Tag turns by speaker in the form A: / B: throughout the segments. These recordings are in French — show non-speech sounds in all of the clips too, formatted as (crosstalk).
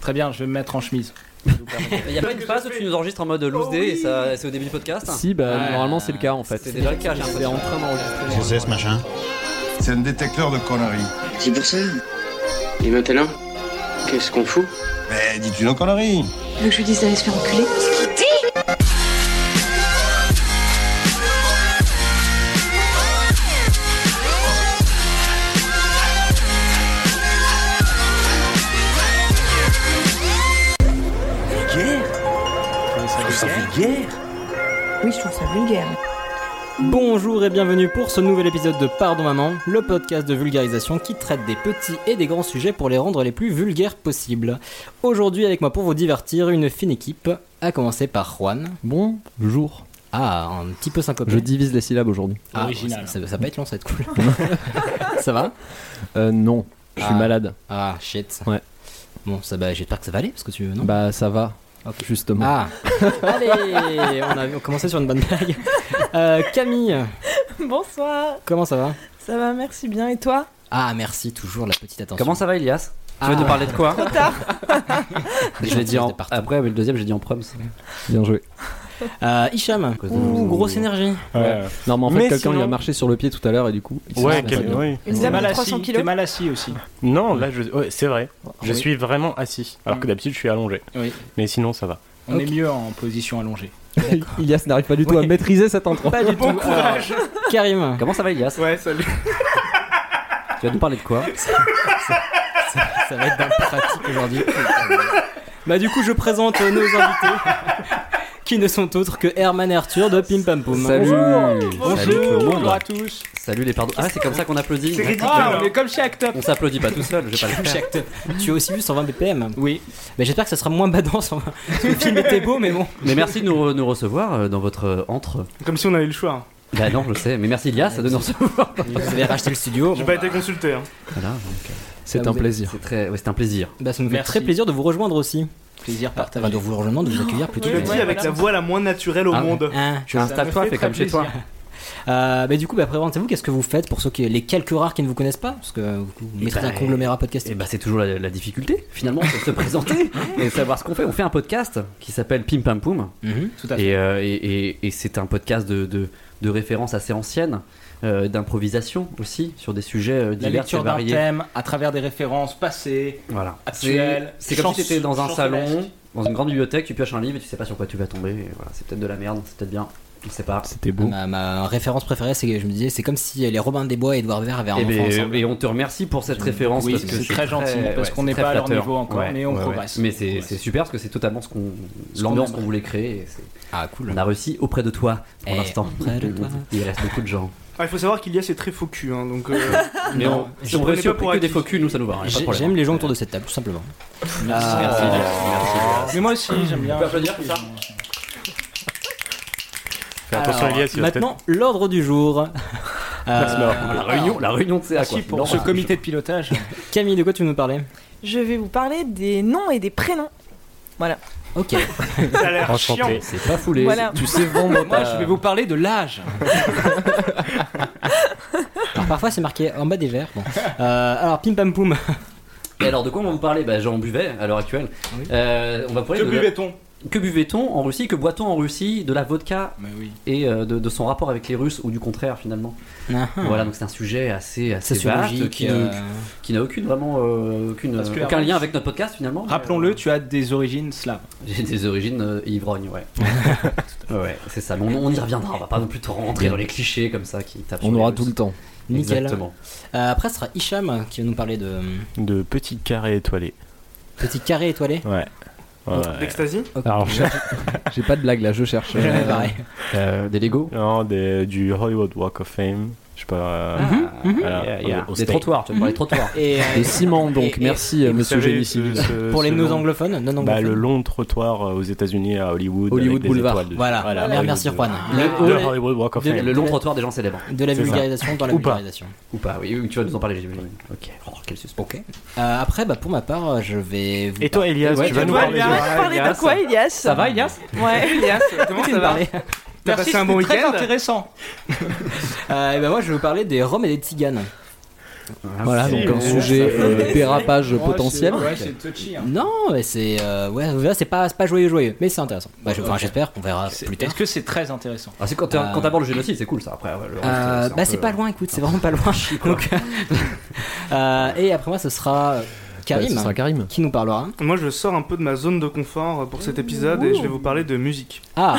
A: Très bien, je vais me mettre en chemise.
B: Il n'y a pas une phase où tu nous enregistres en mode
C: Oh
B: loose day et ça- c'est au début du podcast
D: Si, bah
A: Ouais.
D: normalement c'est le cas en fait.
B: C'est déjà le cas, j'ai
D: On est en train d'enregistrer.
E: c'est ce machin
F: C'est un détecteur de conneries.
G: C'est pour ça. Et maintenant, qu'est-ce qu'on fout
F: Mais dis-tu nos conneries
H: Tu veux que je lui dise d'aller se faire enculer Oui, je trouve ça vulgaire.
I: Bonjour et bienvenue pour ce nouvel épisode de Pardon Maman, le podcast de vulgarisation qui traite des petits et des grands sujets pour les rendre les plus vulgaires possibles. Aujourd'hui avec moi pour vous divertir, une fine équipe, à commencer par Juan.
D: Bon, jour.
I: Ah, un petit peu syncopé.
D: Je divise les syllabes aujourd'hui.
I: Ah,
A: Original.
I: Ça, ça- ça va être long cette cool. (laughs)
D: (laughs)
I: ça va
D: Euh, non, je suis
I: Ah.
D: malade.
I: Ah, shit.
D: Ouais.
I: Bon, ça, bah, j'espère que ça va aller parce que tu veux, non
D: Bah ça va,
I: (laughs) Ok.
D: justement.
I: Ah, allez, on a on commençait sur une bonne blague. Euh, Camille,
J: (laughs) Bonsoir,
I: comment ça va
J: ça va, merci bien. Et toi
I: Ah, merci, toujours la petite attention.
B: Comment ça va Elias Tu veux
I: Ah.
B: nous parler de quoi (laughs) Je l'ai dit en...
I: Partout.
B: après, mais le deuxième, j'ai dit en proms.
D: Bien joué.
I: Euh, Hicham, ouh, grosse énergie.
D: Non mais en fait
C: Mais
D: quelqu'un
C: sinon-
D: lui a marché sur le pied tout à l'heure et du coup. il s'est
C: Ouais,
D: mis
C: quel-
D: à sa gueule.
C: oui.
J: Une
A: T'es
J: dame
A: mal
J: de
A: assis,
J: 300
A: t'es
J: kilos
A: mal assis aussi.
C: Non, là, je... ouais, c'est vrai. Je
I: Oui.
C: suis vraiment assis. Alors
G: Mm.
C: que d'habitude, je suis allongé.
A: Oui.
C: Mais sinon, ça va.
A: On est mieux en position allongée.
D: (laughs) Ilias n'arrive pas du tout à
I: Ouais.
D: maîtriser cet entrant.
I: Pas du tout. Alors, (laughs) Karim,
B: Comment ça va Elias
C: Ouais, salut.
B: Tu vas nous parler de quoi
I: ça va être d'un pratique
B: (laughs)
I: aujourd'hui. bah du coup, je présente euh, nos invités, qui ne sont autres que Herman et Arthur de Pim Pam Poum.
D: Salut.
B: Salut tout le
A: Bonjour
B: monde
A: à tous.
B: Salut les pardons. Ah, c'est comme ça qu'on applaudit
C: hein.
A: Ah, on est comme chez Act Up.
B: On s'applaudit pas tout seul, je vais pas le faire.
I: Chaque- Tu as aussi vu 120 BPM.
A: Oui.
I: Mais j'espère que ça sera moins badant. 120. Parce que le film était beau, mais bon.
B: Mais merci de nous, re- nous recevoir euh, dans votre euh, entre.
K: Comme si on avait le choix. hein.
B: Bah non, je sais, mais merci Elias de nous recevoir.
I: Vous avez racheté le studio.
K: J'ai
I: Bon,
K: pas été consulté. hein.
B: Voilà, donc, euh,
D: C'est
I: Ah,
D: un
I: vous êtes-
D: plaisir.
B: c'est très... ouais, c'est un plaisir.
I: bah, ça nous fait
A: Merci.
I: très plaisir de vous rejoindre aussi.
A: Plaisir partagé.
I: Enfin, de vous rejoindre, de vous accueillir plutôt.
K: Tu le dis
I: mais-
K: avec la voix la moins naturelle au
B: Ah,
K: monde.
I: Hein, je-
B: Installe-toi, fais comme chez toi.
I: Euh, bah, du coup, bah, présentez-vous, qu'est-ce que vous faites pour ceux qui, les quelques rares qui ne vous connaissent pas Parce que euh, vous, vous
B: Eh
I: maîtrisez
B: ben,
I: un conglomérat podcast.
B: Et bah c'est toujours la, la difficulté finalement (laughs) c'est de se présenter et de savoir ce qu'on fait. On fait un podcast qui s'appelle Pim Pam Poum
I: Mhm.
A: Tout à fait.
B: et, euh, et, et- et c'est un podcast de, de, de référence assez ancienne, euh, d'improvisation aussi sur des sujets euh,
A: La
B: divers et
A: lecture d'un
B: variés.
A: thème à travers des références passées.
B: Voilà.
A: actuel,
B: C'est c'est comme si
A: chance-
B: t'étais dans un
A: chancelaire.
B: salon, dans une grande bibliothèque, tu pioches un livre et tu sais pas sur quoi tu vas tomber. et voilà, c'est peut-être de la merde, c'est peut-être bien, on sait pas.
D: C'était beau.
I: Ma, ma référence préférée, c'est que je me disais, c'est comme si euh, les Robin des Bois et Edouard Vert avaient un
B: Et,
I: enfant
B: ben,
I: ensemble.
B: et on te remercie pour cette référence
A: Oui,
B: parce que
A: c'est
B: c'est
A: très gentil parce
B: ouais,
A: qu'on
B: c'est
A: n'est
B: très
A: pas à leur
B: flatteur.
A: niveau encore,
B: Ouais.
A: mais on
B: Ouais, ouais.
A: progresse.
B: Mais c'est
A: Ouais.
B: c'est super parce que c'est totalement ce qu'on
A: Ce qu'on
B: l'ambiance
A: aime.
B: qu'on voulait créer. et c'est-
I: Ah, cool.
B: On a réussi auprès de toi pour
I: Eh,
B: l'instant.
I: auprès de toi.
B: (laughs) Il reste beaucoup de gens.
K: Ah, il faut savoir qu'il y a ces très faux culs. hein, donc, euh,
B: (laughs) Mais
I: Non,
B: on,
K: je
B: on
K: prenais
B: réussit
K: pas
B: auprès
K: pour
B: que des
K: acquis.
B: faux culs, nous ça nous va. hein, pas de
I: J'ai-
B: problème.
I: J'aime les gens autour de cette table, tout simplement. Euh,
B: Merci.
A: Mais moi aussi, j'aime bien.
B: On peut applaudir pour ça
C: Fais attention,
I: Alors,
C: Elias. il va
I: maintenant, l'ordre du jour. Euh,
B: Ah, La réunion, la réunion de CA
A: Merci
B: quoi.
A: pour
B: Non,
A: ce
B: bah,
A: comité
B: (laughs)
A: de pilotage.
I: Camille, de quoi tu veux nous parler
J: Je vais vous parler des noms et des prénoms.
I: Ok.
K: ça a
C: peut-être-
I: (laughs)
K: l'air chiant.
C: Enchanté.
B: C'est pas foulé.
J: Voilà.
D: Tu sais vendre.
A: Moi,
D: ta-
A: je vais vous parler de l'âge.
I: Alors parfois c'est marqué en bas des verres. Bon. Euh, alors pim pam poum.
B: Et alors de quoi on va vous parler bah, J'en buvais à l'heure actuelle.
A: Ah
I: Oui.
B: Euh, on va parler
K: Que
B: de la-
K: buvait-on
B: que buvait-on en Russie, que boit-on en Russie, de la vodka
A: Mais Bah oui.
B: et euh, de, de son rapport avec les Russes ou du contraire finalement.
A: Ah,
B: Voilà donc c'est un sujet assez assez vaste
I: Sociologique.
B: qui, ne-
I: euh,
B: qui n'a aucune vraiment euh, aucune,
A: Parce que
B: aucun
A: la
B: lien avec notre podcast finalement. mais,
A: Rappelons-le, tu as des origines slaves.
B: J'ai des origines euh, ivrognes, ouais. ouais, ouais, c'est ça. Mais on, on y reviendra. On va pas non plus trop rentrer dans les clichés comme ça qui tapent.
D: On aura Ah, tout le temps.
I: Nickel.
B: Exactement.
I: Euh, après ce sera Hicham qui va nous parler de euh,
C: De petits carrés étoilés.
I: petit carré étoilé.
C: Ouais.
J: Oh,
C: Ouais.
K: D'extasie
C: Alors, je-
D: J'ai pas de blague là, je cherche.
I: Ouais,
D: Euh,
I: pareil.
B: Euh, des Lego.
C: non, des- du Hollywood Walk of Fame. Je sais pas. euh, voilà,
B: Yeah,
C: au-
B: yeah.
C: au
B: Des
C: state. Mhm.
B: trottoirs. Tu vas parler des trottoirs.
I: Et, euh,
D: Des ciments donc,
I: Et- et-
D: merci euh,
C: Vous
D: monsieur
C: savez,
D: Génici.
C: ce- ce-
I: pour les
C: ce
I: non
C: long-
I: anglophones, non
C: bah, le
I: anglophones.
C: long trottoir euh, aux États-Unis à Hollywood.
D: Hollywood
C: avec des
D: Boulevard.
C: étoiles dessus.
I: Voilà. Voilà,
C: Hollywood
I: merci
C: Boulevard.
I: Juan.
B: Le-
C: Le Hollywood Walk of
I: de-
C: Fame.
B: Le long trottoir des gens célèbres.
I: De la
C: C'est ça.
I: vulgarisation dans la
C: Ou pas.
I: vulgarisation.
B: Ou pas, oui, oui, tu vas nous en parler, j'imagine. Ok. Oh, quel suspens.
I: Ok. Euh, après, bah, pour ma part, euh, je vais vous
C: Et toi, Elias,
B: Ouais,
C: tu vas
B: tu
C: nous
B: vois,
C: parler
K: Elias.
C: de
J: Tu vas parler de quoi, Elias Ça
B: va, Elias
J: Ouais.
A: Elias, comment
I: vous parler.
K: T'as passé un bon
A: Très
K: week-end
A: intéressant.
I: Euh, et ben moi, je vais vous parler des Roms et des Tziganes.
D: Voilà,
A: Si,
D: donc comme
A: mais
D: sujet
A: Ah, ça
D: euh,
A: fait-
D: dérapage
A: Ouais,
D: potentiel.
A: c'est- Ouais, c'est touchy. hein.
I: Non, mais c'est euh, ouais, ouais, c'est pas c'est pas joyeux joyeux, mais c'est intéressant. Bah, je- enfin, j'espère, on verra
A: C'est-
I: plus tard.
A: Est-ce que c'est très intéressant Euh,
B: Ah, c'est quand t'as- quand t'abordes le génocide, c'est cool ça. Après, ouais, le reste,
I: Euh,
B: un
I: bah c'est
B: peu-
I: pas loin, écoute, c'est vraiment pas loin. Donc, euh, et après moi, ce sera euh,
B: Bah,
I: Karim
D: Ouais, ce sera Karim.
I: qui nous parlera.
K: Moi, je sors un peu de ma zone de confort euh, pour cet épisode et je vais vous parler de musique.
I: (laughs) Ah,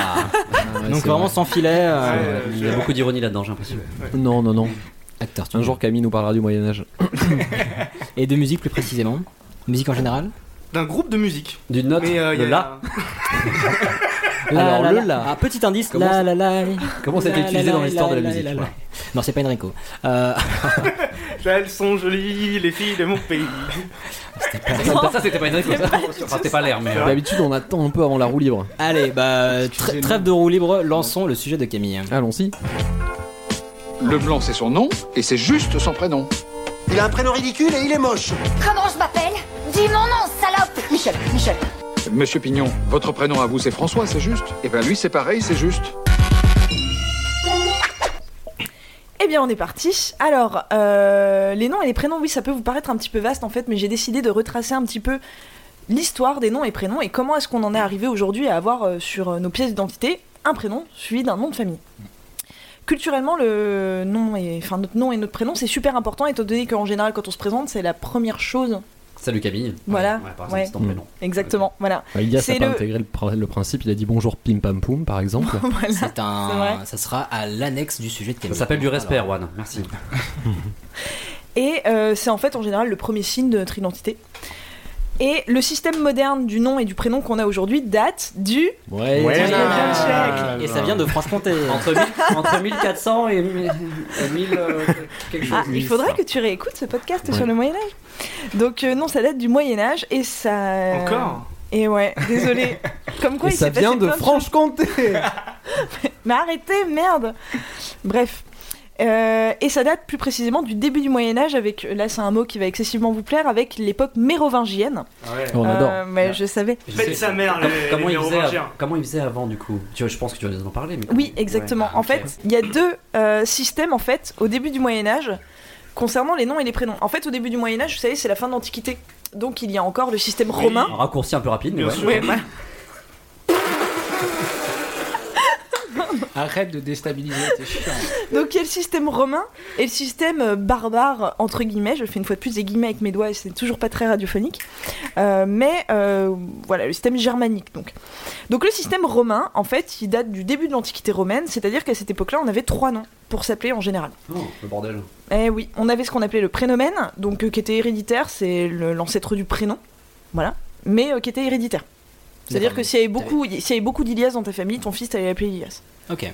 I: donc vraiment sans filet. euh,
K: Ouais,
B: Il y a beaucoup d'ironie là-dedans, j'ai l'impression.
D: Non, non, non.
I: acteur. tu
D: Un
I: vois.
D: jour, Camille nous parlera du Moyen-Âge.
I: (laughs) Et de musique plus précisément. Musique en général.
K: D'un groupe de musique.
B: D'une note,
K: Mais euh, il y
B: le
K: a-
B: la,
I: La,
B: Alors,
I: la,
B: le
I: la.
B: la.
I: Ah, petit indice.
B: Comment
I: la, la, la,
B: comment ça a été
I: la,
B: utilisé
I: la,
B: dans l'histoire de la
I: la,
B: musique
I: la,
B: voilà.
I: Non, c'est pas Enrico.
B: (laughs)
I: Euh, (laughs)
K: Elles sont jolies, les filles de mon pays.
B: Ça, ça, c'était pas une réponse. hein. Enfin, c'était pas l'air, mais. euh,
D: D'habitude, on attend un peu avant la roue libre.
I: allez, bah tr- trêve de roue libre, lançons le sujet de Camille.
D: Allons-y.
E: Leblanc, c'est son nom, et c'est juste son prénom.
F: Il a un prénom ridicule et il est moche.
H: Comment je m'appelle Dis mon nom, salope Michel, Michel.
E: Monsieur Pignon, votre prénom à vous, c'est François, c'est juste Eh bien, lui, c'est pareil, c'est juste.
J: Eh bien, on est parti. Alors, euh, les noms et les prénoms, oui, ça peut vous paraître un petit peu vaste en fait, mais j'ai décidé de retracer un petit peu l'histoire des noms et prénoms et comment est-ce qu'on en est arrivé aujourd'hui à avoir euh, sur euh, nos pièces d'identité un prénom suivi d'un nom de famille. Culturellement, le nom et, enfin, notre nom et notre prénom, c'est super important, étant donné qu'en général, quand on se présente, c'est la première chose.
B: Salut Camille.
J: Voilà,
B: Ouais, par exemple,
J: ouais.
B: c'est ton prénom.
J: Exactement, voilà.
L: Bah,
D: Ilias
J: C'est
D: n'a pas
J: le-
D: intégré le, pr- le principe, il a dit bonjour pim pam poum par
L: (laughs)
D: exemple.
J: (laughs) voilà.
I: C'est un,
J: vrai.
I: ça sera à l'annexe du sujet de
B: Ça
I: Camille.
B: s'appelle du respect, hein.
I: Alors,
B: Erwan. Merci.
J: Et euh, c'est en fait en général le premier signe de notre identité. Et le système moderne du nom et du prénom qu'on a aujourd'hui date du.
D: Ouais,
K: Ouais.
J: bien
I: Et ça vient de Franche-Comté.
B: Entre, mille- entre 1400 et, mi- et 1000 euh, quelque chose.
J: Ah, il faudrait que tu réécoutes ce podcast sur le Moyen Âge. Donc euh, non, ça date du Moyen Âge et ça.
K: Encore
J: Et ouais,
D: (laughs)
J: désolé. Comme quoi
D: Et
J: il
D: ça
J: s'est
D: vient
J: passé
D: de
J: plein choses.
D: Franche-Comté
J: (laughs) Mais arrêtez, merde Bref. Euh, et ça date plus précisément du début du Moyen Âge avec, là c'est un mot qui va excessivement vous plaire, avec l'époque mérovingienne.
D: On adore.
J: Euh, mais je savais.
K: Faites sa mère,
B: Com-
K: les,
B: comment,
K: les
B: il faisait
K: Mérovingiens.
B: av- comment il faisait avant du coup Tu- Je pense que tu vas nous en parler. Mais...
J: Oui, exactement.
B: Ouais,
J: en
B: ok.
J: fait, il y a deux euh, systèmes en fait au début du Moyen Âge concernant les noms et les prénoms. En fait, au début du Moyen Âge, vous savez, c'est la fin de l'Antiquité. Donc il y a encore le système romain.
B: Un raccourci un peu rapide, mais
K: Bien
B: ouais.
K: sûr.
A: Arrête de déstabiliser, c'est chiant.
J: Donc il y a le système romain et le système euh, barbare entre guillemets. Je fais une fois de plus des guillemets avec mes doigts, et c'est toujours pas très radiophonique. Euh, mais euh, voilà, le système germanique donc. Donc le système romain, en fait, il date du début de l'Antiquité romaine, c'est-à-dire qu'à cette époque-là, on avait trois noms pour s'appeler en général.
B: Oh, le bordel.
J: Eh oui, on avait ce qu'on appelait le prénomène, donc euh, qui était héréditaire, c'est le- l'ancêtre du prénom, voilà, mais euh, qui était héréditaire. C'est-à-dire que s'il y avait beaucoup, s'il y avait beaucoup d'Ilias dans ta famille, ton fils t'allait l'appeler Ilias.
I: Ok.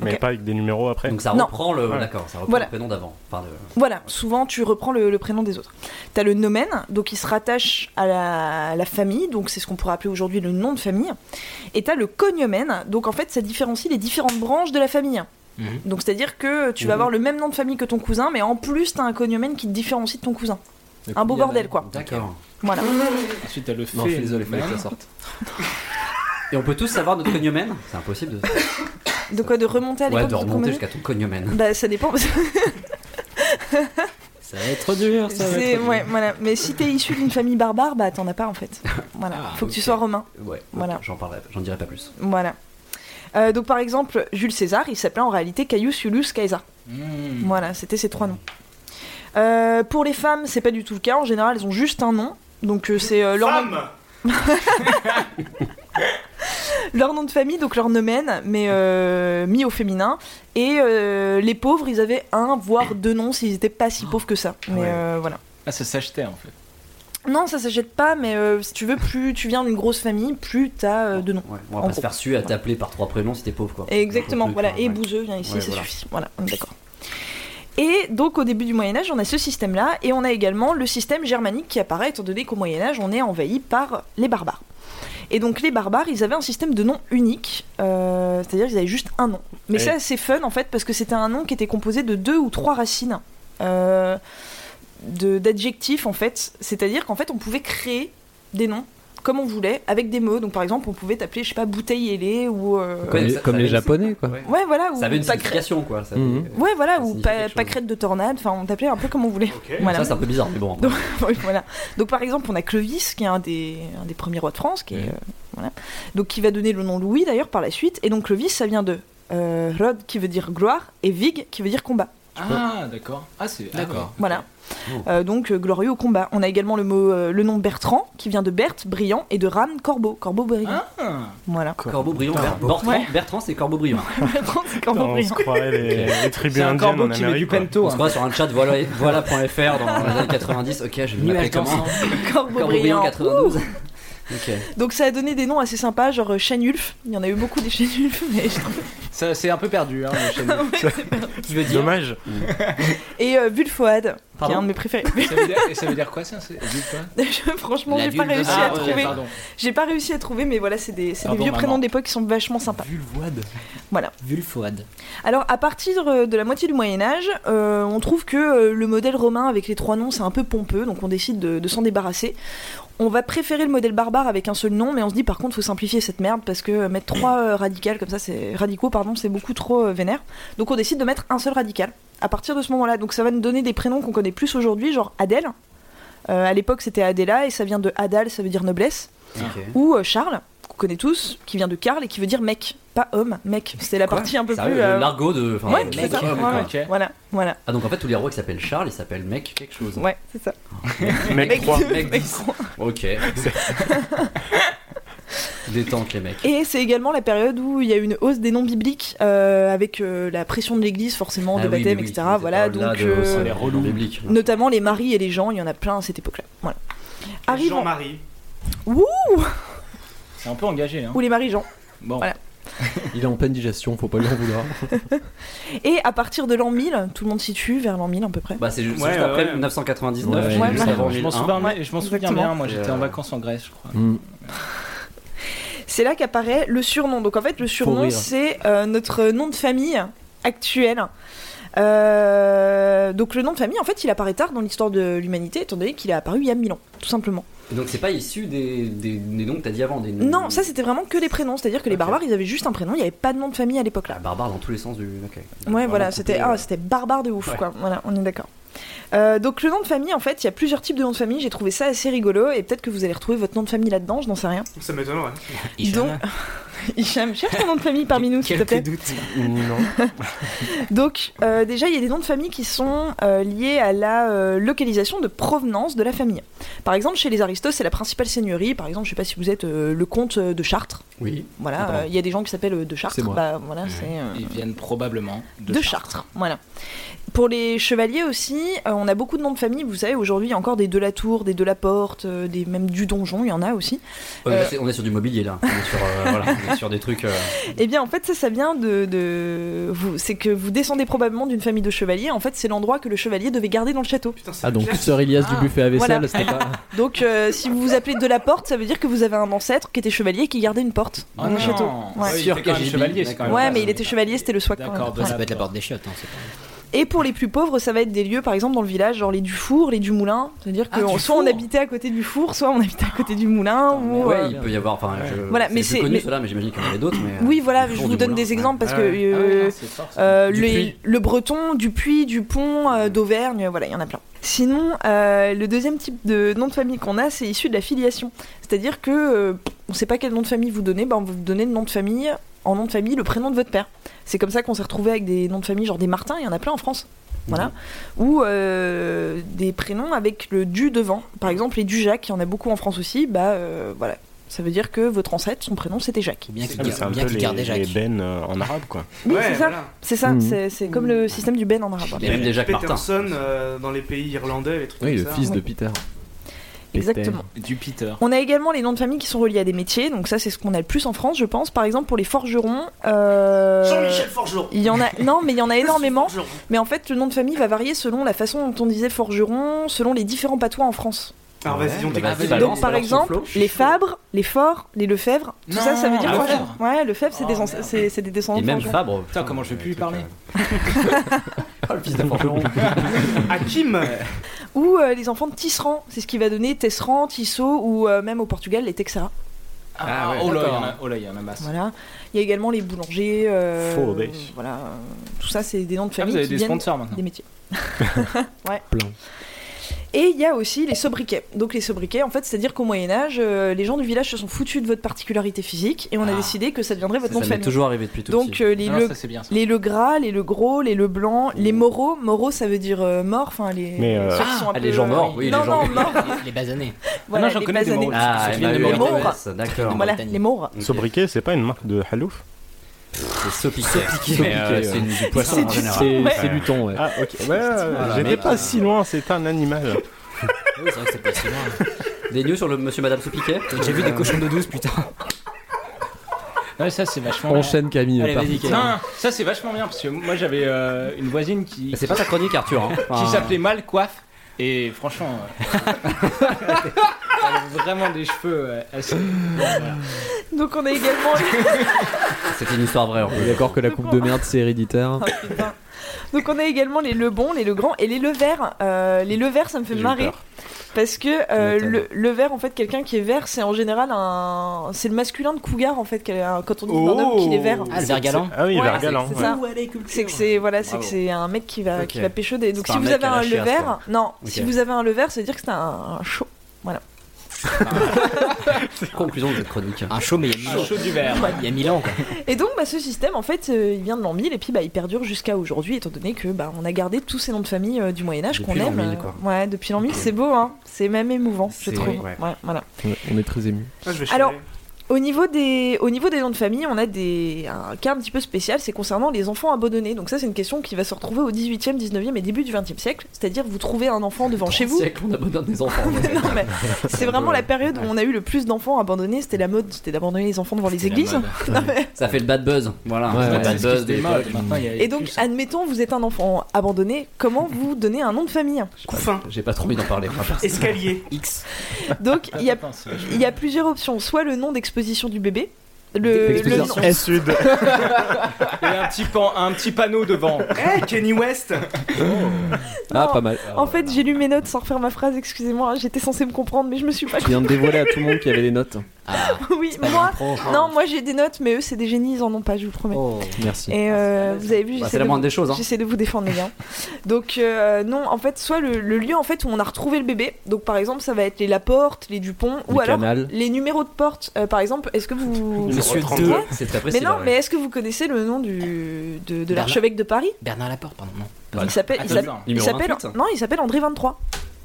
C: Mais
J: Ok.
C: pas avec des numéros après.
B: Donc ça
J: Non.
B: reprend le,
C: Ouais.
B: d'accord, ça reprend
J: Voilà.
B: le prénom d'avant. Enfin, de-
J: Voilà, souvent tu reprends le, le prénom des autres. T'as le nomène, donc il se rattache à la, à la famille, donc c'est ce qu'on pourrait appeler aujourd'hui le nom de famille. Et t'as le cognomène, donc en fait ça différencie les différentes branches de la famille.
I: Mhm.
J: Donc c'est-à-dire que tu vas avoir le même nom de famille que ton cousin, mais en plus t'as un cognomène qui te différencie de ton cousin. Un beau bordel quoi.
B: D'accord.
J: Voilà.
A: Ensuite, t'as le fait.
B: Non, je suis désolé, fallait que ça sorte. Et on peut tous savoir notre cognomen C'est impossible de.
J: De quoi De remonter à
B: Ouais,
J: l'époque du
B: de remonter
J: cognomen
B: jusqu'à ton cognomen.
J: Bah ça dépend. parce que
I: Ça va être dur. Ça va
J: c'est-
I: être dur.
J: ouais, voilà. Mais si t'es issu d'une famille barbare, bah t'en as pas en fait. Voilà.
I: Ah,
J: Faut que tu
I: ok.
J: sois romain.
B: Ouais, ok,
J: Voilà.
B: j'en parlerai, j'en dirai pas plus.
J: Voilà. Euh, donc par exemple, Jules César, il s'appelait en réalité Caius Julius Caesar.
A: Mmh.
J: Voilà, c'était ces trois noms. Euh, pour les femmes, c'est pas du tout le cas. En général, elles ont juste un nom. Donc euh, c'est euh, leur, nom,
K: Femme
J: (laughs) leur nom de famille, donc leur nomène, mais euh, mis au féminin. Et euh, les pauvres, ils avaient un, voire deux noms s'ils étaient pas si pauvres que ça. Mais
A: Ouais.
J: euh, voilà.
A: Ah, ça s'achetait en fait.
J: Non, ça s'achète pas, mais euh, si tu veux, plus tu viens d'une grosse famille, plus t'as euh, de noms.
B: Ouais, on va
J: En
B: pas se
J: gros.
B: faire suer à t'appeler par trois prénoms si t'es pauvre quoi.
J: Exactement,
B: Un peu
J: voilà.
B: plus,
J: Et
B: ouais.
J: Bouzeux vient ici,
B: Ouais,
J: ça
B: voilà.
J: suffit. Voilà, on est d'accord. Et donc au début du Moyen Âge, on a ce système-là, et on a également le système germanique qui apparaît, étant donné qu'au Moyen Âge, on est envahi par les barbares. Et donc les barbares, ils avaient un système de nom unique, euh, c'est-à-dire qu'ils avaient juste un nom. Mais
C: Ouais.
J: c'est assez fun en fait, parce que c'était un nom qui était composé de deux ou trois racines. euh, de- d'adjectifs en fait, c'est-à-dire qu'en fait on pouvait créer des noms comme on voulait, avec des mots. Donc par exemple, on pouvait t'appeler, je sais pas, bouteille ailée ou. euh,
D: Comme les, comme les Japonais, quoi.
J: Ouais, voilà. Ou
B: Ça avait une
J: pâquerette-
B: signification, quoi. Ça
D: Mhm.
B: avait-
J: Ouais, voilà, ou
B: signifie
J: pa-
B: quelque chose.
J: pâquerette de tornade, enfin on t'appelait un peu comme on voulait. Voilà.
B: Ça, c'est un peu bizarre, mais bon. après.
J: (laughs) Donc, oui, voilà. Donc par exemple, on a Clovis, qui est un des, un des premiers rois de France, qui, est, euh, voilà. donc, qui va donner le nom Louis d'ailleurs par la suite. Et donc Clovis, ça vient de euh, Rod, qui veut dire gloire, et Vig, qui veut dire combat.
A: Ah, d'accord. Ah, c'est. D'accord.
J: Voilà.
B: Oh.
J: Euh, donc euh, glorieux au combat. On a également le, mot, euh, le nom Bertrand, qui vient de Berthe, brillant, et de Ran, corbeau, corbeau brillant.
A: Ah,
J: voilà.
B: Corbeau brillant, Ber- Bertrand, Bertrand, c'est Corbeau brillant.
J: (laughs) Bertrand, c'est (laughs)
C: Putain,
J: corbeau
C: on se
J: brillant.
C: croirait les, les tribus
A: c'est un
C: indiennes
A: corbeau
C: en
A: qui met du
C: Amérique. quoi.
A: pento.
B: On se
A: hein.
B: croit sur un chat voilà, voilà.fr dans les années 90. Ok, je vais m'appeler comment
J: Corbeau
B: Corbeau brillant
J: brillant.
B: 92. Ok.
J: Donc ça a donné des noms assez sympas, genre euh, Chanulf. Il y en a eu beaucoup des Chanulf, mais je trouve
A: Ça, c'est un peu perdu, hein,
J: (laughs)
A: le chêne.
B: Tu veux dire
C: Dommage.
J: Et euh, Bulfoad, qui est
B: Pardon
J: un de mes préférés.
A: Ça veut dire,
J: (laughs)
A: et ça veut dire quoi, ça c'est- dites quoi
J: Je- franchement,
B: La
J: j'ai pas
B: vulve de
J: réussi
B: Ah,
J: à
B: ouais,
J: trouver.
A: pardon.
J: J'ai pas réussi à trouver, mais voilà, c'est des, c'est des
A: Pardon,
J: vieux
A: maman.
J: prénoms d'époque qui sont vachement sympas.
I: Vulvoide.
J: Voilà.
I: Vulfoad.
J: Alors, à partir euh, de la moitié du Moyen Âge, euh, on trouve que euh, le modèle romain avec les trois noms, c'est un peu pompeux, donc on décide de, de s'en débarrasser. On va préférer le modèle barbare avec un seul nom, mais on se dit par contre, faut simplifier cette merde parce que euh, mettre trois euh, radicales comme ça, c'est radicaux, pardon, c'est beaucoup trop euh, vénère. Donc, on décide de mettre un seul radical. À partir de ce moment-là, donc ça va nous donner des prénoms qu'on connaît plus aujourd'hui, genre Adèle. Euh, à l'époque, c'était Adela et ça vient de Adal, ça veut dire noblesse.
B: Ok.
J: ou euh, Charles, qu'on connaît tous, qui vient de Karl et qui veut dire mec, pas homme, mec. C'est la
B: Quoi
J: partie un peu
B: Sérieux,
J: plus.
B: le
J: euh,
B: L'argot de. enfin,
J: Ouais,
B: de-
J: c'est ça.
B: de-
J: Ouais,
B: quoi.
J: ouais. Voilà, voilà.
B: Ah, donc en fait, tous les rois qui s'appellent Charles, ils s'appellent mec quelque chose.
J: Ouais, c'est ça.
C: Mec 3.
J: deux,
B: Mec
J: mec
B: dix.
J: trois.
C: (laughs)
B: Ok. Détente, les mecs.
J: Et c'est également la période où il y a une hausse des noms bibliques euh, avec euh, la pression de l'Église forcément,
B: Ah
J: de
B: oui, mais
J: baptême,
B: oui,
J: etc.
B: cette
J: Voilà,
B: parole-là
J: donc
B: de-
J: euh,
B: c'est
A: les relous.
B: dans le public.
J: notamment les maris et les gens, il y en a plein à cette époque-là. Voilà. Arrive en-
K: Jean-Marie.
A: C'est un peu engagé, hein.
J: ou les maris Jean.
A: Bon.
J: Voilà.
D: Il est en pleine digestion, faut pas lui en vouloir.
J: Et à partir de l'an 1000, tout le monde situe vers l'an 1000 à peu près.
B: Bah, c'est juste, c'est
K: Ouais,
B: juste
K: ouais,
B: après
K: ouais.
B: 1999,
D: Ouais,
B: juste
J: ouais.
B: avant
A: Je
B: 2001.
A: m'en souviens,
J: Ouais,
A: je m'en souviens
J: exactement.
A: bien, moi j'étais
B: Euh,
A: en vacances en Grèce, je crois.
D: Mm.
J: C'est là qu'apparaît le surnom. Donc en fait, le surnom,
I: rire.
J: c'est euh, notre nom de famille actuel. Euh, donc le nom de famille, en fait, il apparaît tard dans l'histoire de l'humanité, étant donné qu'il est apparu il y a 1000 ans, tout simplement.
B: Donc c'est pas issu des, des, des noms que t'as dit avant. Des,
J: Non, ça c'était vraiment que les prénoms, c'est-à-dire que les
B: Mmh. Ok.
J: barbares, ils avaient juste un prénom, il n'y avait pas de nom de famille à l'époque là.
B: Ah, barbare dans tous les sens du. Ok.
J: Ouais,
B: Vraiment
J: voilà,
B: coupé,
J: c'était
B: euh,
J: ah, c'était barbare de ouf,
B: Ouais.
J: quoi. Voilà, on est d'accord. Euh, donc le nom de famille, en fait, il y a plusieurs types de noms de famille. J'ai trouvé ça assez rigolo et peut-être que vous allez retrouver votre nom de famille là-dedans. Je n'en sais rien.
K: Ça m'étonnerait.
J: Donc, (laughs) Hicham, cherche ton nom de famille parmi nous, s'il te plaît.
I: Quelques doutes.
C: Non.
J: Donc, euh, déjà, il y a des noms de famille qui sont euh, liés à la euh, localisation de provenance de la famille. Par exemple, chez les aristos, c'est la principale seigneurie. Par exemple, je sais pas si vous êtes euh, le comte euh, de Chartres.
B: Oui.
J: Voilà,
B: Ah,
J: euh,
B: pardon.
J: il y a des gens qui s'appellent euh, de Chartres.
D: C'est moi.
J: Bah, voilà, c'est euh,
A: Ils viennent probablement de,
J: de, Chartres. Voilà. Pour les chevaliers aussi, euh, on a beaucoup de noms de famille. Vous savez, aujourd'hui, il y a encore des de la Tour, des de la Porte, euh, des même du Donjon. Il y en a aussi. Euh,
B: Ouais, mais c'est- On est sur du mobilier là. On est sur, euh, voilà, on est sur des trucs. euh,
J: Eh bien, en fait, ça, ça vient de. de- vous- C'est que vous descendez probablement d'une famille de chevaliers. En fait, c'est l'endroit que le chevalier devait garder dans le château.
K: Putain, c'est
D: Ah, donc,
K: classe.
D: sœur Ilias du buffet à vaisselle,
J: Voilà.
D: c'était
B: (laughs)
D: pas.
J: (laughs) Donc, euh, si vous vous appelez de la porte, ça veut dire que vous avez un ancêtre qui était chevalier et qui gardait une porte
A: Oh
J: dans le
A: non.
J: château.
A: Ah
J: Ouais.
A: oui, il était quand même chevalier, c'est quand même
J: Ouais,
A: classe.
J: mais il était chevalier, c'était le soir quand
A: D'accord,
J: même.
A: bah,
J: Ouais.
I: Ça peut être la porte des chiottes, hein, c'est pas.
J: Et pour les plus pauvres, ça va être des lieux, par exemple, dans le village, genre les Dufour, les Dumoulin. C'est-à-dire que
A: Ah,
J: on-
A: du
J: soit on
A: four.
J: habitait à côté du four, soit on habitait à côté du moulin. ou,
B: ouais,
J: euh,
B: il peut y avoir. Enfin, je-
J: Voilà, mais c'est-
B: c'est plus connu
J: mais-
B: ceux-là, mais j'imagine qu'il y en avait d'autres. mais, euh,
J: Oui, voilà,
B: du
J: je
B: four,
J: vous
B: du
J: donne
B: moulin,
J: des
B: ouais.
J: exemples parce que
K: Ah ouais,
A: Ah ouais,
J: euh,
A: non, c'est fort, ça.
J: Euh,
B: Du
J: les-
B: Puy.
J: le breton, du puy, du pont, euh, d'Auvergne, voilà, il y en a plein. Sinon, euh, le deuxième type de nom de famille qu'on a, c'est issu de la filiation. C'est-à-dire que euh, on ne sait pas quel nom de famille vous donnez, bah, on va vous donner le nom de famille, en nom de famille, le prénom de votre père. C'est comme ça qu'on s'est retrouvé avec des noms de famille, genre des Martins, il y en a plein en France. Voilà. Ou euh, des prénoms avec le du devant. Par exemple, les du Jacques, il y en a beaucoup en France aussi, bah euh, voilà. Ça veut dire que votre ancêtre, son prénom, c'était Jacques.
I: Bien qu'il
C: Ah, mais c'est
I: garde-
C: un
I: bien
C: peu
I: qu'il
C: les,
I: gardait
C: les
I: Jacques.
C: Ben euh, en arabe quoi.
J: Oui,
K: Ouais,
J: c'est ça.
K: voilà. Mm.
J: C'est ça,
D: Mhm.
J: c'est c'est comme le système du Ben en arabe.
B: Il y a même des Jacques Martin.
K: Peterson euh, dans les pays irlandais, les trucs
D: Oui,
K: comme
D: le
K: ça.
D: fils de Peter.
J: Exactement.
A: Du Peter.
J: On a également les noms de famille qui sont reliés à des métiers, donc ça c'est ce qu'on a le plus en France, je pense. Par exemple pour les forgerons, euh,
F: Jean-Michel Forgeron.
J: il y en a, non mais il y en a énormément.
F: Forgeron.
J: Mais en fait le nom de famille va varier selon la façon dont on disait forgeron, selon les différents patois en France.
K: Alors Ah, vas-y, on
B: Bah, vas-y,
K: t'écoute.
B: balance,
J: donc par
B: balance ton
J: exemple
B: flow.
J: les Fabres, les Forts, les Lefebvre, tout
A: Non,
J: ça ça veut dire
A: ah,
J: forgeron.
A: Lefebvre.
J: Ouais, Lefebvre c'est
A: Oh,
J: des, ans-
A: merde.
J: c'est- c'est des descendants.
B: Et
J: de
B: même
J: forgerons.
B: Fabre.
A: comment je vais plus lui
B: truc,
A: (laughs) parler.
B: euh, Oh, le fils de forgeron.
A: (laughs)
K: Hakim
J: Ou euh, les enfants de Tisserand, c'est ce qui va donner Tisserand, Tissot ou euh, même au Portugal les Texera.
A: Ah,
I: ouais,
A: oh là, il y
I: d'accord.
A: en a- oh là, il y en a masse.
J: Voilà. Il y a également les boulangers. euh,
A: Faudet.
J: Voilà. euh, Tout ça, c'est des noms de
A: Ah,
J: famille.
A: vous avez
J: qui
A: des
J: viennent
A: sponsors maintenant.
J: Des métiers. (laughs) ouais. Et il y a aussi les sobriquets. Donc les sobriquets, en fait, c'est-à-dire qu'au Moyen Âge, euh, les gens du village se sont foutus de votre particularité physique et on
A: Ah.
J: a décidé que ça deviendrait votre
B: Ça
J: nom de
B: m'est
J: famille.
B: toujours arrivé depuis tout
J: Donc
B: petit.
J: euh, les
B: Ah,
J: le
B: ça, c'est bien, ça.
J: les le gras, les le gros, les le blanc, les moraux. Moraux, ça veut dire euh, mort. Enfin les.
B: Mmh. Mais, euh,
J: ceux qui sont un
B: ah,
J: peu,
B: les gens
J: euh,
B: morts, oui,
J: non,
B: les
J: non,
B: gens-
J: morts.
I: (laughs) Les basanés.
J: Voilà,
A: j'en
J: les
A: connais des
J: basanés.
A: moraux.
B: Ah,
A: Ceux qui
B: bah,
A: viennent de
B: oui,
A: Mauritanie.
B: oui, oui, d'accord. Mmh.
J: Voilà, les morts.
C: Sobriquet, c'est pas une marque de halouf
B: C'est sopiqué.
C: Sobriquet, ouais.
B: C'est une- du poisson
C: C'est
B: en
C: du-
B: général.
C: c'est-
B: Ouais.
C: c'est du thon, ouais. Ah, ok. Ouais,
B: Voilà,
C: j'étais
B: mais-
C: pas si loin, c'est un animal.
B: Ah Oui, c'est vrai que c'est pas si loin.
J: (laughs)
B: Des news sur le monsieur madame Soupiquet
I: J'ai vu des cochons de douce, putain.
A: (laughs) Ouais, ça c'est vachement bien.
D: Enchaîne Camille.
A: Allez,
D: par-
A: vas-y, Ken. Non, ça c'est vachement bien parce que moi j'avais euh, une voisine qui.
B: C'est pas ta chronique, Arthur. Hein.
A: qui s'appelait Mal Coiffe. Et franchement, euh, elle avait vraiment des cheveux euh, assez. Bon, voilà.
J: Donc on a également.
I: (laughs)
B: C'était une histoire vraie. En
D: est D'accord que la coupe de merde c'est héréditaire.
J: Oh, Donc on a également les Lebon, les Legrand et les Levert. Euh, les Levert, ça me fait
D: J'ai eu
J: marrer.
D: peur.
J: Parce que euh,
D: Tu
J: le, le vert, en fait, quelqu'un qui est vert, c'est en général un. C'est le masculin de cougar, en fait, qu'elle a- quand on dit d'un homme qu'il est vert.
I: Ah, le vert galant.
C: Ah oui,
J: Ouais,
C: vert
J: c'est-
C: galant.
J: C'est
C: ouais.
J: ça. C'est que c'est voilà, c'est que
C: Bravo.
J: c'est un mec qui va qui
C: Ok.
J: va pécho des. Donc
C: C'est
J: si
C: un
J: vous
C: mec
J: avez
C: à la
J: un
C: chiasse,
J: Levert,
C: quoi.
J: non,
C: Ok.
J: si vous avez un Levert, ça veut dire que c'est un, un chaud. Voilà.
B: Conclusion de cette chronique.
I: Un chaud, mais il y a
A: Un chaud du verre.
I: Il y a mille ans, quoi.
J: Et donc bah, ce système, en fait, euh, il vient de l'an 1000 et puis bah, il perdure jusqu'à aujourd'hui, étant donné que bah, on a gardé tous ces noms de famille euh, du Moyen Âge qu'on
D: Depuis
J: aime.
D: l'an 1000,
J: euh,
D: quoi.
J: Ouais, depuis l'an 1000, c'est beau, hein. C'est même émouvant, je
D: C'est-
J: trouve.
D: ouais.
J: Ouais, voilà.
D: Ouais, On est très ému.
J: Alors, au niveau, des, au niveau des noms de famille, on a des, un cas un petit peu spécial, c'est concernant les enfants abandonnés. Donc ça, c'est une question qui va se retrouver au 18e, 19e et début du 20e siècle. C'est-à-dire, vous trouvez un enfant devant chez vous.
B: siècle, on abandonne (laughs) des enfants.
J: (laughs) non, mais c'est vraiment la période où on a eu le plus d'enfants abandonnés. C'était la mode, c'était d'abandonner les enfants devant les
B: la
J: églises.
B: mode. Ça fait le bad buzz. Voilà.
D: Ouais,
B: le
D: ouais.
B: bad
D: C'est ce qui
B: buzz
D: était
B: des
D: mode,
B: époques.
A: maintenant, il y a-
J: Et donc, admettons, vous êtes un enfant abandonné, comment vous donnez un nom de famille
B: J'ai pas trop envie d'en parler. moi, perso.
J: Escalier. Ah,
I: X.
J: Donc,
B: Ah,
J: il y a, il y a plusieurs options. Soit le nom d'exposition du bébé. Le, Euh, le nom-
A: L'exposition Sud. Et un petit, pan, un petit panneau devant. Oh,
K: Kenny West
D: Ah, pas mal.
J: En fait, j'ai lu mes notes sans refaire ma phrase, excusez-moi, j'étais censée me comprendre, mais je me suis pas
D: Je viens de dévoiler à tout le monde qu'il y avait des notes.
B: Ah,
J: Oui, moi,
D: l'impro, hein.
J: non, moi j'ai des notes, mais eux c'est des génies, ils en ont pas, je vous promets.
D: Merci.
J: Et
I: Ah,
J: euh, vous avez vu,
D: Bah,
J: j'essaie
D: c'est la
J: de,
D: moindre
J: vous-
D: des choses, hein.
J: j'essaie de vous défendre les gars. Donc euh, non, en fait, soit le, le lieu en fait où on a retrouvé le bébé. Donc par exemple, ça va être les Laporte, les Dupont, ou
D: Les
J: alors
D: Canal.
J: les numéros de porte. Euh, par exemple, est-ce que vous
B: Monsieur 32, deux, c'est très
J: Mais
B: précis,
J: non,
B: là, ouais.
J: mais est-ce que vous connaissez le nom du de, de
I: Bernard-
J: l'archevêque de Paris
I: Bernard Laporte, pardon, non.
B: Voilà.
J: Il s'appelle, il
B: Attends,
J: s'appelle, il
B: numéro
J: s'appelle-
B: 28.
J: non, il s'appelle André 23.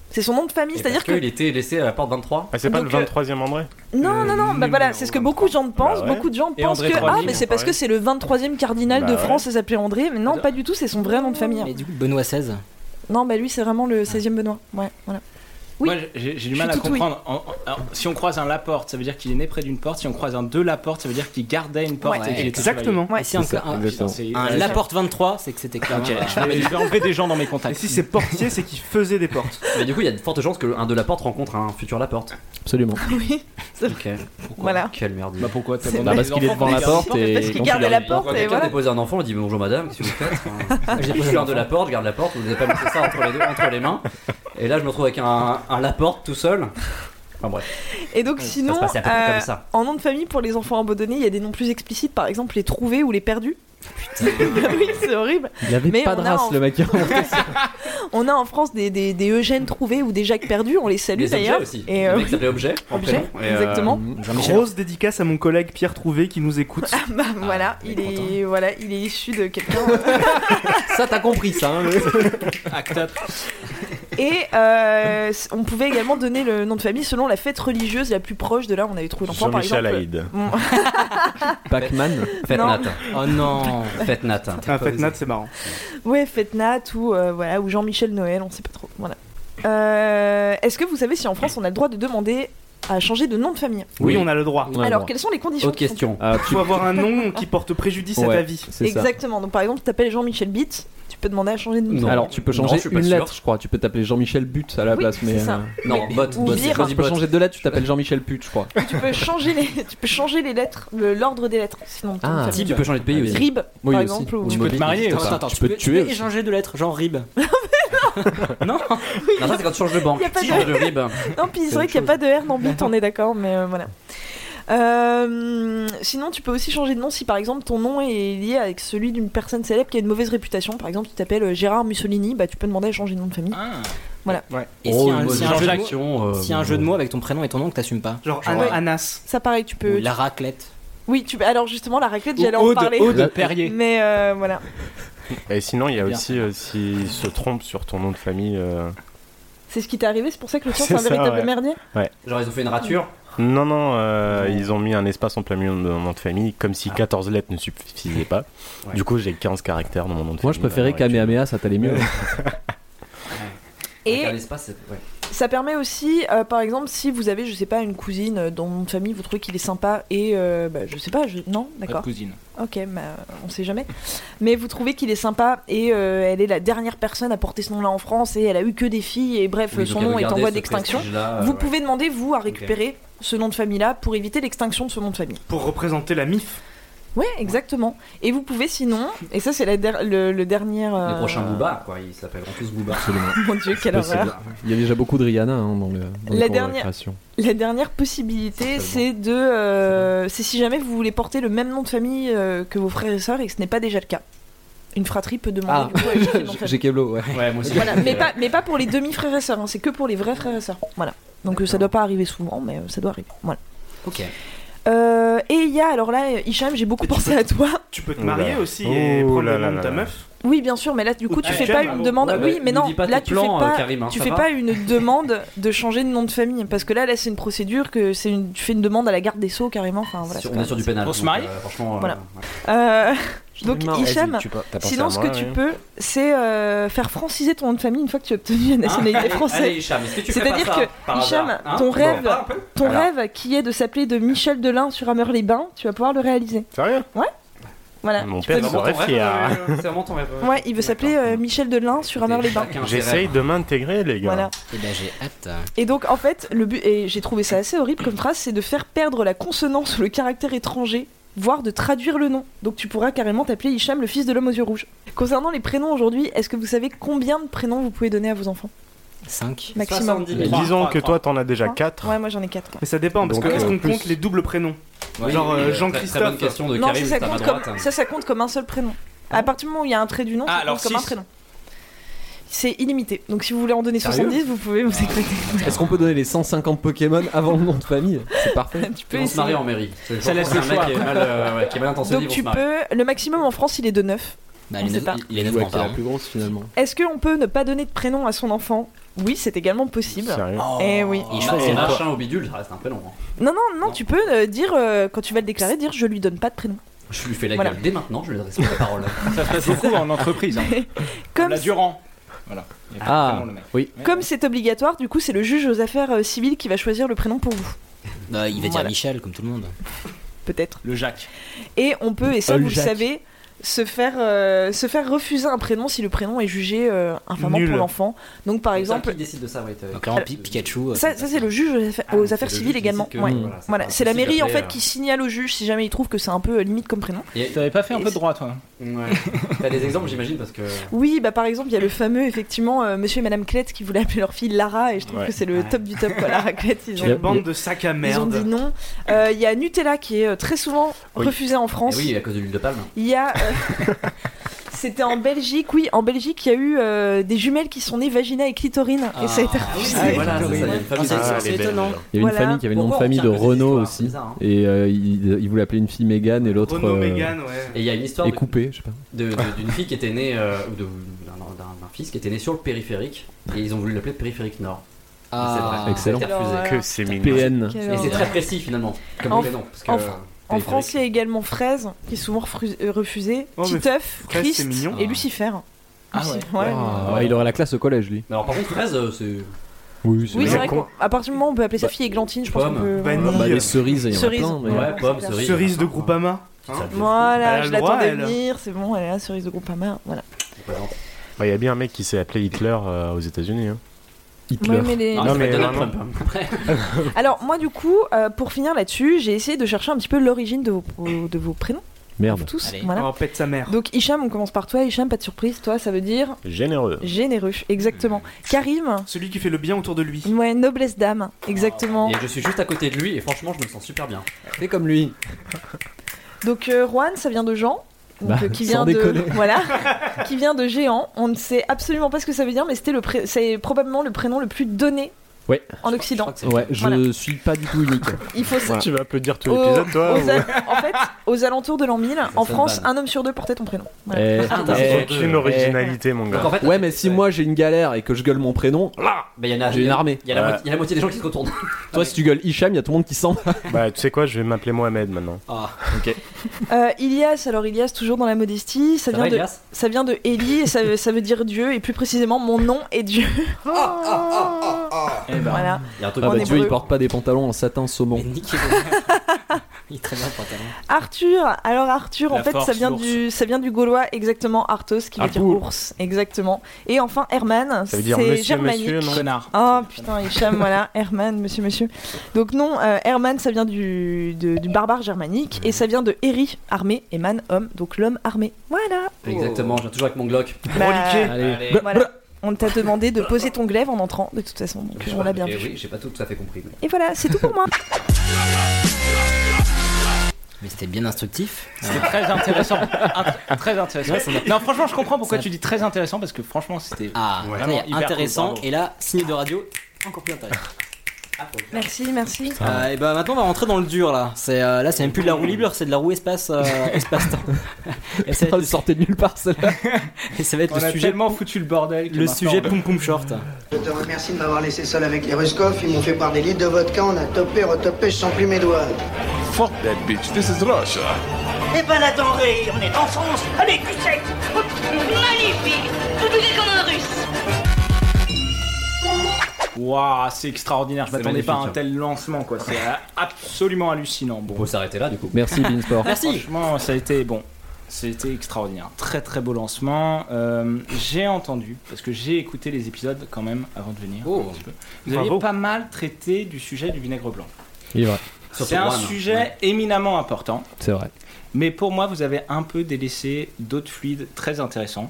J: C'est son nom de famille,
B: Et
J: c'est-à-dire
B: parce
J: que
B: qu'il était laissé à la porte 23.
C: Ah, c'est pas
J: Donc,
C: le
J: euh,
C: 23 e André
J: Non, non, non, bah voilà, c'est ce que beaucoup de gens pensent.
C: ouais.
J: Beaucoup de gens
C: Et
J: pensent
C: André
J: que ah,
C: Troisi,
J: mais
C: bon,
J: c'est parce
C: pareil.
J: que c'est le 23e cardinal
I: Bah
J: de
I: ouais.
J: France, il s'appelait André, mais non, pas du tout, c'est son vrai nom de famille.
I: Mais du coup, Benoît XVI.
J: Non, bah lui, c'est vraiment le 16e Benoît. Ouais, voilà. Oui.
A: Moi, j'ai j'ai du
J: Je
A: mal à
J: suis tout oui.
A: comprendre. En- en- alors, si on croise un Laporte, ça veut dire qu'il est né près d'une porte. Si on croise un deux Laporte, ça veut dire qu'il gardait une porte.
I: Ouais.
A: et qu'il était
I: Exactement.
A: chevalier.
I: Ouais. Et si C'est encore ça, un- exactement.
A: Ah,
I: un Laporte 23, c'est que c'était clair.
A: Ok,
I: Ouais.
A: je vais- je vais enlever des
I: (laughs)
A: gens dans mes contacts.
K: Et si c'est portier, c'est qu'il faisait
B: (laughs)
K: des portes.
B: Mais du coup, il y a de fortes chances que un de la porte rencontre un futur la porte.
D: Absolument.
J: Ah Oui.
B: Ok.
J: Voilà.
B: Quelle merde.
A: Bah pourquoi
B: t'as
J: C'est abandonné vrai.
B: Parce
J: les
B: qu'il est
J: enfants
B: devant la
J: pour les
B: porte et.
J: garder. Parce qu'il garde la porte et
B: Quelqu'un
J: voilà.
B: dépose un enfant, on dit bonjour madame, qu'est-ce que vous faites Enfin,
I: J'ai
B: Je
I: posé
B: suis
I: un
B: un de la porte, garde la porte, vous n'avez pas mis ça entre les, deux, entre les mains. Et là, je me retrouve avec un, un la porte tout seul. Enfin bref.
J: Et donc,
B: Ça se
J: sinon,
B: passait à peu près
J: euh,
B: comme ça.
J: en nom de famille, pour les enfants abandonnés, il y a des noms plus explicites, par exemple les trouvés ou les perdus. (laughs) Bah oui, c'est horrible.
D: Il avait
J: Mais
D: pas de
J: on a
D: race
J: en-
D: le mec.
J: (laughs) On a en France des, des, des Eugène trouvés ou des Jacques perdus, on les salue
B: Les objets
J: d'ailleurs.
B: aussi.
J: Et
B: le
J: euh,
B: mec s'appelait objet. en
J: Objet,
B: prénom. Et, euh,
J: exactement.
K: Grosse dédicace à mon collègue Pierre Trouvé qui nous écoute.
J: bah, voilà, il est, voilà, il est issu de quelqu'un. euh,
B: ça, t'as compris ça. hein,
A: Act up.
J: Et euh, c- on pouvait également donner le nom de famille selon la fête religieuse la plus proche de là. où On avait trouvé l'enfant par exemple.
C: Jean-Michel Haïd.
B: (laughs)
J: Bon.
D: Pac-Man.
B: Fête
J: Non.
B: Nat.
I: Oh
K: (laughs)
I: non.
B: Fête Nat.
K: Ah, fête Nat, c'est marrant.
J: ouais, fête Nat ou euh, voilà ou Jean-Michel Noël, on sait pas trop. Voilà. Euh, Est-ce que vous savez si en France on a le droit de demander à changer de nom de famille
K: Oui, on a le droit. Euh,
J: Alors quelles sont les conditions qui sont-
K: Il faut avoir un nom qui porte préjudice à ta vie.
J: Exactement. Donc par exemple, tu t'appelles Jean-Michel Bitt, tu tu peux demander à changer de nom.
D: Alors tu peux changer une lettre, je crois. Tu peux t'appeler Jean-Michel But à la
J: Oui,
D: place, mais
J: c'est ça.
D: euh,
B: Non, bot,
J: ou
B: bot,
J: vire.
B: vas-y,
D: tu peux
B: bot.
D: changer de lettre. Tu t'appelles Jean-Michel But, je crois.
J: Tu peux changer les, tu peux changer les lettres, le- l'ordre des lettres. Sinon, ton
D: Ah,
J: famille.
B: Tu peux changer de pays aussi.
J: Rib,
D: Oui,
J: par
D: aussi.
J: exemple.
D: Ou
J: Ou...
A: Tu peux te
D: mobile,
A: marier,
D: etc.
A: aussi.
I: Attends, attends,
D: Tu peux te tuer.
I: peux
D: aussi.
I: échanger de lettres, genre rib. non
B: Non, ça c'est quand tu changes de banque.
J: Y a pas
B: Tu
J: de-
B: changes de rib.
J: (coughs) Non, puis c'est vrai qu'il n'y a pas de R dans but, on est d'accord, mais euh, voilà. Euh, sinon, tu peux aussi changer de nom si par exemple ton nom est lié avec celui d'une personne célèbre qui a une mauvaise réputation. Par exemple, tu t'appelles euh, Gérard Mussolini, bah tu peux demander à changer de nom de famille.
A: Ah.
J: Voilà.
A: Ouais.
I: Et s'il y a un-
B: Oh,
I: s'il y a un
B: Jean-Jacques
I: jeu de mots-
B: Chiron, euh,
I: s'il y a un jeu de mots avec ton prénom et ton nom que t'assumes pas.
K: Genre
J: Ah ouais.
K: Anas.
J: Ça pareil, tu
I: Ou
J: peux.
I: la raclette.
J: Oui, tu... alors justement, la raclette,
A: Ou
J: j'allais en
A: Aude,
J: parler.
A: Aude Perrier.
J: Mais euh, voilà.
C: Et sinon, il y a
A: Bien.
C: aussi euh, s'ils se trompent sur ton nom de famille. euh,
J: C'est ce qui t'est arrivé, c'est pour ça que le tien c'est
C: (laughs) C'est
J: un
C: ça,
J: véritable
C: ouais.
J: merdier
B: Genre, ils ont fait une rature.
C: Non, non, euh, ils ont mis un espace en plein milieu de mon nom de famille, comme si 14 lettres ne suffisaient pas.
B: Ah. Ouais.
C: Du coup, j'ai 15 caractères dans mon nom de
D: Moi, je
C: famille.
D: préférais
C: Alors, ouais,
D: Kamehameha, ça t'allait mieux.
C: (laughs)
J: Et
B: Avec un espace, c'est- ouais.
J: ça permet aussi, euh, par exemple, si vous avez, je sais pas, une cousine euh, dont une famille, vous trouvez qu'il est sympa et euh, bah, je sais pas, je... non,
A: Votre
J: d'accord.
A: cousine.
J: Ok, bah, on sait jamais. Mais vous trouvez qu'il est sympa et euh, elle est la dernière personne à porter ce nom-là en France et elle a eu que des filles et bref,
B: Oui, donc,
J: son
B: il
J: nom
B: avait
J: est en
B: gardé
J: voie
B: ce
J: d'extinction.
B: prestige-là, euh,
J: Vous
B: ouais.
J: pouvez demander, vous, à récupérer ce nom de famille-là pour éviter l'extinction de ce nom de famille.
K: Pour représenter la MIF.
J: Ouais, exactement. Et vous pouvez sinon, et ça c'est la der- le, le dernier...
B: Les
J: euh,
B: prochains Booba, quoi, ils s'appelleront tous Booba. Absolument.
J: Mon dieu, quelle
D: possible.
J: horreur.
D: Il y a déjà beaucoup de Rihanna hein, dans le. Dans
J: La
D: les cours de
J: dernière-
D: récréation.
J: La dernière possibilité, c'est de, euh, c'est si jamais vous voulez porter le même nom de famille euh, que vos frères et sœurs et que ce n'est pas déjà le cas. Une fratrie peut
D: Ah,
J: demander. du coup, à changer de nom de famille.
D: j'ai Keblo, ouais.
A: Ouais, moi aussi.
J: Voilà,
L: (laughs)
J: mais pas, mais pas pour les demi frères et sœurs, hein, c'est que pour les vrais frères et sœurs. Voilà. Donc euh, ça doit pas arriver souvent, mais euh, ça doit arriver. Voilà.
B: Ok.
J: Euh, et il y a, alors là, euh, Hicham, j'ai beaucoup pensé à toi.
K: Tu peux te
C: Oula.
K: marier aussi et
C: Ouh
K: prendre
C: là
K: le
C: là
K: nom de
C: là
K: ta
C: là.
K: meuf.
J: Oui, bien sûr, mais là, du coup, tu
K: Ah,
J: fais
K: Hicham,
J: pas
K: ah
J: une
K: bon.
J: demande.
B: Ouais,
J: oui,
B: ouais,
J: mais
B: nous
J: non,
B: dis pas
J: là,
B: tes
J: tu
B: plans,
J: fais pas.
B: euh, Karim, hein,
J: Tu
B: ça
J: fais
B: va
J: pas une demande de changer de nom de famille parce que là, là c'est une procédure que c'est une, tu fais une demande à la garde des sceaux carrément. Enfin voilà.
B: Sur-
J: c'est
B: on est
J: pas-
B: sur du pénal.
A: Pour se
B: donc,
A: marier
B: euh, Franchement, euh,
J: Voilà.
B: ouais.
J: Euh,
C: j'ai-
J: donc
C: Vas-y,
J: Hicham,
C: tu peux- t'as pensé
J: sinon
C: à
J: ce que
C: moi,
J: tu
C: ouais.
J: peux, c'est euh, faire franciser ton nom de famille une fois que tu as obtenu la nationalité
B: Ah, Allez,
J: française.
B: Hicham, est-ce que tu fais pas
J: C'est-à-dire
B: ça
J: que
B: par
J: Hicham,
B: hasard, hein
J: ton rêve,
B: Bon.
J: ton
B: Alors.
J: rêve qui est de s'appeler de Michel Delin sur Ameur-les-Bains, tu vas pouvoir le réaliser.
C: Sérieux
J: Voilà.
C: Mon
J: Tu
C: père
J: peux-
B: C'est vraiment
C: serait
B: ton rêve,
C: fier.
B: euh, C'est vraiment ton rêve. euh.
J: Ouais, il veut s'appeler euh, Michel Delin sur Ameur-les-Bains.
B: Chacun ses
C: J'essaye
B: rêves.
C: de m'intégrer, les gars.
J: Voilà.
B: Eh
I: Et ben j'ai hâte.
J: Et donc en fait, le but, et j'ai trouvé ça assez horrible comme phrase, c'est de faire perdre la consonance ou le caractère étranger, voire de traduire le nom. Donc tu pourras carrément t'appeler Hicham, le fils de l'homme aux yeux rouges. Concernant les prénoms aujourd'hui, est-ce que vous savez combien de prénoms vous pouvez donner à vos enfants
I: 5.
J: Maximum.
B: 70 000.
C: Disons que toi, t'en as déjà
J: Trois.
C: 4.
J: Hein Ouais, moi j'en ai 4.
K: Mais ça dépend, parce
C: Donc,
K: que est-ce
C: euh,
K: qu'on
C: plus.
K: compte les doubles prénoms
B: Oui,
K: Genre,
B: oui,
K: euh,
B: euh,
K: Jean-Christophe.
B: Très bonne question de
J: Non, ça
B: Karim,
J: ça,
B: juste à ma
J: compte comme,
B: droite.
J: ça, ça compte comme un seul prénom. À partir du moment où il y a un trait du nom, ça
A: Ah, alors
J: compte comme un
A: six.
J: prénom. C'est illimité. Donc si vous voulez en donner
D: Sérieux
J: 70, vous pouvez vous éclater.
D: Est-ce qu'on peut donner les 150 Pokémon avant le nom de famille C'est parfait.
J: (laughs) tu peux
B: Ils vont se
J: essayer.
B: marier en mairie. C'est
A: Ça laisse
B: c'est un
A: le
B: mec
A: choix.
B: qui est mal, euh, ouais, qui est mal intentionné.
J: Donc
B: ils vont
J: tu
B: se marier.
J: peux. Le maximum en France, il est de 9.
I: Bah,
J: On
I: les
J: sait
I: neuf-
J: pas.
I: il- il est neuf
D: Ouais,
I: grands
D: qui est la
B: hein.
I: parents.
D: plus grosse finalement.
J: Est-ce qu'on peut ne pas donner de prénom à son enfant Oui, c'est également possible.
C: Sérieux
J: Eh oui.
B: Oh. Il
I: choisit
B: choisit
I: quoi
B: machin au bidule, ça reste un prénom. hein.
J: Non, non, non, tu peux euh, dire, euh, quand tu vas le déclarer, dire je lui donne pas de prénom.
B: Je lui fais la
J: Voilà.
B: gueule dès maintenant, je lui adresse la parole.
A: Ça se passe beaucoup en entreprise. hein.
J: Comme,
A: La Durand. Voilà. Il y a
D: Ah.
A: vraiment le mec.
D: Oui.
A: Mais-
J: comme c'est obligatoire, du coup, c'est le juge aux affaires euh, civiles qui va choisir le prénom pour vous,
I: Bah, il va dire
J: Voilà.
I: Michel, comme tout le monde.
J: peut-être.
A: Le Jacques.
J: Et on peut, et ça
D: Paul
J: vous le
D: Jacques.
J: savez, se faire, euh, se faire refuser un prénom si le prénom est jugé euh, infamant
K: Nul.
J: pour l'enfant. Donc par exemple,
B: Qui décide de ça ouais, t'as-
I: Donc, vraiment, Pi- Pikachu. euh,
J: ça, ça, c'est le juge aux affaires,
B: Ah,
J: aux
B: c'est
J: affaires
B: le juge
J: civiles
B: qui
J: également.
B: décide que-
J: ouais.
B: voilà, c'est
J: Voilà,
B: pas
J: c'est la
B: possible
J: mairie en
B: après,
J: fait
B: euh.
J: qui signale au juge si jamais il trouve que c'est un peu euh, limite comme prénom.
B: Et-
A: T'avais pas fait un peu de droit, toi hein (laughs)
B: ouais. T'as des exemples, j'imagine, parce que.
J: Oui, bah par exemple, il y a le fameux effectivement euh, monsieur et madame Klett qui voulaient appeler leur fille Lara et je trouve
C: Ouais.
J: que c'est le
B: Ouais.
J: top du top quoi, Lara Klett, ils ont
K: Quelle bande de sacs à
J: Ils ont
K: merde.
J: dit non. Euh, Il y a Nutella qui est euh, très souvent
C: Oui.
J: refusé en
B: Eh
J: France.
B: oui, à cause de l'huile de palme.
J: Il y a. euh, (laughs) C'était en Belgique, oui, en Belgique, il y a eu euh, des jumelles qui sont nées vagina et clitorine. Et ça a été
I: Ah,
J: refusé.
B: Ah, voilà, ça, ça vient de
I: Ah,
B: famille.
I: c'est-
C: Ah,
I: c'est
C: les Belges.
I: étonnant.
D: Il y avait
J: Voilà.
D: une famille qui avait le nom de
B: Pourquoi on
D: famille de
B: tient que des
D: Renault
B: histoires
D: aussi.
B: bizarres, hein
D: Et euh, il, il voulait appeler une fille Mégane et l'autre.
K: Renaud,
D: euh,
K: Mégane, ouais.
B: Et il y a une histoire
D: est
B: de-
D: coupée, je sais pas.
B: de- de- d'une fille qui était née, euh, ou de- d'un d'un- d'un fils qui était né sur le périphérique, et ils ont voulu l'appeler périphérique nord.
I: Ah,
B: Et c'est vrai,
D: excellent.
B: ça a été refusé.
J: Alors,
C: Que c'est mignon.
D: PN.
J: Quelle
B: Et c'est
J: horreur.
B: très précis finalement, comme
J: En-
B: prénom, parce que,
J: en-
B: euh,
J: En
B: périphérique.
J: France, il y a également fraise qui est souvent refru- euh, refusée.
K: Oh, mais
J: Titeuf,
K: Fraise, c'est
J: Christ
K: mignon.
J: et Lucifer.
A: Ah ouais.
J: Lucifer, ouais.
D: Ah, ouais, il aurait la classe au collège, lui.
B: Mais alors par contre, fraise, euh, c'est.
D: Oui,
J: Oui, c'est vrai
C: con.
J: qu'à partir du moment où on peut appeler sa fille Églantine, je pense qu'on
B: Pomme.
J: peut.
K: Vanille.
D: Bah, les cerises, il y en a
J: Cerises.
D: plein. mais-
B: Ouais, pomme,
J: Cerise.
B: cerise.
K: Cerise de
B: machin,
K: Groupama.
B: hein. Ça,
J: Voilà,
K: Elle a
J: je
K: le droit,
J: l'attendais
K: elle.
J: venir, c'est bon, elle est là, cerise de Groupama. Voilà.
B: je vous présente.
C: Bah, Il y a bien un mec qui s'est appelé Hitler euh, aux États-Unis. hein.
J: Ouais, mais les-
C: Non, mais
B: Donald
C: vraiment.
B: Trump. hein. Après,
J: Alors moi du coup, euh, pour finir là-dessus, j'ai essayé de chercher un petit peu l'origine de vos, de vos prénoms,
C: Merde.
J: tous.
I: Allez.
J: Voilà.
K: Oh, pète sa mère.
J: Donc Hicham, on commence par toi. Hicham, pas de surprise, toi ça veut dire
B: hein. (laughs)
C: Généreux.
J: généreux, exactement. Karim,
K: Celui qui fait le bien autour de lui. Ah,
J: ouais, noblesse d'âme, exactement.
B: et je suis juste à côté de lui et franchement, je me sens super bien.
D: Fais comme lui.
J: Donc euh, Juan, ça vient de Jean. donc,
D: Bah,
J: euh, qui
D: sans
J: vient de
D: déconner.
J: (laughs) voilà, qui vient de géant. On ne sait absolument pas ce que ça veut dire, mais c'était le pré- c'est probablement le prénom le plus donné
D: Ouais.
J: en
B: Je
J: Occident.
B: crois que c'est-
D: Ouais, je
J: Voilà.
D: suis pas du tout unique.
J: Il faut Oh. s-
C: Tu vas applaudir tout
J: aux-
C: l'épisode, toi
J: aux (laughs)
C: ou-
J: al- en fait aux alentours de l'an 1000, en
B: sonne
J: France,
B: mal.
J: un homme sur deux portait ton prénom. Voilà.
D: Eh,
B: Ah,
D: putain,
B: t'as
D: eh.
B: raison.
C: Aucune originalité, mon
B: Donc,
C: gars.
B: en fait,
D: Ouais, mais si moi j'ai une galère et que je gueule mon prénom,
B: Bah, il y en a-
D: j'ai une armée.
B: Il y, a la
C: Ouais.
B: moitié- Ah, il y a la moitié des gens qui se retournent.
D: Toi, si tu gueules Hicham, il y a tout le monde qui sent.
C: Bah, tu sais quoi, je vais m'appeler Mohamed maintenant.
B: Ah.
J: Euh, Ilias, alors Ilias toujours dans la modestie, ça,
B: Ça
J: vient
B: va,
J: de
B: Elias
J: ça vient de Élie et ça, veut- ça veut dire Dieu et plus précisément mon nom est Dieu.
B: Ah,
A: Eh ben,
J: voilà.
B: Il y a un truc
D: Ah
J: On
D: bah
J: est
D: Dieu,
J: breu.
D: il porte pas des pantalons en satin
I: Mais
D: saumon.
I: niquez Il est très bien le pantalon.
J: Arthur, alors Arthur,
A: La
J: en fait, ça
A: force,
J: vient
A: l'ours.
J: du, ça vient du gaulois exactement Arthos qui veut dire
C: Arthur.
J: ours, exactement. Et enfin Herman,
C: Ça veut dire
J: c'est
C: monsieur,
J: germanique.
C: monsieur, non
A: Connard.
J: Oh putain, Hicham, voilà, (laughs) Herman, monsieur, monsieur. Donc non, euh, Herman, ça vient du, de- du barbare germanique et ça vient de Eri, armée, et man, homme, donc l'homme armé. Voilà.
B: Oh. Exactement, je viens toujours avec mon Glock.
J: Bah,
B: Allez.
C: bah.
J: voilà. On t'a demandé de poser ton glaive en entrant, de toute façon, donc on l'a bien
B: Eh
J: vu.
B: oui, j'ai pas tout, tout à fait compris. mais-
J: Et voilà, c'est tout pour moi.
I: Mais c'était bien instructif.
A: C'était très intéressant. Int- très intéressant. Non, franchement, je comprends pourquoi tu dis très intéressant parce que franchement, c'était.
I: Ah,
A: Ouais.
I: vraiment
A: Hyper cool,
I: intéressant.
A: bravo.
I: et là, signe de radio, encore plus intéressant.
J: Merci, merci.
I: Euh, et bah maintenant on va rentrer dans le dur là. C'est euh, là c'est même plus de la roue libre, c'est de la roue espace euh,
A: (laughs)
I: espace-temps. et,
D: Putain,
I: ça va être
D: elle sortait de nulle part celle-là.
I: le- (laughs) et ça va être
A: On
I: le
A: a
I: sujet
A: tellement foutu le bordel. que
I: le
A: maintenant,
I: sujet
A: on a-
I: poum poum short.
F: Je te remercie de m'avoir laissé seul avec les Ruskov. Ils m'ont fait boire des litres de vodka. On a topé, retopé, je sens plus mes doigts.
E: Fuck that bitch, this is Russia.
F: Eh ben la denrée, on est en France. Allez, tu sais
H: Magnifique Vous buvez comme un russe
A: Waouh, c'est extraordinaire. Je
B: C'est
A: m'attendais pas à un
B: magnifique,
A: tel lancement, quoi. C'est euh, absolument hallucinant.
B: On peut
A: Bon,
B: s'arrêter là du coup.
D: Merci Beansport.
I: (laughs) Merci.
A: franchement, ça a été bon. C'était extraordinaire. Très très beau lancement. Euh, j'ai entendu, parce que j'ai écouté les épisodes quand même avant de venir.
I: Oh.
A: un petit peu. Vous aviez
K: Bravo.
A: pas mal traité du sujet du vinaigre blanc.
D: Il est vrai,
B: Surtout
A: C'est un
B: Juan, hein.
A: sujet
B: Ouais.
A: éminemment important.
D: c'est vrai.
A: Mais pour moi, vous avez un peu délaissé d'autres fluides très intéressants.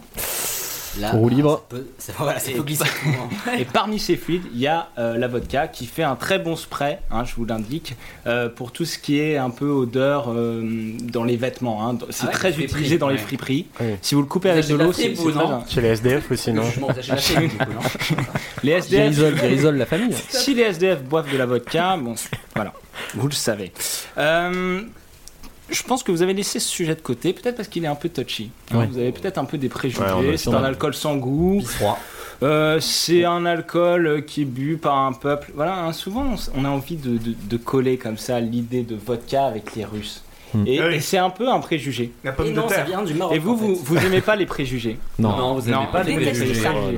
I: Là,
D: Roue libre.
I: ça peut- ça- voilà, c'est
A: Et-
I: faut glisser.
A: (laughs) Et parmi ces fluides, il y a euh, la vodka qui fait un très bon spray, hein, je vous l'indique, euh, pour tout ce qui est un peu odeur euh, dans les vêtements. hein. C'est
B: Ah ouais,
A: très
B: friperie,
A: utilisé dans les
B: ouais.
A: friperies.
C: Oui.
A: Si vous le coupez
B: Vous
A: avec de
B: achetez de
A: l'eau,
B: la
A: c'est
B: fripe,
A: c'est
B: vous,
A: très...
B: non
C: Chez les SDF aussi,
B: Le
C: non
B: jugement, vous achetez la chaîne, du coup, non
A: (laughs) Les SDF,
D: Grisole, grisole la famille.
A: (laughs) si les SDF boivent de la vodka, bon, voilà, vous le savez. Euh, je pense que vous avez laissé ce sujet de côté, peut-être parce qu'il est un peu touchy. hein.
D: Ouais.
A: Vous avez peut-être un peu des préjugés.
C: Ouais, on a-
A: c'est
C: on
A: un
C: a-
A: alcool sans goût.
B: Pisse froid.
A: Euh, c'est un alcool euh, qui est bu par un peuple. Voilà, hein, souvent on s- on a envie de, de- de coller comme ça l'idée de vodka avec les Russes.
D: Hmm.
A: Et,
K: Ah oui.
A: et c'est un peu un préjugé.
K: La pomme
I: Et
K: de
I: non, ça
K: terre.
I: vient du Maroc.
A: Et vous,
I: en fait.
A: vous, vous aimez pas les préjugés.
D: Non.
B: vous aimez
A: Non,
B: pas les
A: vous détestez
B: préjugés.
A: ça.
C: Ouais, ouais.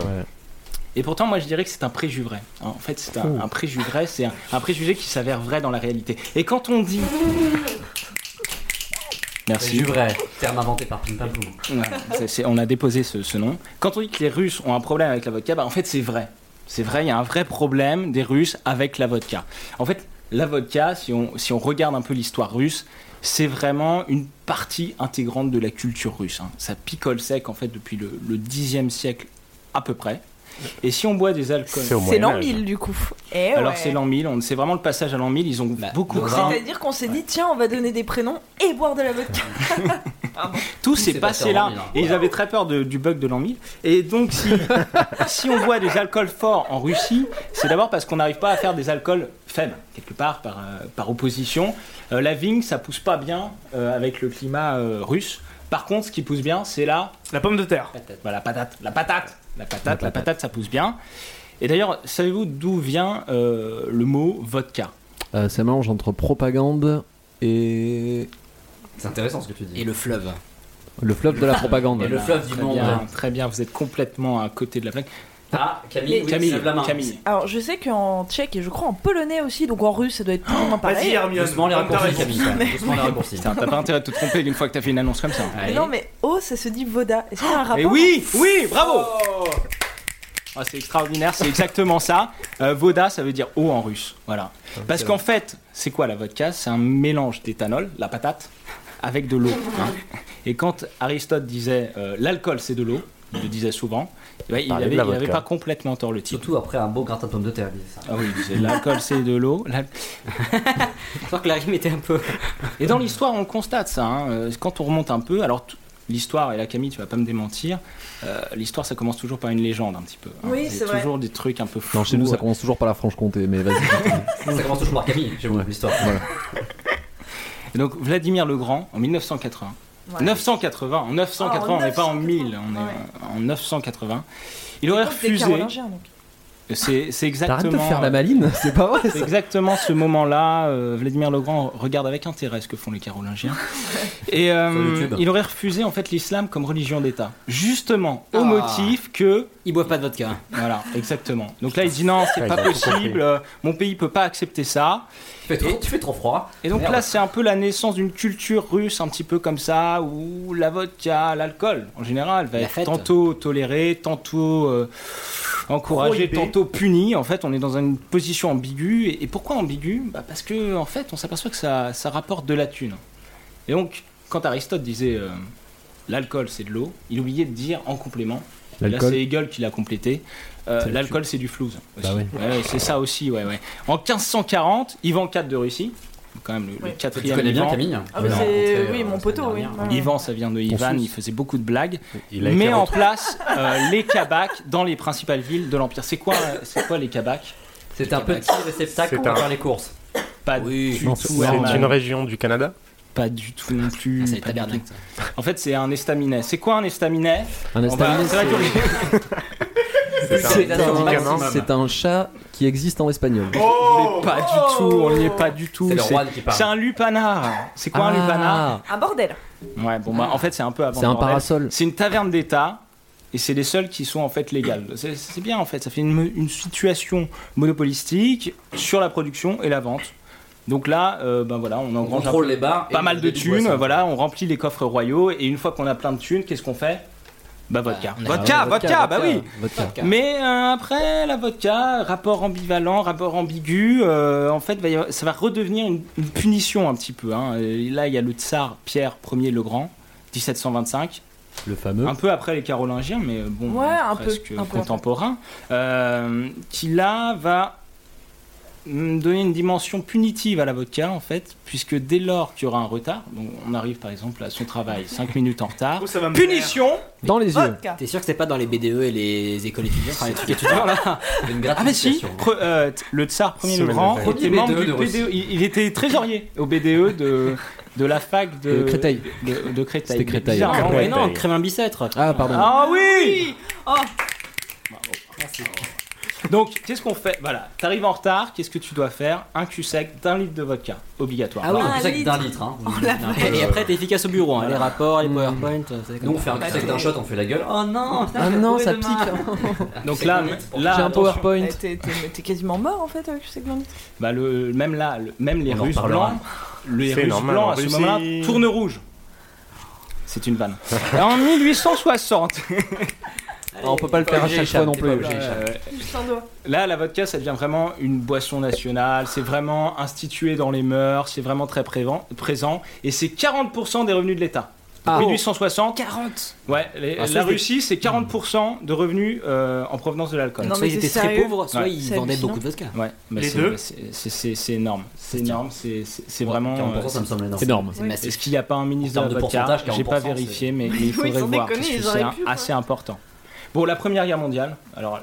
A: Et pourtant, moi je dirais que c'est un préjugé vrai. hein. En fait, c'est un,
D: Ouh.
A: un préjugé vrai, c'est un, un préjugé qui s'avère vrai dans la réalité. Et quand on dit.
B: C'est
A: Merci.
B: du vrai. Terme inventé par Pim Pam Poum.
A: Ouais, c'est- c'est- on a déposé ce, ce nom. Quand on dit que les Russes ont un problème avec la vodka, bah, en fait c'est vrai. C'est vrai, il y a un vrai problème des Russes avec la vodka. En fait, la vodka, si on, si on regarde un peu l'histoire russe, c'est vraiment une partie intégrante de la culture russe. hein. Ça picole sec en fait depuis le, le 10e siècle à peu près. Et si on boit des alcools...
C: C'est au
J: C'est l'an
C: Moyen-Âge.
J: 1000 du coup. Eh
A: Alors
J: ouais.
A: c'est l'an 1000, on- c'est vraiment le passage à l'an 1000, ils ont
I: Bah,
A: beaucoup
I: dans
A: craint.
J: C'est-à-dire qu'on s'est dit, tiens, on va donner des prénoms et boire de la vodka.
A: (laughs) Tout s'est
B: s'est
A: passé
B: passé en l'an
A: là.
B: 1000, hein.
A: Et ils avaient très peur de- du bug de l'an 1000. Et donc, (laughs) si, si on boit des alcools forts en Russie, c'est d'abord parce qu'on n'arrive pas à faire des alcools faibles, quelque part, par, euh, par opposition. Euh, la vigne, ça pousse pas bien euh, avec le climat euh, russe. Par contre, ce qui pousse bien, c'est la
K: La pomme de terre.
A: patate. Bah, la patate. La patate. La patate, la patate, ça pousse bien. Et d'ailleurs, savez-vous d'où vient euh, le mot vodka
D: Euh, ça mélange entre propagande et
B: C'est intéressant ce que tu
I: Et
B: dis.
I: le fleuve.
D: le flop de la propagande.
B: Et le fleuve du
A: Très
B: monde.
A: bien, très bien, vous êtes complètement à côté de la plaque.
B: Ah, (laughs) Camille, oui,
A: Camille,
B: c'est la main.
A: Camille.
J: Alors, je sais qu'en tchèque et je crois en polonais aussi, donc en russe, ça doit être plus ou
B: (gasps)
J: moins pareil.
K: Vas-y, Hermione.
B: Doucement les
K: donne ta
B: raccourcis,
K: réponse.
B: Camille. quand même.
A: (laughs)
B: Doucement les raccourcis.
A: Putain, t'as pas intérêt de te tromper une fois que t'as fait une annonce comme ça.
B: Allez.
J: Non, mais O, ça se dit Voda. Est-ce qu'il y a un rapport
A: Et oui, oui, bravo Ah, C'est extraordinaire, c'est exactement ça. Euh, voda, ça veut dire eau en russe. Voilà. Parce qu'en fait, c'est quoi la vodka C'est un mélange d'éthanol, la patate, avec de l'eau. hein. Et quand Aristote disait euh, l'alcool c'est de l'eau, il le disait souvent, eh ben, il
C: Parlait de
A: n'avait
C: la vodka.
A: pas complètement tort le titre.
B: Surtout après un beau gratin de pommes de terre, il disait ça.
A: Ah oui, il disait l'alcool c'est de l'eau. l'al-
I: Je crois que la rime était un peu.
A: Et dans l'histoire, on le constate ça. hein. Euh, Quand on remonte un peu, alors tout- l'histoire, et là Camille, tu vas pas me démentir, euh, l'histoire ça commence toujours par une légende un petit peu. hein.
J: Oui, c'est vrai.
A: toujours des trucs un peu fous.
D: Non, chez nous, ça
A: euh,
D: commence toujours par la Franche-Comté, mais
B: (laughs)
D: vas-y.
B: Ça commence toujours par Camille, j'ai vous l'histoire.
A: Et donc Vladimir le Grand en 1980.
J: Ouais.
A: 980, en 980,
J: Ah, en
A: on n'est pas
J: 980,
A: en 1000, on est
J: ouais.
A: euh, en 980. Il aurait
J: Des
A: refusé.
J: Carolingiens, donc.
A: C'est c'est
D: T'arrêtes de
A: exactement. euh,
D: faire la maline, c'est pas vrai.
A: C'est exactement ce moment-là. euh, Vladimir le Grand regarde avec intérêt ce que font les Carolingiens. Et euh,
B: Sur YouTube.
A: il aurait refusé en fait l'islam comme religion d'État, justement au
I: Ah.
A: motif que
I: Ils boivent pas de vodka.
A: voilà exactement. Donc là il dit non, c'est
C: Ouais,
A: pas
C: ils ont tout
A: possible.
C: compris.
A: euh, mon pays peut pas accepter ça.
B: Tu fais trop, tu fais trop froid.
A: Et donc
B: Merde.
A: là c'est un peu la naissance d'une culture russe un petit peu comme ça où la vodka, l'alcool en général va
I: La
A: être
I: fête.
A: tantôt toléré, tantôt euh, encouragé,
K: Prohibé.
A: tantôt puni. En fait, on est dans une position ambiguë. Et, et pourquoi ambiguë bah Parce que en fait, on s'aperçoit que ça, ça rapporte de la thune. Et donc, quand Aristote disait euh, l'alcool c'est de l'eau, il oubliait de dire en complément. Là,
D: L'alcool.
A: c'est Hegel qui l'a complété. euh,
D: C'est la
A: l'alcool, c'est du flouze. aussi.
D: Bah oui.
A: Ouais, ouais, c'est ça aussi, ouais, ouais. En 1540, Ivan IV de Russie, quand même le, le
J: Ouais.
B: Tu
A: quatrième
B: connais bien
A: Ivan.
B: Camille
J: Ah, mais
B: On l'a
J: c'est.
B: rencontré,
J: Oui,
B: euh,
J: mon
B: la
J: poteau,
B: semaine
J: oui.
B: dernière.
J: Ouais.
A: Ivan, ça vient de Ivan,
D: souffle.
A: il faisait beaucoup de blagues,
C: Il a été
A: met en
C: retrouvé.
A: place euh, les kabaks dans les principales villes de l'Empire. C'est quoi, euh, c'est quoi les kabaks
B: C'est un petit réceptacle
C: C'est
B: pour
C: un-
B: faire les courses.
A: pas,
I: Oui.
A: du
C: Non,
A: tout,
C: C'est
A: alors,
C: c'est une région du Canada
A: pas du tout non plus.
I: Ah, c'est les
A: pas du
I: tabernacles.
A: tout. En fait, c'est un estaminet. C'est quoi un estaminet
D: Un
A: On va-
D: estaminet,
A: c'est vrai que-
B: (laughs)
D: c'est-
B: C'est
D: c'est
B: un-
D: un- c'est un chat qui existe en espagnol.
B: Oh
A: on l'est pas
L: Oh
A: du tout, on n'y est pas du tout.
B: C'est le
A: C'est-
B: roi qui
A: C'est
B: parle.
A: un lupanar. C'est quoi un lupanar
D: Ah,
J: Un bordel.
A: Ouais, bon bah en fait c'est un peu avant.
D: C'est un
A: le bordel.
D: parasol.
A: C'est une taverne d'État et c'est les seuls qui sont en fait légales. C'est- C'est bien en fait, ça fait une, mo- une situation monopolistique sur la production et la vente. Donc là, euh, ben voilà, on
B: On
A: engrange un
B: contrôle les bars.
A: peu-
B: et
A: pas
B: on
A: mal de
B: fait du
A: thunes,
B: boisson.
A: voilà, on remplit les coffres royaux et une fois qu'on a plein de thunes, qu'est-ce qu'on fait Bah vodka.
B: Ah,
I: on a-
A: vodka, vodka, bah oui
D: Vodka.
A: mais euh, après la vodka, rapport ambivalent, rapport ambigu, euh, en fait, va y avoir- ça va redevenir une, une punition un petit peu. hein. Et là, il y a le tsar Pierre Ier le Grand, 1725,
D: Le fameux.
A: un peu après les Carolingiens, mais euh, bon,
J: Ouais, un peu,
A: presque
J: un peu.
A: contemporain, euh, qui là va mm, donner une dimension punitive à la vodka, en fait, puisque dès lors qu'il y aura un retard, donc on arrive par exemple à son travail 5 minutes en retard,
K: Oh, ça va me
A: punition
D: Dans les yeux.
J: Vodka.
I: T'es sûr que c'est pas dans les BDE et les écoles étudiantes, enfin, les trucs étudiants là
B: Une
A: Ah bah si,
B: gratification.
A: Pre- euh, t- le tsar premier le
C: Semaine
A: grand,
C: de
B: veille.
A: était membre
B: BDE
A: du
B: de Russie.
A: BDE. Il, il était trésorier au BDE de, de la fac de
D: De Créteil.
A: De, de Créteil. hein.
D: C'était Créteil.
A: Bizarrement,
I: Non,
A: ouais.
I: mais non, Crémin Bicêtre.
D: Ah, pardon.
A: Ah oui
B: Ah,
J: Oh,
A: Donc qu'est-ce qu'on fait Voilà, t'arrives en retard, qu'est-ce que tu dois faire Un cul sec d'un litre de vodka, obligatoire.
I: Ah oui.
B: Un sec d'un
J: litre.
B: litre. hein.
I: Oh, Et et après, t'es efficace au bureau, hein, les rapports, les PowerPoint. euh, c'est
B: Nous
I: comme
B: on fait un petit sec d'un shot, on fait la gueule. Oh non, putain,
D: Ah
B: je vais
D: non,
B: courir
D: ça hein.
B: demain.
A: Donc
B: C'est
A: là,
B: bon, c'est bon.
A: là
D: J'ai un
A: attention.
D: PowerPoint.
J: Eh, T'es t'es- t'es quasiment mort en fait avec ce segment.
A: Bah, le, même là, le- même les
B: On en
A: Russes
B: reparlera.
A: blancs, les
C: C'est
A: Russes
C: normal,
A: blancs
C: en
A: à ce
C: Russie.
A: moment-là tournent rouge. C'est une vanne. en 1860.
D: on peut pas le faire à chaque fois non plus.
A: euh,
J: Putain doigt.
A: Là, la vodka, ça devient vraiment une boisson nationale. C'est vraiment institué dans les mœurs. C'est vraiment très prévent- présent. Et c'est 40% des revenus de l'État.
D: Ah.
A: 1860. 40 Ouais, les-
I: Ah, ça,
A: la
I: c'est-
A: Russie, c'est 40% de revenus euh, en provenance de l'alcool.
J: Non,
I: Soit
J: mais
I: ils
J: c'est
I: étaient très
J: sérieux.
I: pauvres, soit
A: Ouais.
I: ils
J: C'est
I: vendaient
J: hallucinant.
I: beaucoup de vodka.
A: Ouais, mais
K: Les
A: c'est-
K: deux
A: c'est- C'est c'est- c'est énorme. C'est énorme. C'est c'est- c'est vraiment. euh,
B: 40%, ça me semble énorme.
D: Énorme.
I: C'est massif.
A: Est-ce qu'il n'y a pas un
B: En
A: ministre de
B: termes
A: la
B: de
A: vodka
B: pourcentage,
A: J'ai pas
B: 40%,
A: vérifié,
J: (laughs)
A: mais, mais il
J: Ils ont
A: faudrait voir.
J: déconné,
A: parce que
J: ils
A: c'est
J: auraient
A: un-
J: pu, quoi.
A: assez important. Bon, la Première Guerre mondiale. Alors,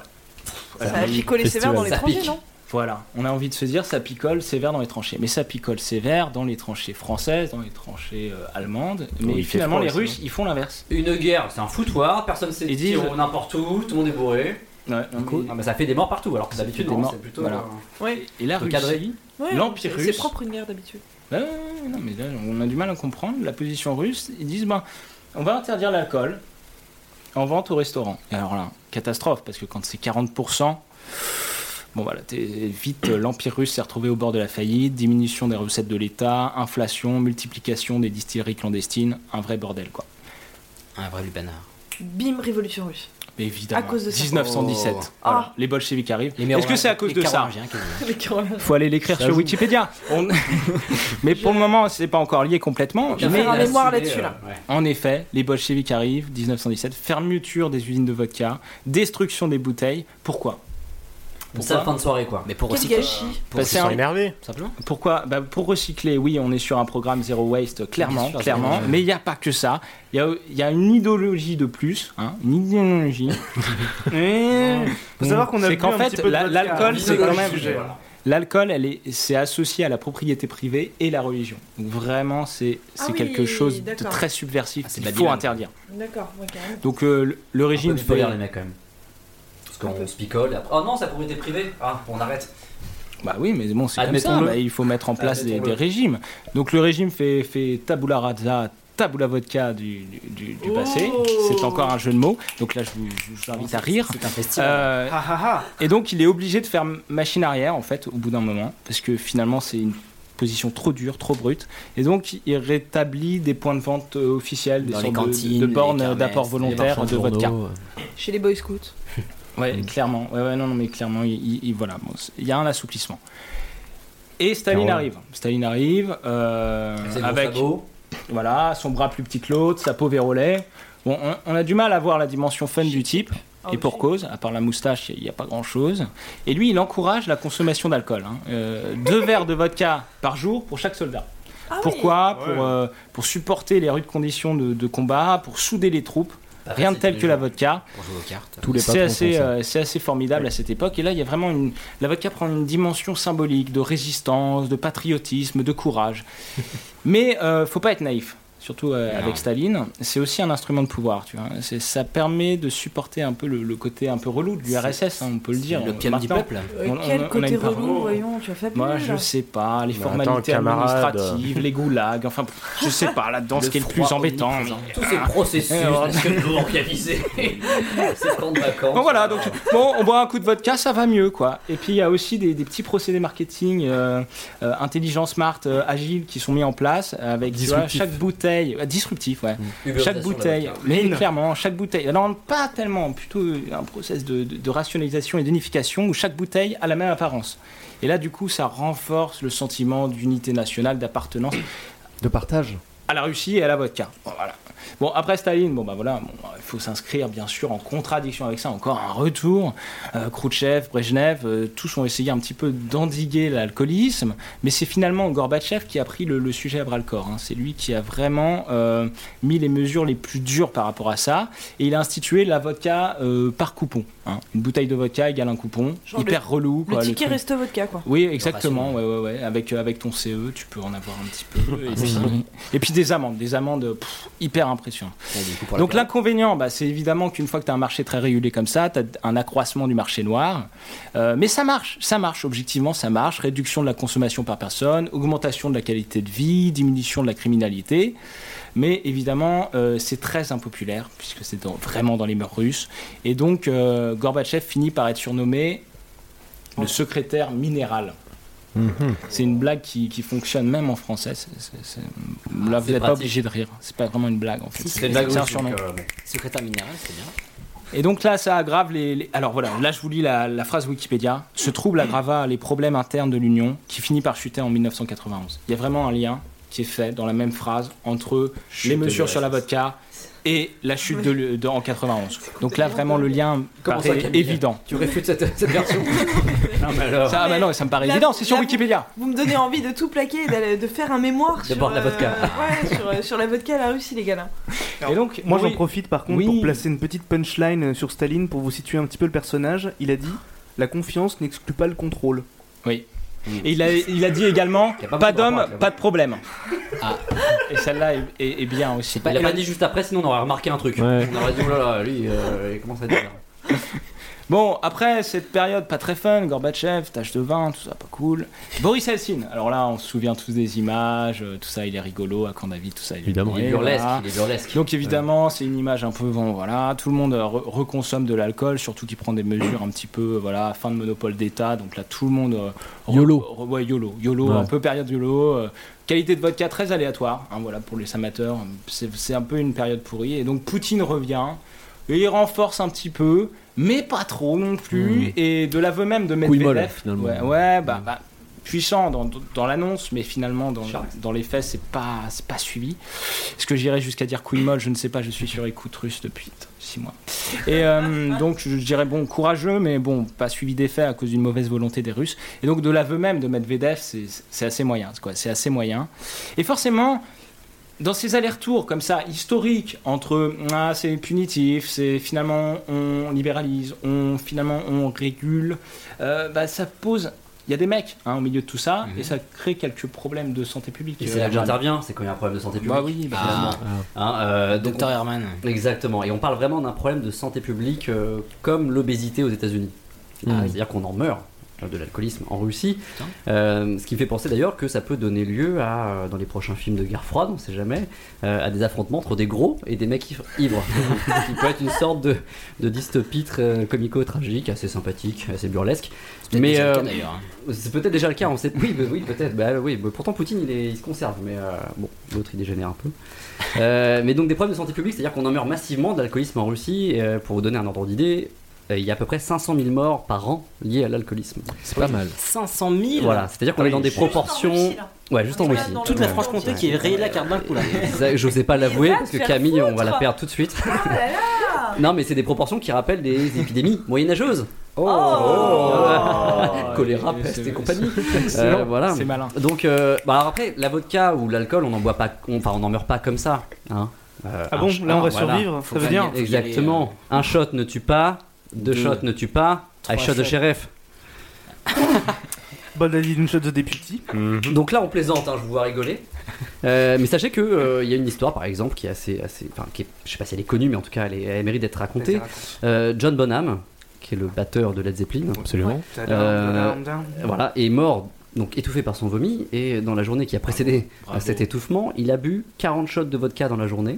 J: Ça a picolé sévère dans les
B: Ça
J: tranchées,
B: pique.
J: non
A: Voilà, on a envie de se dire ça picole sévère dans les tranchées. Mais ça picole sévère dans les tranchées françaises, dans les tranchées euh, allemandes. Mais
C: il fait
A: finalement,
C: froid
A: les
C: aussi,
A: Russes, ils font l'inverse.
B: Une guerre, c'est un foutoir, personne sait
A: hein. Ils
B: tirer
A: disent-
B: au n'importe où, tout le monde est bourré.
A: Ouais,
B: Ah, mais ça fait des morts partout, alors que
A: Ça fait
B: d'habitude,
A: des
B: non,
A: morts,
B: c'est plutôt.
A: voilà.
B: euh,
A: Et, et la
B: Le cadré.
A: Russie.
J: Ouais,
A: L'Empire
J: c'est-
A: russe.
J: C'est propre une guerre d'habitude.
A: Ouais, ouais, ouais, non, mais là, on a du mal à comprendre la position russe. Ils disent ben, on va interdire l'alcool en vente au restaurant. Et alors là, catastrophe, parce que quand c'est 40%, bon voilà, t'es- vite euh, l'Empire russe s'est retrouvé au bord de la faillite, diminution des recettes de l'État, inflation, multiplication des distilleries clandestines, un vrai bordel quoi.
I: Un vrai lupanard.
J: Bim, révolution russe.
A: Mais évidemment,
J: À cause de ça.
A: 1917,
I: Oh.
A: Voilà.
J: Ah.
A: les bolcheviks arrivent.
I: Mérovingiens-
A: Est-ce que c'est à cause
I: les
A: de ça
I: Carolingiens,
J: (laughs)
I: quel-
J: Les Carolins.
A: faut aller l'écrire
B: Ça
A: sur
B: joue.
K: (laughs)
A: Wikipédia. On- (laughs) mais pour le moment, c'est pas encore lié complètement.
J: Je vais
A: mais-
J: faire un mémoire là-dessus, là.
K: euh,
B: Ouais.
A: En effet, les bolcheviks arrivent, 1917, fermeture des usines de vodka, destruction des bouteilles. Pourquoi
B: Une sale fin de soirée, quoi.
I: Mais pour
J: Quel
I: aussi
J: gâchis.
I: pour
A: Passer
I: recycler,
A: un-
C: Énervé.
I: simplement.
A: Pourquoi Bah, Pour recycler, oui, on est sur un programme zéro waste, clairement,
I: Bien sûr,
A: clairement.
I: zéro waste.
A: Mais il n'y a pas que ça. Il y a, il y a une idéologie de plus, hein, une
K: (laughs)
A: idéologie. Et-
K: Faut savoir qu'on a
A: C'est
K: bu
A: qu'en
K: un
A: fait,
K: petit peu de
A: la-
K: vodka.
A: l'alcool, c'est
K: Dans
A: quand
K: le
A: même-
K: sujet.
A: L'alcool, elle est, c'est associé à la propriété privée et la religion. Donc vraiment, c'est
J: Ah
A: c'est
J: oui,
A: quelque chose de
J: d'accord.
A: très subversif.
I: Ah, c'est
A: qu'il faut
I: Babylone.
A: interdire.
J: D'accord, ouais, quand même.
A: Donc euh, le- le
B: Un peu
A: régime
B: de spoiler, les mecs, quand même. Parce qu'on se picole. et après- Oh non, c'est la propriété privée. Ah, on arrête.
A: Bah oui, mais bon, c'est comme ça.
B: Admettons-le.
A: bah, il faut mettre en place des,
B: Admettons-le.
A: des régimes. Donc le régime fait, fait tabula rasa, tabula vodka du, du- du- du
J: Oh.
A: passé. C'est encore un jeu de mots. Donc là, je vous, je vous invite à rire.
I: C'est un festival.
A: Euh,
K: Ah ah ah
A: et donc il est obligé de faire machine arrière, en fait, au bout d'un moment, parce que finalement, c'est une position trop dure, trop brute. Et donc, il rétablit des points de vente euh, officiels, des
I: Dans
A: sortes
I: les
A: de-
I: cantines,
A: de,
I: les
A: bornes
I: kermesses,
A: d'apport
I: les
A: volontaire de vodka.
J: Chez les Boy Scouts.
A: Ouais, clairement. Ouais, ouais, non, non, mais clairement, il, il- il- voilà, bon, c'est- il y a un assouplissement. Et Staline
C: Carole.
A: arrive. Staline arrive euh,
B: C'est
A: avec voilà son bras plus petit que l'autre, sa peau vérolée. Bon, on, on a du mal à voir la dimension fun du type.
J: Ah,
A: Et pour
J: ok.
A: cause, à part la moustache, il n'y a pas grand chose. Et lui, il encourage la consommation d'alcool. hein. Euh, deux verres de vodka par jour pour chaque soldat.
J: Ah oui.
A: Pourquoi
K: Ouais.
A: pour, euh, pour supporter les rudes conditions de, de combat, pour souder les troupes.
J: Bah,
A: Rien de tel que la vodka.
I: Pour jouer aux cartes.
D: Tous les
A: C'est
D: patrons font
A: assez,
D: ça.
A: euh, c'est assez formidable à cette époque. Et là, il y a vraiment une. La vodka prend une dimension symbolique de résistance, de patriotisme, de courage. Mais euh, faut pas être naïf, surtout euh,
I: Non.
A: avec Staline. C'est aussi un instrument de pouvoir, tu vois. C'est- Ça permet de supporter un peu le, le côté un peu relou de l'URSS, hein, on peut le dire.
I: Le piano du
A: Maintenant,
I: peuple.
J: Euh,
A: On- on- on
J: quel
A: a
J: côté
A: une part-
J: relou, voyons, tu as fait
A: moi,
J: plus,
A: je
J: là.
A: sais pas, les
C: Mais
A: formalités
C: attends, camarade.
A: administratives, les goulags, enfin, pff, je sais pas là-dedans ce qui est le plus embêtant. mais-
B: Tous ces
A: Ah. (laughs)
B: processus nationaux organisés. (laughs) ces camps de vacances.
A: Bon voilà,
B: (laughs)
A: donc bon, on boit un coup de vodka, ça va mieux quoi. Et puis il y a aussi des, des petits procédés marketing euh, euh, intelligents, smart, euh, agiles qui sont mis en place avec tu vois,
D: Disruptif.
A: chaque bouteille euh, disruptif, ouais.
B: Uberisation
A: Chaque
B: de la
A: bouteille,
B: vodka.
A: mais clairement, chaque bouteille. Non, pas tellement, plutôt un process de, de- de rationalisation et d'unification où chaque bouteille a la même apparence. Et là, du coup, ça renforce le sentiment d'unité nationale, d'appartenance
D: De partage.
A: à la Russie et à la vodka. Bon, voilà. Bon, après Staline, bon, bah, voilà, bon, il faut s'inscrire bien sûr en contradiction avec ça, encore un retour. Euh, Khrouchtchev, Brejnev, euh, tous ont essayé un petit peu d'endiguer l'alcoolisme, mais c'est finalement Gorbatchev qui a pris le, le sujet à bras le corps. hein. C'est lui qui a vraiment euh, mis les mesures les plus dures par rapport à ça, et il a institué la vodka euh, par coupon. hein. Une bouteille de vodka égale un coupon,
J: Genre
A: hyper relou.
J: Le
A: quoi, le
J: ticket
A: truc.
J: reste vodka, quoi.
A: Oui, exactement, ouais, ouais, ouais. Avec, euh, avec ton CE, tu peux en avoir un petit peu. Et,
I: Ah, c'est
A: puis, et puis des amendes, des amendes euh, pff, hyper impressionnantes. Donc
I: là,
A: l'inconvénient, bah, c'est évidemment qu'une fois que tu as un marché très régulé comme ça, tu as un accroissement du marché noir. Euh, mais ça marche, ça marche, objectivement ça marche. Réduction de la consommation par personne, augmentation de la qualité de vie, diminution de la criminalité. Mais évidemment, euh, c'est très impopulaire, puisque c'est dans- vraiment dans les mœurs russes. Et donc euh, Gorbatchev finit par être surnommé le secrétaire minéral. C'est une blague qui, qui fonctionne même en français. c'est- c'est- c'est- Là, vous
B: c'est
A: n'êtes pas
B: pratique.
A: obligé de rire. C'est pas vraiment une blague en fait.
I: Si,
B: C'est de la
A: un
B: gauche,
A: surnom.
B: donc, euh, bon.
I: secrétaire minéral, c'est bien.
A: Et donc là, ça aggrave les. les- Alors voilà, là je vous lis la, la phrase Wikipédia. Ce trouble aggrava les problèmes internes de l'Union, qui finit par chuter en 1991. Il y a vraiment un lien qui est fait dans la même phrase entre les
B: de
A: mesures
B: l'URSS.
A: sur la vodka et la chute de, l'U- de- en 91. Donc
J: complètement
A: là, vraiment, le lien
B: Comment ça,
A: paraît
B: Camille
A: évident.
B: Tu réfutes cette, cette version Non, mais alors.
A: Ça, ah bah (laughs) non, ça me paraît
J: La-
A: évident, c'est sur
J: la-
A: Wikipéria.
J: Vous me donnez envie de tout plaquer et d'aller- de faire un mémoire sur,
B: boire de la vodka.
J: ouais, sur, euh, sur la vodka à la Russie, les gars. Là.
A: Et donc,
K: Moi
A: oui,
K: j'en profite par contre
A: Oui.
K: pour placer une petite punchline euh, sur Staline pour vous situer un petit peu le personnage. Il a dit La confiance n'exclut pas le contrôle.
A: Et il a, il a dit également
B: Y a pas
A: pas
B: beaucoup de
A: d'homme,
B: rapport avec la
A: pas de problème.
B: Ah.
A: Et celle-là est, est- est bien aussi. euh,
B: Bah,
A: Il a
B: il
A: pas
B: a dit oh juste après, sinon on aurait remarqué un truc.
D: Ouais.
B: On aurait dit, oh là là, lui, euh, il commence à dire.
A: Bon, après cette période pas très fun, Gorbatchev, tâche de vin, tout ça pas cool. Boris Helsin, alors là on se souvient tous des images, euh, tout ça il est rigolo, à Camp David, tout ça il est
B: Évidemment.
A: bourré,
B: Il est burlesque,
A: voilà.
B: il est burlesque.
A: Donc évidemment c'est une image un peu, bon voilà, tout le monde euh, re- reconsomme de l'alcool, surtout qu'il prend des mesures un petit peu, euh, voilà, fin de monopole d'État, donc là tout le monde... euh, re-
L: YOLO.
A: re- ouais, YOLO, YOLO,
L: Ouais.
A: un peu période YOLO. euh, Qualité de vodka très aléatoire, hein, voilà pour les amateurs, c'est c'est un peu une période pourrie. Et donc Poutine revient, et il renforce un petit peu, mais pas trop non plus. Et de l'aveu même de
L: Couille
A: Medvedev,
L: molle, finalement.
A: Ouais, ouais, bah, bah, puissant dans, dans- dans l'annonce, mais finalement dans, dans les faits, c'est pas c'est pas suivi. Est-ce que j'irais jusqu'à dire Queen molle Je ne sais pas. Je suis sur écoute russe depuis 6 mois. Et euh, donc je dirais bon courageux, mais bon pas suivi des faits à cause d'une mauvaise volonté des Russes. Et donc de l'aveu même de Medvedev, c'est c'est assez moyen. quoi, C'est assez moyen. Et forcément dans ces allers-retours comme ça historiques entre ah, c'est punitif, c'est finalement on libéralise, on finalement on régule, euh, bah, ça pose. Il y a des mecs hein, au milieu de tout ça et ça crée quelques problèmes de santé publique.
B: Et c'est là que j'interviens, c'est quand il y a un problème de santé publique.
A: euh, Bah oui, bah
B: finalement.
A: finalement.
B: Hein, euh, donc on- Exactement. Et on parle vraiment d'un problème de santé publique euh, comme l'obésité aux États-Unis.
A: Hmm.
L: Mm.
B: Ah, C'est-à-dire qu'on en meurt euh, de l'alcoolisme en Russie. Euh, ce qui me fait penser d'ailleurs que ça peut donner lieu à, euh, dans les prochains films de guerre froide, on sait jamais, euh, à des affrontements entre des gros et des mecs ivres-
A: (laughs)
B: ivres. qui peut être une sorte de, de dystopie très euh, comico-tragique, assez sympathique, assez burlesque.
I: peut-être déjà le cas,
B: euh,
I: d'ailleurs, hein.
B: c'est peut-être déjà le cas, on sait. Oui, bah oui peut-être. Bah, oui, bah, pourtant Poutine il, est- il se conserve, mais euh, bon, l'autre il dégénère un
I: (laughs)
B: peu. Euh, mais donc des problèmes de santé publique, c'est-à-dire qu'on en meurt massivement de l'alcoolisme en Russie. Et, euh, pour vous donner un ordre d'idée, euh, il y a à peu près 500 000 morts par an liés à l'alcoolisme. C'est
I: pas mal. 500 000
B: Voilà, c'est-à-dire qu'on est dans des proportions. ouais, juste en Russie.
I: Toute la
B: Ouais.
I: Franche-Comté qui est rayée de la carte d'un coup là. (laughs)
B: Ça, J'osais pas l'avouer
I: va
B: parce
I: te
B: que
I: faire
B: Camille, on va la
I: foutre. Ah
B: perdre tout de suite. non, mais c'est des proportions qui rappellent des épidémies moyenâgeuses. Oh,
M: Oh.
B: (laughs) Choléra, peste et compagnie.
A: Excellent.
B: Euh, voilà.
A: C'est malin.
B: Donc, euh, bah, alors après, la vodka ou l'alcool, on n'en boit pas, on- enfin, on n'en meurt pas comme ça. hein. Euh,
K: Ah
B: un
K: bon,
B: sh-
K: là, on va
B: voilà.
K: survivre, ça veut dire
B: Faut y aller, euh. Exactement. Un shot ne tue pas, deux,
K: Deux.
B: shots ne tue pas,
K: Trois
B: un shot de
K: shots. (laughs)
B: shérif.
K: Bon, la vie d'une Bah, shot de député.
B: Donc là, on plaisante, hein, je vous vois rigoler.
L: Oh,
B: Euh, mais sachez que euh, il y a une histoire, par exemple, qui est assez, assez, enfin, qui est- je sais pas si elle est connue, mais en tout cas, elle, est, elle mérite d'être racontée.
K: Vas-y, raconte.
B: Euh, John Bonham, qui est le batteur de Led Zeppelin,
K: Absolument. Ouais.
B: Euh,
K: Down, down, down.
B: voilà, est mort donc étouffé par son vomi. Et dans la journée qui a précédé
K: Bravo.
B: à cet étouffement, il a bu 40 shots de vodka dans la journée,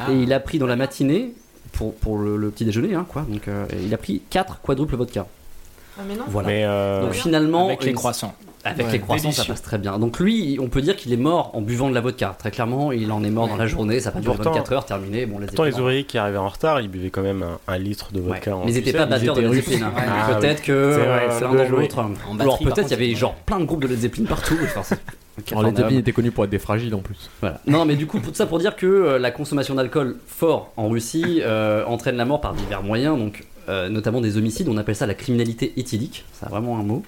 I: Ah.
B: et il a pris dans la matinée pour, pour le, le petit déjeuner, hein, quoi. Donc euh, il a pris 4 quadruples vodka.
J: Ah, mais non.
B: Voilà.
C: Mais, euh,
B: Donc finalement,
C: Avec les
B: une-
C: croissants.
B: Avec
C: Ouais,
B: les croissants, ça
C: délicieux.
B: passe très bien. Donc lui, on peut dire qu'il est mort en buvant de la vodka. Très clairement, il en est mort dans la journée. Ça passe duré
C: Pourtant-
B: 24 heures, terminé. Bon, les
C: Pourtant, les ouvriers qui arrivaient en retard, ils buvaient quand même un, un litre de vodka. en
B: mais ils étaient
C: plus.
B: pas batteurs de
C: étaient
B: Led
C: russes.
B: Zeppelin. hein.
C: Ah,
B: peut-être
C: oui.
B: que
C: C'est
B: euh,
C: vrai, c'est
B: l'un
C: bien
B: dans
C: joué.
B: l'autre.
C: En
B: Alors
C: batterie, par
B: peut-être il y
C: contre,
B: avait genre plein de groupes de Led Zeppelin partout. Enfin, c'est-
C: Oh,
L: Alors, les tapines
B: Infernal.
L: étaient connus pour être des fragiles en plus.
B: Voilà. Non, mais du coup, pour- tout ça pour dire que euh, la consommation d'alcool fort en Russie euh, entraîne la mort par divers moyens, donc euh, notamment des homicides. On appelle ça la criminalité éthylique, ça a vraiment un mot.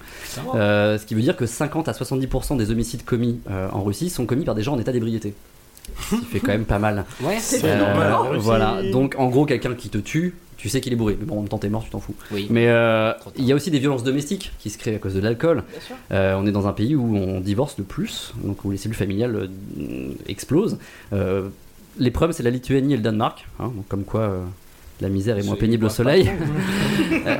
B: Euh, ce qui veut dire que 50 à 70% des homicides commis euh, en Russie sont commis par des gens en état d'ébriété. Ce qui fait quand même pas mal. Euh,
I: Ouais, c'est pas normal en Russie.
B: Voilà, donc en gros, quelqu'un qui te tue. Tu sais qu'il est bourré, mais bon, en même temps t'es mort, tu t'en fous. Mais euh, il y a aussi des violences domestiques qui se créent à cause de l'alcool. Euh, on est dans un pays où on divorce le plus, donc où les cellules familiales euh, explosent. Euh, les preuves, c'est la Lituanie et le Danemark, hein, donc comme quoi euh, la misère est moins pénible au soleil. (laughs) Euh,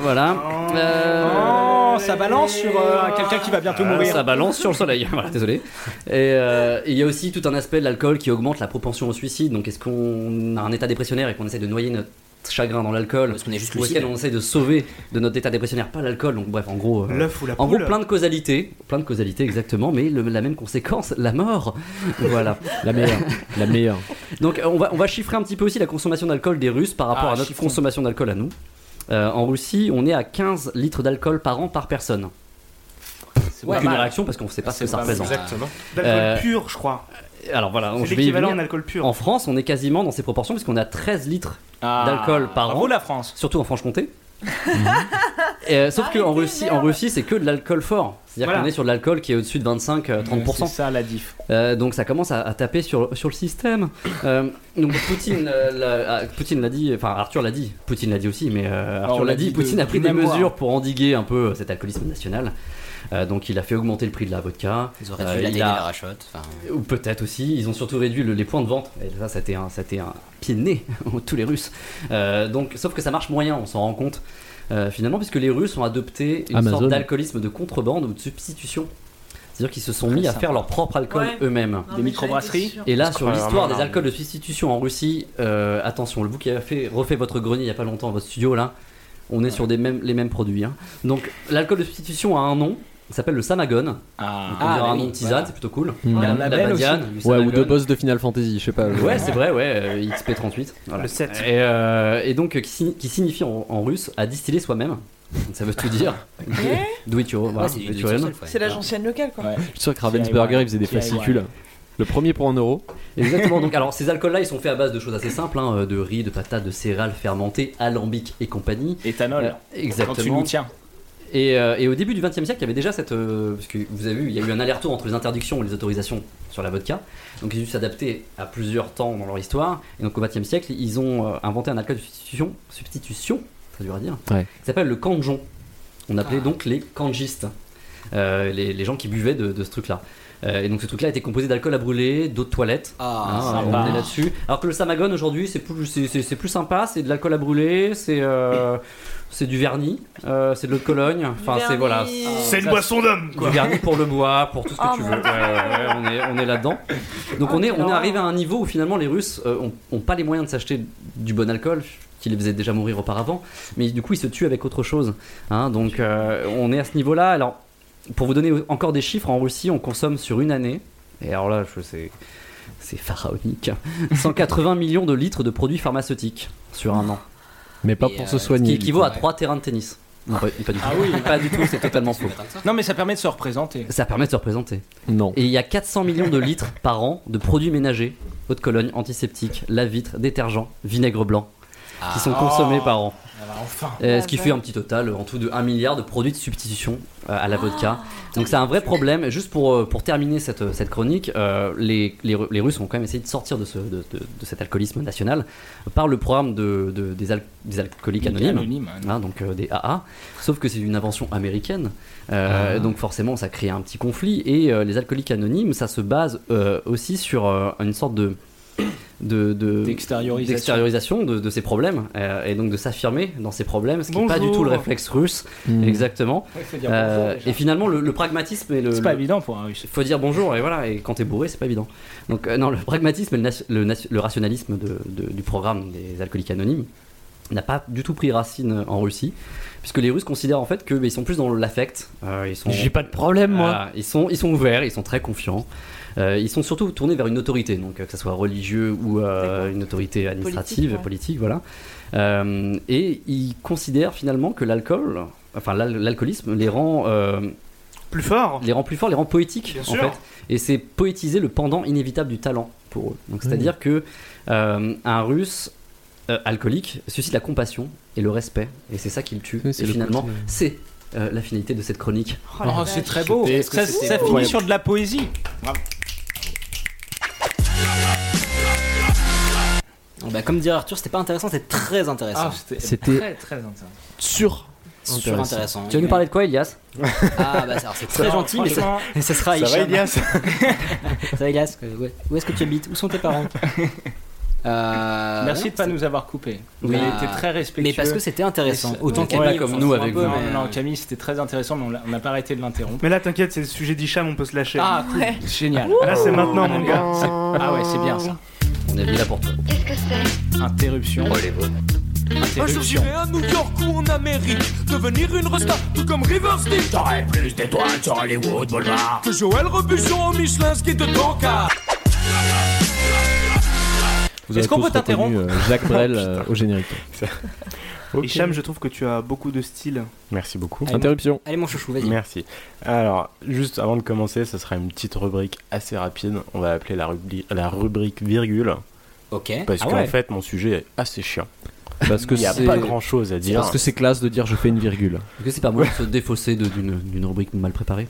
B: voilà.
A: Oh, ça balance sur euh, quelqu'un qui va bientôt
B: Euh,
A: mourir.
B: Ça balance sur le
I: (laughs)
B: soleil, voilà, désolé. Et euh, et il y a aussi tout un aspect de l'alcool qui augmente la propension au suicide. Donc est-ce qu'on a un état dépressionnaire et qu'on essaie de noyer notre chagrin dans l'alcool Parce qu'on est
I: juste
B: Ou est-ce
I: lucide
B: qu'on essaie de sauver de notre état dépressionnaire pas l'alcool Donc bref, en gros. euh,
I: L'œuf ou la
B: En gros,
I: poule
B: plein de causalités. Plein de causalités, exactement, mais le- la même conséquence, la mort. (laughs) voilà.
L: La meilleure. La meilleure.
B: Donc euh, on va, on va chiffrer un petit peu aussi la consommation d'alcool des Russes par rapport
L: Ah,
B: à notre
L: chiffrons.
B: consommation d'alcool à nous. Euh, en Russie, on est à 15 litres d'alcool par an par personne. C'est
K: pas
B: aucune
K: mal.
B: réaction parce qu'on ne sait pas ce que
K: C'est
B: ça
K: pas mal.
B: représente.
K: Exactement.
B: Euh,
K: D'alcool pur, je crois.
B: Alors voilà,
K: C'est
B: je vais y
K: l'équivalent
B: venir.
K: en alcool pur.
B: En France, on est quasiment dans ces proportions puisqu'on a 13 litres
A: Ah,
B: d'alcool par
A: bravo
B: an.
A: la France.
B: Surtout en Franche-Comté. Et, euh, sauf qu'en Russie, en Russie, c'est que de l'alcool fort. C'est-à-dire
A: Voilà.
B: qu'on est sur de l'alcool qui est au-dessus de euh, 25-30%.
A: C'est ça la diff.
B: Euh, donc ça commence à, à taper sur, sur le système. Euh, donc Poutine euh, l'a a- Poutine l'a dit, enfin Arthur l'a dit, Poutine l'a dit aussi, mais euh,
A: Alors, Oh, on
B: Arthur l'a
A: l'a
B: dit,
A: dit de-
B: Poutine a
A: de
B: pris des
A: mémoire.
B: mesures pour endiguer un peu euh, cet alcoolisme national. Euh, donc il a fait augmenter le prix de la vodka. Euh,
I: Ils auraient dû la
B: il
I: télé,
B: a-
I: la rachotte, enfin.
B: Ou peut-être aussi, ils ont surtout réduit le- les points de vente. Et ça, (laughs) c'était un, c'était un pied de nez, tous les Russes. Euh, donc, sauf que ça marche moyen, on s'en rend compte. euh, finalement, puisque les Russes ont adopté une
L: Amazon.
B: sorte d'alcoolisme de contrebande ou de substitution. C'est-à-dire qu'ils se sont mis à
A: sympa.
B: faire leur propre alcool
A: Ouais.
B: eux-mêmes.
A: Des microbrasseries
B: Et là,
A: Je
B: sur
A: crois
B: l'histoire
A: vraiment,
B: des
A: là.
B: alcools de substitution en Russie, euh, attention, le vous qui a fait, refait votre grenier il y a pas longtemps, votre studio là, on est sur des mêmes, les mêmes produits. hein. Donc, l'alcool de substitution a un nom. Il s'appelle le Samagon. Donc, on
A: Ah,
B: dirait
A: bah
B: un
A: oui,
B: nom de tisane,
A: voilà.
B: c'est plutôt cool.
L: Mm.
B: Il y a
L: Un
B: la
L: label aussi.
B: Badiane, du
L: Ouais, ou
B: Samagon.
L: de boss de Final Fantasy, je sais pas.
B: Ouais, c'est
A: (laughs)
B: vrai, ouais, euh, XP38. voilà.
L: Le sept.
B: Et, euh, et donc, euh, qui, signi- qui signifie en, en russe à distiller soi-même. Donc, Ça veut tout dire. do it your, voilà,
J: Ouais, c'est
B: do
J: du
B: it
J: do
B: your
J: it
B: own.
J: yourself, ouais. C'est l'agence ancienne locale, quoi.
L: Je suis sûr que Ravensburger,
B: DIY.
L: il faisait des
B: DIY.
L: fascicules. Le premier pour un euro. (laughs)
B: Exactement. Donc, alors, ces alcools-là, ils sont faits à base de choses assez simples hein, de riz, de patates, de céréales fermentées, alambic et compagnie. Euh,
A: Éthanol.
B: exactement.
A: Quand tu nous tiens.
B: Et, euh, et au début du XXe siècle, il y avait déjà cette. euh, parce que vous avez vu, il y a eu un aller-retour entre les interdictions et les autorisations sur la vodka. Donc ils ont dû s'adapter à plusieurs temps dans leur histoire. Et donc au XXe siècle, ils ont euh, inventé un alcool de substitution, substitution très dur à dire,
L: Ouais.
B: qui s'appelle le canjon. On appelait
A: Ah.
B: donc les cangistes, euh, les, les gens qui buvaient de, de ce truc-là. Euh, et donc ce truc-là était composé d'alcool à brûler, d'eau de toilette. Hein,
A: Ah,
B: on
A: sympa.
B: est là-dessus. Alors que le samagon aujourd'hui, c'est plus, c'est- c'est- c'est plus sympa, c'est de l'alcool à brûler, c'est euh, c'est du vernis, euh, c'est de l'eau de Cologne. Enfin, c'est voilà.
A: vernis. C'est une boisson d'homme, quoi.
B: Du vernis pour le bois, pour tout ce que
A: Oh
B: tu veux.
A: mon
B: Ouais, ouais, ouais, euh, on est, on est là-dedans. Donc on est, on est arrivé à un niveau où finalement les Russes euh, ont, ont pas les moyens de s'acheter du bon alcool qui les faisait déjà mourir auparavant, mais du coup ils se tuent avec autre chose. hein. donc euh, on est à ce niveau-là. Alors pour vous donner encore des chiffres, en Russie on consomme sur une année, et alors là je sais, c'est pharaonique, 180 millions de litres de produits pharmaceutiques sur un an.
L: Mais pas
B: Et,
L: pour
B: euh,
L: se soigner.
B: Ce qui équivaut à 3 terrains de tennis. Non, pas, pas du tout.
A: Ah oui.
B: pas du tout, c'est totalement faux.
A: Non, mais ça permet de se représenter.
B: Ça permet de se représenter.
L: Non.
B: Et il y a 400 millions de litres (laughs) par an de produits ménagers, eau de Cologne, antiseptique, la vitre, détergent, vinaigre blanc, qui sont
A: Ah.
B: consommés par an.
A: Ah bah enfin.
B: Euh, ce qui fait un petit total euh, en tout de 1 milliard de produits de substitution euh, à la vodka. Donc c'est un vrai problème. Juste pour, euh, pour terminer cette, euh, cette chronique, euh, les, les, Ru- les Russes ont quand même essayé de sortir de, ce, de, de- de cet alcoolisme national par le programme de, de- des, al- des alcooliques
A: Des
B: anonymes,
A: anonymes,
B: hein, donc euh, des AA. Sauf que c'est une invention américaine. Euh,
A: Ah.
B: Donc forcément ça crée un petit conflit. Et euh, les alcooliques anonymes, ça se base euh, aussi sur euh, une sorte de de, de-
A: D'extériorisation.
B: d'extériorisation de, de ces problèmes euh, et donc de s'affirmer dans ces problèmes, ce qui n'est pas du
A: Bonjour.
B: tout le réflexe russe.
L: Hmm.
A: Mm.
B: Exactement.
A: Ouais, faut dire
B: Euh,
A: bonjour, déjà.
B: et finalement, le, le pragmatisme et le.
A: C'est pas
B: le-
A: évident pour un russe.
B: faut dire bonjour et voilà et quand t'es bourré c'est pas évident donc euh, non le pragmatisme et le, nas- le nas- le rationalisme de- de- du programme des alcooliques anonymes n'a pas du tout pris racine en Russie puisque les Russes considèrent en fait que bah, ils sont plus dans l'affect Euh, ils sont
L: J'ai pas de problème, moi.
B: Voilà, ils sont ils sont ouverts ils sont très confiants Euh, ils sont surtout tournés vers une autorité donc euh, que ce soit religieux ou euh, une autorité administrative
L: Politique, ouais.
B: politique voilà Euh, et ils considèrent finalement que l'alcool enfin l'al- l'alcoolisme les rend euh,
K: plus forts
B: les rend plus forts les rend poétiques
A: Bien
B: en
A: sûr.
B: fait. Et c'est poétiser le pendant inévitable du talent pour eux. Donc
L: Mmh.
B: c'est-à-dire que euh, un Russe euh, alcoolique suscite la compassion et le respect, et c'est ça qui le tue.
L: Oui, c'est
B: et
L: le
B: finalement,
L: côté-
B: c'est euh, la finalité de cette chronique.
A: Oh, c'est très beau. Ça, ça finit sur de la poésie. Bravo.
I: Bah, comme dirait Arthur, c'était pas intéressant, c'était très intéressant.
A: Ah, c'était C'était- très, très intéressant.
I: Sur. Sur
B: Intéressant.
I: intéressant.
B: Tu vas nous parler de quoi, Elias
A: (laughs)
I: Ah, bah, ça, alors, c'est très
B: Alors,
I: gentil, mais ça,
B: franchement,
I: mais ça sera
B: ça va,
I: Hicham.
B: Elias
I: (laughs) Ça va, Elias que- ouais. Où est-ce que tu habites Où sont tes parents Euh,
A: Merci
I: non,
A: de pas nous avoir coupé. Vous
I: Oui.
A: avez
I: Ah.
A: été très respectueux.
I: Mais parce que c'était intéressant.
A: Et c'est-
I: Autant
A: Ouais, voilà,
I: Camille, comme
A: on
I: nous
A: s'en fout
I: avec
A: un peu,
I: vous,
A: mais
I: mais-
A: Non, Camille, c'était très intéressant, mais on l'a- on n'a pas arrêté de l'interrompre.
K: Mais là, t'inquiète, c'est le sujet d'Hicham, on peut se lâcher.
A: Ah, cool. Génial.
K: Là, c'est maintenant, mon
A: les
K: gars.
A: C'est- Ah ouais, c'est bien ça.
B: On est venu là pour toi.
A: Qu'est-ce que c'est Interruption.
N: Un jour
A: Interruption.
N: j'irai à New York ou en Amérique Devenir une resta tout comme Riversdale J'aurai plus d'étoiles sur Hollywood Boulevard Que Joël Robuchon au Michelin ski de Tonka
L: Vous avez
K: Est-ce qu'on
L: tous
K: peut
L: reconnu,
K: t'interrompre
L: euh, Jacques
B: (laughs) Oh,
L: Brel euh, au générique.
K: Hicham, je trouve que tu as beaucoup de style.
C: (laughs) Merci beaucoup.
K: Allez, mon- Interruption.
I: Allez, mon chouchou, vas-y.
C: Merci. Alors, juste avant de commencer, ce sera une petite rubrique assez rapide. On va appeler la, rubli- la rubrique virgule.
I: Ok.
C: Parce
L: Ah
C: qu'en
L: ouais.
C: fait, mon sujet est assez chiant.
L: Parce que
C: Il n'y a
L: c'est-
C: pas grand chose à dire.
L: Parce que c'est classe de dire je fais une virgule.
B: Est-ce que c'est pas moi de se défausser de- d'une d'une rubrique mal préparée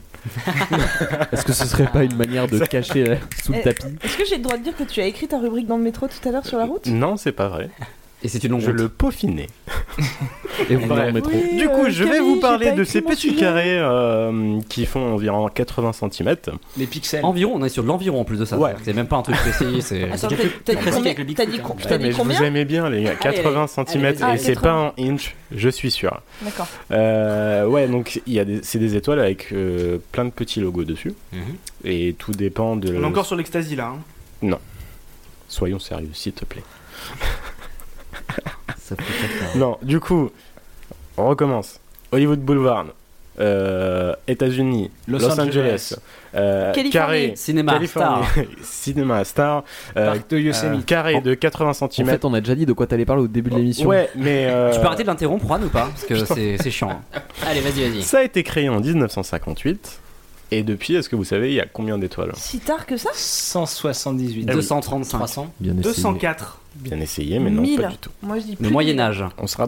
L: (laughs) Est-ce que ce serait pas une manière de cacher euh, sous le
J: Eh,
L: tapis
J: Est-ce que j'ai le droit de dire que tu as écrit ta rubrique dans le métro tout à l'heure sur la route
C: Non, c'est pas vrai.
B: (laughs) Et c'est une longue
C: Je
B: route. (laughs)
C: le peaufinais.
L: Et vous parlez en métro. Oui,
C: du coup,
L: euh,
C: je vais
L: Camille,
C: vous
L: j'ai
C: parler
L: pas
C: de
L: écrit
C: ces
L: mon
C: petits
L: sujet.
C: carrés euh, qui font environ 80 cm.
A: Les pixels.
B: Environ, on est sur de l'environ en plus de ça.
C: Ouais.
B: C'est-à-dire que C'est même pas un truc précis. (laughs) C'est
J: Attends,
B: c'est
J: t'as-
B: quelques-
J: t'as
B: non,
J: dit
B: c'est
J: combien-
B: quelques bits.
J: t'as dit com-
C: Putain,
J: dit
C: mais je
J: combien
C: vous aimais bien, les gars.
J: Allez, allez.
C: 80 cm
J: Allez, vas-y.
C: et
J: Ah,
C: c'est
J: 80.
C: pas un inch, je suis sûr.
J: D'accord.
C: Euh, ouais, donc il y a des- c'est des étoiles avec euh, plein de petits logos dessus.
B: Mhm.
C: Et tout dépend de.
K: On est encore sur l'ecstasy là. hein.
C: Non. Soyons sérieux, s'il te plaît.
B: Ça
C: non, du coup, on recommence. Hollywood Boulevard, euh, États-Unis,
B: Los
C: Los,
B: Angeles,
C: Angeles, euh,
B: Californie,
C: Carré,
B: Cinéma
C: Californie,
B: Star.
C: (laughs) Cinéma Star, euh,
L: Parc de Yosemite.
C: euh, Carré de 80
L: En
C: cm.
L: fait, on a déjà dit de quoi t'allais parler au début de l'émission.
C: Ouais, mais. euh,
B: Tu peux arrêter de l'interrompre, Juan, ou pas Parce que
C: Putain.
B: c'est c'est chiant.
L: hein.
B: Allez, vas-y, vas-y.
C: Ça a été créé en 1958. Et depuis, est-ce que vous savez, il y a combien d'étoiles
J: Si tard que ça
A: 178.
C: Ah oui.
B: 235. 300.
C: Bien essayé.
K: 204.
C: Bien essayé, mais non,
J: 1000.
C: pas du tout.
J: Moi
C: (laughs)
J: je dis plus.
B: Le Moyen Âge.
C: On sera.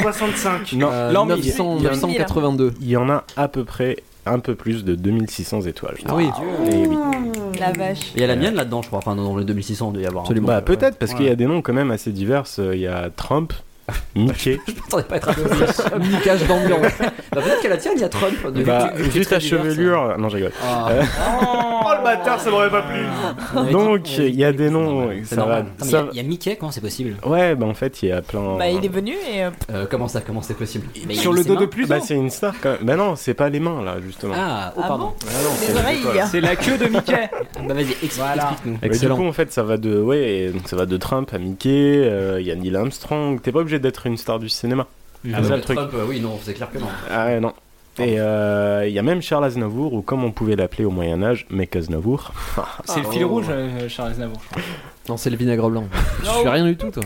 K: 65.
C: Non,
K: Euh, l'an 900,
J: 1000. 982.
C: Il y en a à peu près un peu plus de 2600 étoiles.
B: Ah oui.
C: Et Eh oui.
J: Mmh, La vache.
B: Il y a la mienne là-dedans, je crois. Enfin, dans le 2600, (laughs) il doit y avoir. un
C: Absolument.
B: peu.
C: Bah, peut-être, parce
B: Ouais.
C: qu'il y a des noms quand même assez divers. Euh, Il y a Trump,
B: (laughs)
C: Mickey.
B: Attendez, pas
L: (laughs)
B: être applaudi.
L: Niquage d'ambiance.
B: (laughs) Bah, peut-être qu'à la tienne, il y a Trump. de- vu
C: Bah,
B: que- vu que
C: juste
B: c'est
C: la
B: très divers,
C: chevelure. Non, je rigole.
B: Ah.
C: Euh,
K: Oh le bâtard, ça m'aurait pas plu.
C: donc, il y a des noms.
B: C'est
C: ça va-
B: normal. Attends, mais
C: ça
B: Il y a- il y a Mickey, comment c'est possible
C: va- Ouais, bah en fait, il y a plein.
J: Bah il est venu et. euh,
B: Euh, Comment ça Comment c'est possible Mais
J: Sur
B: il-
J: le
B: ses
J: dos
B: mains
J: de plus,
C: Bah,
J: non
C: c'est une star quand même. Bah, non, c'est pas les mains là, justement.
B: Ah, oh,
J: Ah
B: pardon.
J: bon
C: Ah non,
J: Les oreilles.
C: étoiles.
A: C'est la queue de
I: (laughs)
A: Mickey.
B: Bah, vas-y, explique- explique-nous.
C: Mais du coup, en fait, ça va de, ouais, et donc ça va de Trump à Mickey, euh, il y a Neil Armstrong. T'es pas obligé d'être une star du cinéma.
B: Ah,
C: C'est
B: bah,
C: ça le truc.
B: Trump, euh, oui, non, c'est clair que non.
C: Ah ouais, non. Et euh, il y a même Charles Aznavour, ou comme on pouvait l'appeler au Moyen-Âge, Mec
L: (laughs)
C: Aznavour.
A: C'est
C: Ah,
A: le
C: oh.
A: fil rouge, euh, Charles Aznavour.
L: Non, c'est le vinaigre blanc. (laughs) Je fais rien du tout, toi.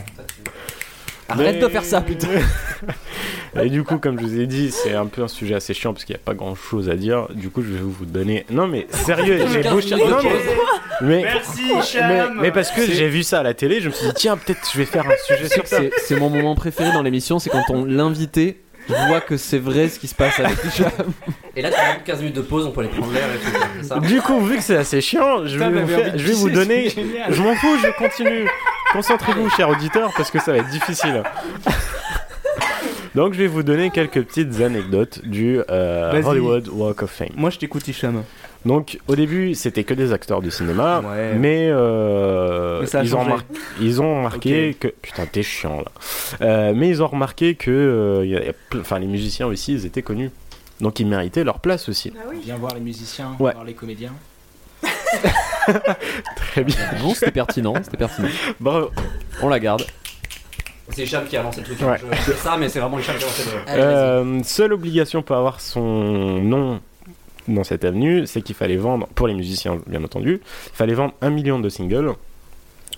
L: Arrête de faire ça, putain.
C: (laughs)
J: (laughs)
C: Et du coup, comme je vous ai dit, c'est un peu un sujet assez chiant parce qu'il n'y a pas grand chose à dire. Du coup, je vais vous donner. Non, mais sérieux, j'ai beau chercher. Non, mais- mais-
K: Merci,
C: mais,
K: Cham.
C: mais parce que j'ai vu ça à la télé, je me suis dit, tiens, peut-être je vais faire un sujet sur ça.
L: C'est c'est mon moment préféré dans l'émission, c'est quand on l'invité voit que c'est vrai ce qui se passe avec Hicham.
B: Et là, tu as 15 minutes de pause, on peut aller prendre l'air et tout. c'est ça
C: (laughs) Du coup, vu que c'est assez chiant, je
B: Putain,
C: vais, vous,
B: t'avais
C: faire-
B: envie de
C: je vais vous
B: pisser,
C: donner.
B: c'est génial.
C: Je m'en fous, je continue. Concentrez-vous, chers auditeurs, parce que ça va être difficile. Donc, je vais vous donner quelques petites anecdotes du euh,
K: Vas-y.
C: Hollywood Walk of Fame.
K: Moi je t'écoute Hicham.
C: Donc, au début, c'était que des acteurs de cinéma,
K: Ouais.
C: mais, euh,
K: Mais ça a
C: ils, ont
K: changé.
C: remar- ils ont remarqué que. Putain, t'es chiant là. Euh, mais ils ont remarqué que euh, y a- y a ple- enfin, les musiciens aussi, ils étaient connus. Donc, ils méritaient leur place aussi.
J: Bah
A: Viens voir les musiciens,
C: Ouais.
A: voir les comédiens.
C: Très bien.
L: Bon, c'était pertinent, c'était pertinent.
C: Bravo.
L: On la garde.
B: C'est Hicham qui a lancé le truc.
C: Ouais.
B: Je- C'est ça, mais c'est vraiment Hicham qui a lancé le truc.
C: Euh, seule obligation pour avoir son nom dans cette avenue, c'est qu'il fallait vendre, pour les musiciens bien entendu, il fallait vendre un million de singles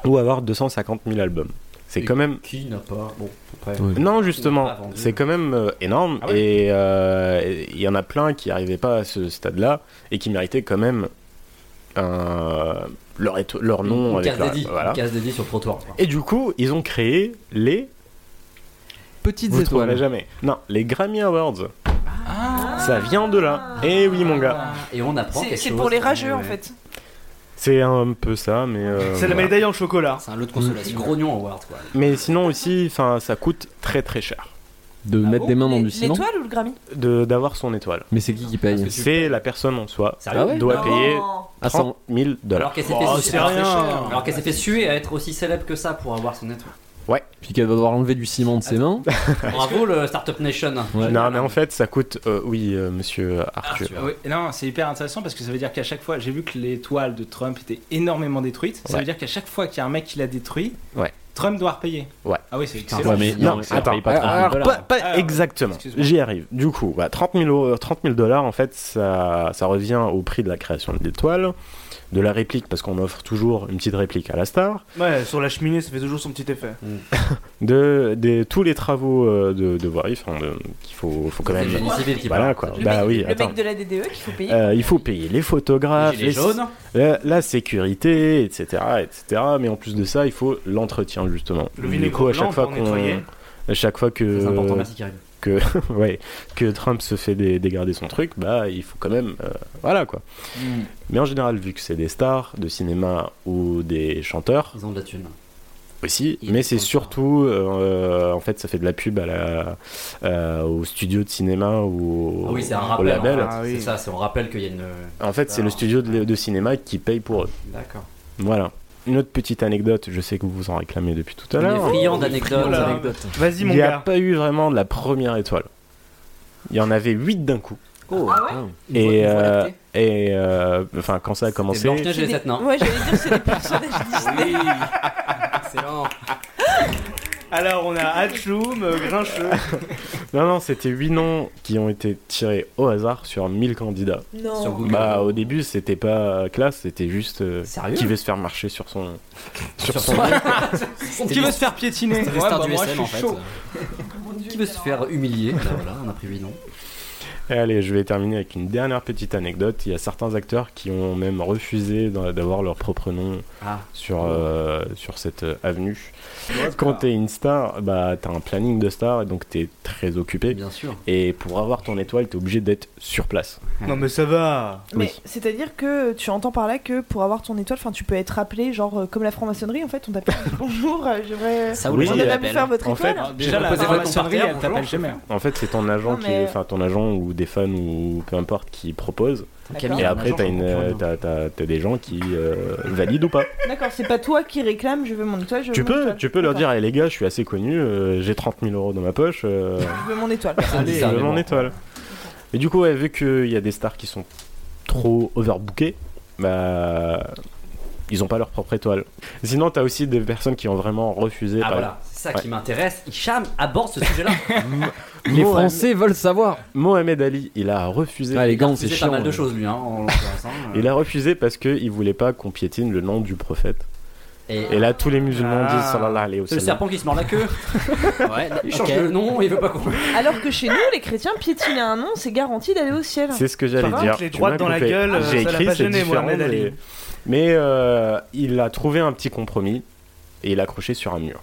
C: ou avoir 250 000 albums. C'est quand même...
B: Qui n'a pas. Bon, après.
C: Non,
B: Qui
C: justement,
B: n'a pas vendu. Ah
C: c'est quand même euh, énorme et euh, et il y en a plein qui n'arrivaient pas à ce stade-là et qui méritaient quand même un- leur, éto- leur nom
B: Une
C: avec
B: case
C: leur-
B: dédiée.
C: voilà.
B: Une case dédiée sur le trottoir. quoi.
C: Et du coup, ils ont créé les
L: petites
C: Vous
L: étoiles.
C: trouverez jamais. Non, les Grammy Awards. Ça vient de là. Eh oui, mon gars.
B: Ah. Et on apprend.
J: Ah. C'est
B: quelque
J: c'est
B: chose.
J: pour les rageux
B: Ouais,
J: en
B: ouais.
J: fait.
C: C'est un peu ça, mais. euh,
K: C'est la
C: voilà.
K: médaille en chocolat.
B: C'est un lot de consolation. Grognon Award, quoi.
C: Mais sinon aussi, enfin, ça coûte très très cher
L: De
B: Ah
L: mettre des mains dans du ciment.
J: L'étoile ou le Grammy
C: de d'avoir son étoile.
L: Mais c'est qui qui paye
K: Ah,
C: C'est la personne en soi
B: Sérieux Ah ouais
C: doit
B: Ah
C: payer
J: bon
L: Ah, ça-
C: 30 000
B: Alors
C: dollars.
B: qu'elle s'est
K: Oh,
B: fait,
K: c'est
B: alors
K: rien.
B: qu'elle- alors qu'elle s'est fait suer à être aussi célèbre que ça pour avoir son étoile.
C: Ouais.
L: Puis qu'elle va devoir enlever du ciment de ses mains.
C: (laughs)
B: Bravo le Startup Nation.
C: Non, mais en fait, ça coûte. euh, oui, euh, monsieur Arthur.
J: Ah,
B: Arthur.
A: Oui, non, c'est hyper intéressant parce que ça veut dire qu'à chaque fois, j'ai vu que l'étoile de Trump était énormément détruite. Ça
C: Ouais.
A: veut dire qu'à chaque fois qu'il y a un mec qui l'a détruit,
C: Ouais.
A: Trump doit repayer.
C: Ouais.
A: Ah oui, c'est excellent. Ah,
L: ouais, mais
C: Non,
L: non, ça
C: attends,
L: paye pas 30 000
C: alors,
L: dollars.
C: pas- pas
J: Ah,
C: exactement,
A: excuse-moi.
C: j'y arrive. Du coup, bah, 30 000 euros- 30 000 dollars, en fait, ça, ça revient au prix de la création de l'étoile, de la réplique, parce qu'on offre toujours une petite réplique à la star,
K: Ouais, sur la cheminée, ça fait toujours son petit effet.
B: Mm.
C: de, des- tous les travaux euh, de, de voirie, enfin, de- qu'il faut, faut quand
B: C'est
C: même...
B: le génie civil qui
C: Voilà,
B: parle.
C: quoi.
J: Le
C: Bah
J: mec-
C: oui,
J: le
C: attends.
J: mec de la DDE qu'il faut payer.
C: Euh, il faut payer les photographes,
B: Les gilets jaunes.
C: la, la sécurité, etc., etc. Mais en plus de ça, il faut l'entretien justement.
K: Le
C: Du
K: vinaigre
C: coup, à
K: blanc
C: chaque fois
K: pour
C: qu'on,
K: nettoyer.
C: à chaque fois que
B: C'est important, merci Karim.
C: que (laughs) ouais que Trump se fait dé- dégrader son truc, bah il faut quand même euh, voilà quoi. Mais en général, vu que c'est des stars de cinéma ou des chanteurs,
B: Ils ont de la thune.
C: aussi, mais c'est surtout, euh, en fait, ça fait de la pub à la, euh, au studio de cinéma ou au,
B: Ah oui, c'est un
C: au
B: rappel.
C: label.
B: en fait. C'est ça, c'est on rappelle qu'il y a une.
C: En fait, c'est le studio de, de cinéma qui paye pour eux.
B: D'accord.
C: Voilà. Une autre petite anecdote, je sais que vous vous en réclamez depuis tout à
B: On
C: l'heure.
B: est friands d'anecdotes.
C: Voilà.
B: d'anecdotes.
K: Vas-y, mon
C: Il n'y a
K: gars.
C: pas eu vraiment de la première étoile. Il y en avait 8 d'un coup.
F: Ah
B: Oh.
C: Et, euh, et euh, enfin, quand ça a commencé.
B: Blanche-Neige et les Sept Nains.
J: Ouais, j'allais dire c'est les personnages
B: (laughs)
J: Disney.
B: Excellent.
K: Alors, on a Hatchoum, euh, Grincheux.
C: Non, non, c'était 8 noms qui ont été tirés au hasard sur 1000 candidats.
K: Non. Sur Google.
C: bah, au début, c'était pas classe, c'était juste euh,
B: Sérieux
C: qui veut se faire marcher sur son.
B: (laughs) Sur
A: (laughs)
C: (laughs)
B: son- C'était
K: Qui veut
B: les-
K: se faire piétiner
B: c'était les
K: Ouais,
B: stars
K: bah,
B: du
K: moi,
B: SM,
K: je
B: en
K: suis
B: fait.
K: chaud.
B: Qui veut se faire humilier Bah Voilà, on a pris 8 noms.
C: Et Allez, je vais terminer avec une dernière petite anecdote. Il y a certains acteurs qui ont même refusé d'a- d'avoir leur propre nom
B: Ah.
C: sur, euh, sur cette euh, avenue. Quand t'es une star, bah, t'as un planning de star et donc t'es très occupé.
B: Bien sûr.
C: Et pour avoir ton étoile, t'es obligé d'être sur place.
K: Non, mais ça va.
J: Mais
C: Ah, Oui.
J: c'est-à-dire que tu entends par là que pour avoir ton étoile, enfin tu peux être appelé genre euh, comme la franc-maçonnerie en fait, on
C: (laughs)
J: t'appelle bonjour, euh, j'aimerais
C: Ça,
J: on
C: oui,
J: aimerait
C: elle
J: vous
C: appelle.
J: faire votre
C: En
J: étoile.
C: fait, Ah,
A: Déjà, la
C: Posez votre
A: franc-maçonnerie,
C: commentaire,
A: elle t'appelle
C: bonjour.
A: jamais.
C: En fait, c'est ton agent,
J: Non,
C: qui,
J: mais-
C: enfin ton agent ou des fans ou peu importe qui propose.
J: D'accord.
C: Et
J: Un
C: après,
J: agent,
C: t'as
J: je
C: une,
J: comprends
C: euh,
J: rien.
C: t'as- t'as- t'as des gens qui euh, valident ou pas.
J: D'accord, c'est pas toi qui réclame, je veux mon étoile, je veux
C: Tu
J: mon
C: peux,
J: étoile.
C: tu peux leur
J: D'accord.
C: dire, Eh, les gars, je suis assez connu, euh, j'ai 30 000 euros dans ma poche. euh,
J: je veux mon étoile.
C: Allez, je veux mon étoile. Et du coup, ouais, vu qu'il y a des stars qui sont trop overbookées, bah. Ils ont pas leur propre étoile. Sinon, t'as aussi des personnes qui ont vraiment refusé.
B: Ah
C: par-
B: voilà, c'est ça qui
C: bah, Ouais.
B: m'intéresse. Hicham aborde ce
C: (laughs)
B: sujet-là.
L: Les Français veulent savoir.
C: Mohamed Ali, il a refusé.
L: Ah, les
B: Il a
L: gants,
B: refusé
L: c'est
B: pas
L: chiant.
B: mal de choses lui hein, en l'occurrence, hein.
C: (laughs) Il a refusé parce qu'il voulait pas qu'on piétine le nom du prophète.
B: Et-
C: Et, là, tous les musulmans
B: Ah.
C: disent Salallah alayhi wa
B: C'est le
C: sallam.
B: serpent qui se mord la queue. ouais, il change
C: ok.
B: le nom, il veut pas qu'on.
J: Alors que chez nous, les chrétiens piétiner un nom, c'est garanti d'aller au ciel.
C: C'est ce que j'allais dire.
K: les
C: Tu
K: droites
C: m'as
K: dans la
C: coupé. Ah,
K: gueule, euh, ça
C: J'ai
K: l'a
C: écrit,
K: pas
C: c'est
K: gêné,
C: différent.
K: Mohamed Ali.
C: Mais, mais, euh, il a trouvé un petit compromis et il l'a accroché sur un mur.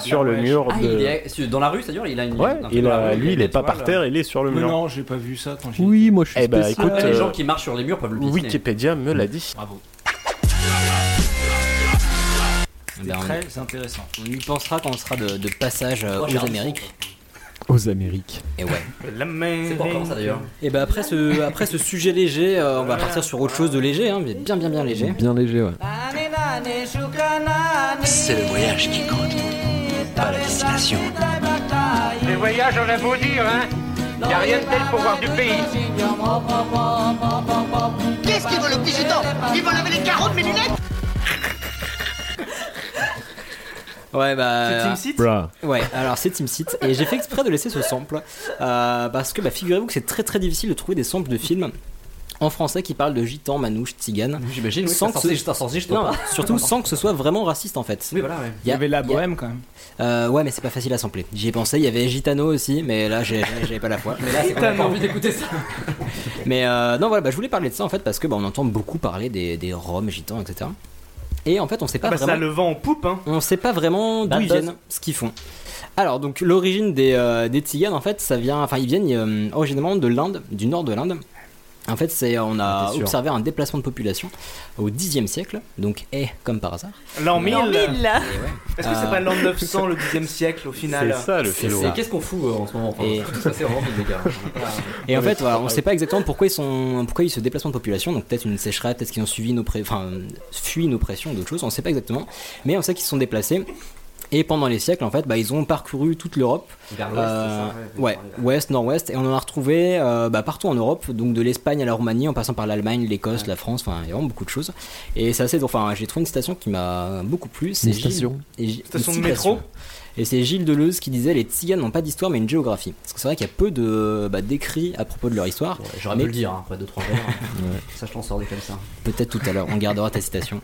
C: sur le mur
B: Ah,
C: de.
B: il est dans la rue, c'est-à-dire il a une.
C: Ouais,
B: un truc
C: il
B: dans
A: Bah,
B: la
C: a,
B: rue,
C: lui, il
B: une
C: est pas
B: étoile.
C: par terre, il est sur le
A: Mais
C: mur.
A: non, j'ai pas vu ça quand j'ai.
L: Oui, moi je suis
C: Eh
A: ben,
I: ben,
C: bah,
L: spécial.
C: écoute,
B: Ah, Les
C: euh,
B: gens qui marchent sur les murs peuvent le piétiner.
C: Wikipédia me l'a dit.
A: Bravo.
I: C'est très
A: intéressant.
I: On y pensera quand on sera de, de passage euh,
B: Moi, j'ai
I: aux
B: un
I: Amériques.
L: Aux Amériques.
I: Et ouais.
B: C'est pas encore ça d'ailleurs.
I: Et bah après ce, après ce sujet léger, euh, on va partir sur autre chose de léger, hein, mais bien bien bien léger.
L: Bien léger, ouais.
O: ah.
N: C'est le voyage qui compte, pas la destination.
O: Les voyages, on a beau dire, hein. Y a rien de tel pour voir du pays.
F: Qu'est-ce qu'il veut le petit gitan Il veut laver les carreaux de mes lunettes
I: Ouais bah.
K: C'est
I: euh,
K: Teamsit
I: Ouais, alors c'est TeamSite et j'ai fait exprès de laisser ce sample euh, parce que bah, figurez-vous que c'est très très difficile de trouver des samples de films en français qui parlent de gitan, manouche, tigane.
B: J'imagine, oui,
I: Sans
B: ça
I: que ce-
B: sortit- ça sortit, je te
I: Non,
B: parle.
I: surtout sans que ce soit vraiment raciste en fait.
B: Oui, voilà, ouais.
A: Il y avait la bohème quand même.
I: Euh, ouais, mais c'est pas facile à sampler. J'y ai pensé, il y avait Gitano aussi, mais là j'ai- j'ai- j'avais pas la foi. Mais là, c'est
B: Putain, j'ai envie d'écouter ça.
I: Mais euh, non, voilà, bah, je voulais parler de ça en fait parce que bah, on entend beaucoup parler des, des Roms, Gitans, etc. Et en fait, on sait pas
K: bah,
I: vraiment.
K: ça le vent en poupe, hein.
I: On sait pas vraiment d'où
K: Bad
I: ils
K: buzz.
I: viennent, ce qu'ils font. Alors, donc l'origine des, euh, des Tziganes, en fait, ça vient. Enfin, ils viennent euh, originalement de l'Inde, du nord de l'Inde. En fait, c'est on
B: Ah,
I: a
B: t'es sûr.
I: observé un déplacement de population au Xe siècle, donc eh comme par hasard.
K: L'an
I: Mais
K: 1000.
I: non.
B: Eh
K: Est-ce que
I: Euh,
K: c'est pas l'an 900, le 10 siècle au final
B: C'est- Qu'est-ce qu'on fout euh, en ce moment enfin,
I: Et-
B: Tout (laughs) ça, c'est vraiment des gars. On a pas-
I: (laughs) Et en fait, voilà, on sait pas exactement pourquoi ils sont, pourquoi ils se déplacent de population. Donc peut-être une sécheresse, peut-être qu'ils ont suivi une oppré- enfin, fui une oppression, d'autres choses. On sait pas exactement, mais on sait qu'ils se sont déplacés. Et pendant les siècles, en fait, bah, ils ont parcouru toute l'Europe.
B: Vers l'ouest,
L: Euh,
B: c'est ça, ouais.
I: Euh, ouais, ouest, nord-ouest, et on en a retrouvé euh, bah, partout en Europe, donc de l'Espagne à la Roumanie, en passant par l'Allemagne, l'Écosse, la France, enfin, il y a vraiment beaucoup de choses. Et c'est assez drôle. Enfin, j'ai trouvé une citation qui m'a beaucoup plu. C'est
L: Une
I: Gilles-
L: station.
I: et Gilles-
K: Station
I: une
K: de métro.
I: et c'est Gilles Deleuze qui disait les Tziganes n'ont pas d'histoire mais une géographie. Parce que c'est vrai qu'il y a peu de bah, d'écrits à propos de leur histoire.
B: J'aurais
I: mais
B: pu le dire hein, après 2-3 verres. Ça, je t'en sors des comme ça.
I: Peut-être tout à l'heure, on gardera ta citation.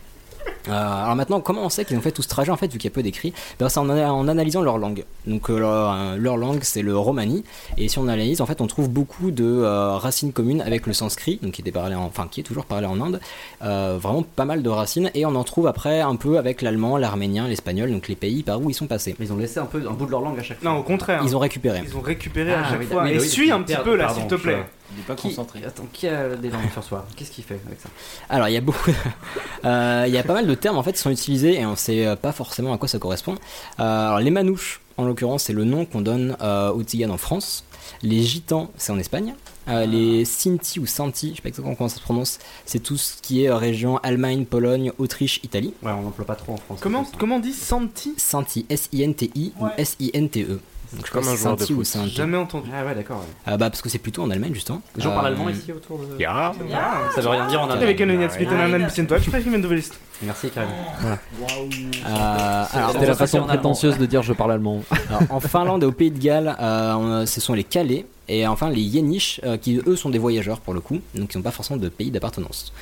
I: Euh, alors maintenant, comment on sait qu'ils ont fait tout ce trajet en fait, vu qu'il y a peu d'écrits ben, C'est en, ana- en analysant leur langue. Donc euh, leur, euh, leur langue, c'est le romani. Et si on analyse, en fait, on trouve beaucoup de euh, racines communes avec le sanskrit, donc qui était parlé, en- enfin qui est toujours parlé en Inde. Euh, vraiment pas mal de racines. Et on en trouve après un peu avec l'allemand, l'arménien, l'espagnol, donc les pays par où ils sont passés.
B: Mais ils ont laissé un peu un bout de leur langue à chaque fois.
K: Non, au contraire.
I: Ils ont récupéré.
K: Ils ont récupéré à
B: Ah,
K: chaque
B: oui,
K: fois.
B: oui,
K: Et
B: oui,
K: suis un
B: pardon,
K: petit peu là, s'il te
B: je-
K: plaît.
A: Il est pas
B: Qui-
A: concentré.
B: Attends, qui a des langues sur soi Qu'est-ce qu'il fait avec ça
I: Alors, il y a beaucoup. (laughs) euh, il y a pas mal de termes en fait qui sont utilisés et on sait euh, pas forcément à quoi ça correspond. Euh, alors, les manouches, en l'occurrence, c'est le nom qu'on donne euh, aux tziganes en France. Les gitans, c'est en Espagne.
B: Ah.
I: Euh, les Sinti ou Santi, je sais pas exactement comment ça se prononce, c'est tout ce qui est euh, région Allemagne, Pologne, Autriche, Italie.
B: Ouais, on n'emploie pas trop en France.
K: Comment, comment on dit Santi
I: Santi, S-I-N-T-I
K: Ouais.
I: ou S-I-N-T-E. E. Donc, je
K: comme
I: pense
K: un joueur de
I: Santi ou
K: foot.
I: Santi.
K: Jamais entendu.
B: Ah ouais, d'accord.
I: Euh, bah, parce que c'est plutôt en Allemagne, justement.
B: (laughs) Les gens parlent
I: Euh,
B: allemand ici autour de.
C: Ya.
B: Ya. Ça veut rien dire en allemand.
K: Avec un oignon de split, un
B: Ouais.
K: allemand, c'est une toile, je préfère une nouvelle liste.
B: Merci, carrément.
I: Voilà. Euh, alors,
L: euh, C'était la
I: on va passer
L: façon
I: en allemand.
L: prétentieuse de dire je parle allemand.
I: Alors, en Finlande et au Pays de Galles, euh, on a- ce sont les Calais et enfin les Yéniches, euh, qui eux sont des voyageurs pour le coup, donc ils n'ont pas forcément de pays d'appartenance.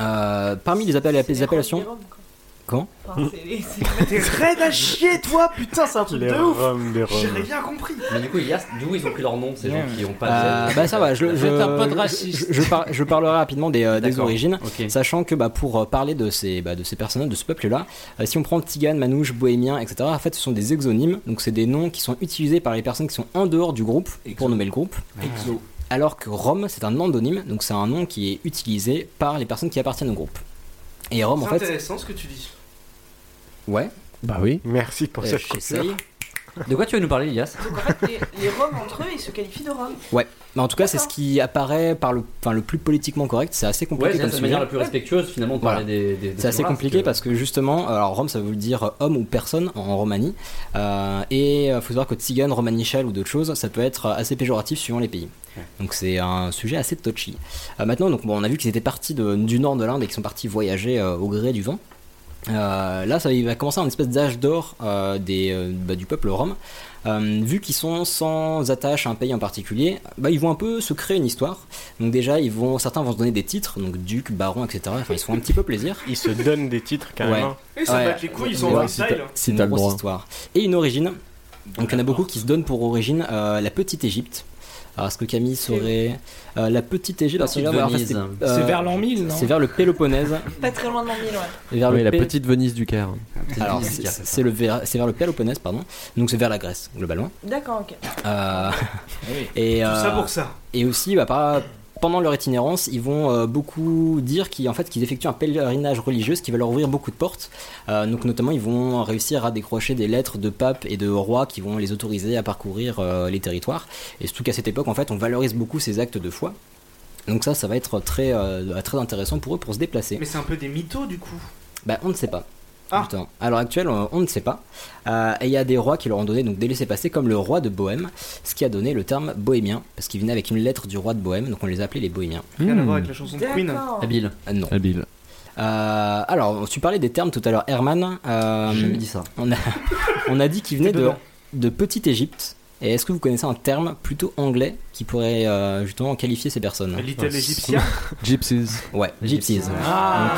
I: Euh, parmi les, appels, les appellations. Quand
J: Ah,
K: T'es raide à chier, toi Putain, c'est un truc
I: Les
K: de ouf
C: Roms, les Roms.
K: J'avais bien compris
B: Mais du coup, il y a- d'où ils ont pris leur nom, ces gens qui n'ont pas.
I: Euh,
B: de-
I: bah ça va, je, je,
B: Vous êtes un peu de raciste.
I: je- je par- je parlerai rapidement des, euh, des
B: D'accord,
I: origines, sachant que bah, pour euh, parler de ces, bah, de ces personnages, de ce peuple-là, euh, si on prend Tigane, Manouche, Bohémien, etc., en fait ce sont des exonymes, donc c'est des noms qui sont utilisés par les personnes qui sont en dehors du groupe pour nommer le groupe.
B: Ah.
A: Exo.
I: Alors que Rome, c'est un endonyme, donc c'est un nom qui est utilisé par les personnes qui appartiennent au groupe. Et Rome, en
K: C'est
I: fait,
K: intéressant ce que tu dis.
I: ouais.
L: Bah oui.
C: Merci pour
I: Euh,
C: cette
I: j'essaye.
B: De quoi tu veux nous parler, Ilias
J: Les, les Roms entre eux, ils se qualifient de Roms.
I: Ouais, mais en tout cas, c'est ce qui apparaît par le, enfin, le plus politiquement correct. C'est assez
B: Ouais,
I: compliqué
B: c'est
I: comme
B: la manière
I: sujet.
B: la plus respectueuse finalement de
I: Voilà.
B: parler des. des- des
I: C'est assez
B: races
I: compliqué
B: que-
I: parce que justement, alors Rome ça veut dire euh, homme ou personne en Romanie, Euh, et euh, faut savoir que Tzigan, Romanichal ou d'autres choses, ça peut être euh, assez péjoratif suivant les pays. Donc c'est un sujet assez touchy. Euh, maintenant, donc, bon, on a vu qu'ils étaient partis de- du nord de l'Inde et qu'ils sont partis voyager euh, au gré du vent. Euh, là, ça il va commencer un espèce d'âge d'or euh, des, euh, bah, du peuple rome. Euh, vu qu'ils sont sans attache à un pays en particulier, bah, ils vont un peu se créer une histoire. Donc déjà, ils vont, certains vont se donner des titres, donc duc, baron, etc. Enfin, ils se font un petit peu plaisir.
C: Ils se donnent des titres carrément.
K: Ils s'en battent les couilles, ils sont
I: Ouais,
K: dans
I: c'est
K: le style.
I: pas-
K: Si
I: C'est
K: t'as
I: une
K: le
I: grosse
K: droit.
I: histoire. Et une origine. Donc il y en a beaucoup qui se donnent pour origine euh, la Petite Égypte. Alors est-ce que Camille saurait euh, la Petite Égypte alors,
L: Petite
I: celui-là, voilà,
L: Venise.
I: c'est- euh,
L: C'est vers l'an 1000, non
I: C'est vers le Péloponnèse.
J: Pas très loin de l'an 1000, ouais.
I: Et vers
L: Oui,
I: le
L: la
I: P-
L: petite Venise du Caire.
I: Alors c'est c'est le vers- c'est vers le Péloponnèse pardon. Donc c'est vers la Grèce globalement.
J: D'accord, ok.
I: Euh,
J: Ah Oui.
I: et,
J: Tout ça
I: euh,
J: pour ça.
I: Et aussi, bah, par- pendant leur itinérance, ils vont euh, beaucoup dire qu'ils en fait, qu'ils effectuent un pèlerinage religieux, ce qui va leur ouvrir beaucoup de portes. Euh, donc, notamment, ils vont réussir à décrocher des lettres de papes et de rois qui vont les autoriser à parcourir euh, les territoires. Et surtout qu'à cette époque, en fait, on valorise beaucoup ces actes de foi. Donc ça, ça va être très, euh, très intéressant pour eux pour se déplacer.
K: Mais c'est un peu des mythos du coup.
I: Bah, on ne sait pas.
K: Ah.
I: Attends. À l'heure actuelle, on, on ne sait pas. Euh, et il y a des rois qui leur ont donné donc, des laissés-passer, comme le roi de Bohème, ce qui a donné le terme bohémien, parce qu'il venait avec une lettre du roi de Bohème, donc on les appelait les bohémiens.
K: Rien à voir avec la chanson de Queen.
B: Hmm. Habile.
I: Ah, non.
L: Habile.
I: Euh, alors, tu parlais des termes tout à l'heure, Herman. Euh,
B: J'ai jamais dit ça.
I: On a, (laughs) on a dit qu'il venait de,
B: dedans.
I: de Petite Égypte. Et est-ce que vous connaissez un terme plutôt anglais qui pourrait euh, justement qualifier ces personnes
B: Ah,
K: Little Egyptian
L: Gypsies.
I: Ouais, Gypsies.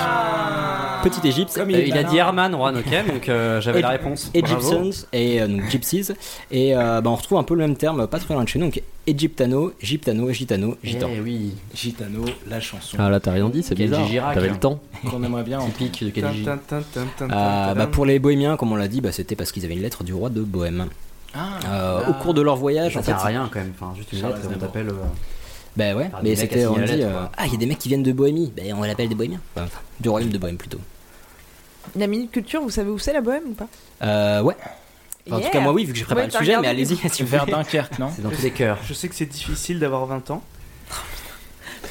I: Donc, Petite Égypte.
B: Comme il est Euh, il a malin. dit Herman, Juan, ok, donc, euh, j'avais la
I: Egy-
B: réponse. Bravo.
I: Egyptians et euh, donc Gypsies. Et euh, bah, on retrouve un peu le même terme, pas très loin de chez nous. Donc Egyptano, Gyptano, Gitano, Gitan.
B: Eh oui.
A: Gitano, la chanson.
L: Ah là, t'as rien dit, c'est
I: Quel
L: bizarre.
I: Girac,
L: T'avais
I: hein.
L: le temps.
A: (laughs) Qu'on aimerait bien.
I: Typique de
K: Tin, tin, tin, tin, tin, tin,
I: Euh, bah,
K: tin.
I: pour les bohémiens, comme on l'a dit, bah, c'était parce qu'ils avaient une lettre du roi de Bohème. Euh, Au cours de leur voyage,
B: Ça
I: en fait,
B: sert à rien quand même, enfin, juste une
I: Charles
B: lettre, on
I: Aznavour.
B: t'appelle. euh,
I: Ben ouais,
B: Par des
I: mais
B: mecs
I: c'était, on
B: assignés à la
I: dit,
B: lettre,
I: euh,
B: quoi.
I: ah, il y a des mecs qui viennent de Bohémie, ben on l'appelle des Bohémiens. Enfin, du royaume de Bohème plutôt.
J: La minute culture, vous savez où c'est la Bohème ou pas
I: Euh, ouais. Enfin, En
J: Yeah.
I: tout cas, moi oui, vu que j'ai préparé
J: Ouais,
I: le
J: t'as
I: sujet, mais
J: regardé.
I: allez-y, (laughs) si vous voulez.
B: C'est dans tous les cœurs.
K: Je sais que c'est difficile d'avoir 20 ans.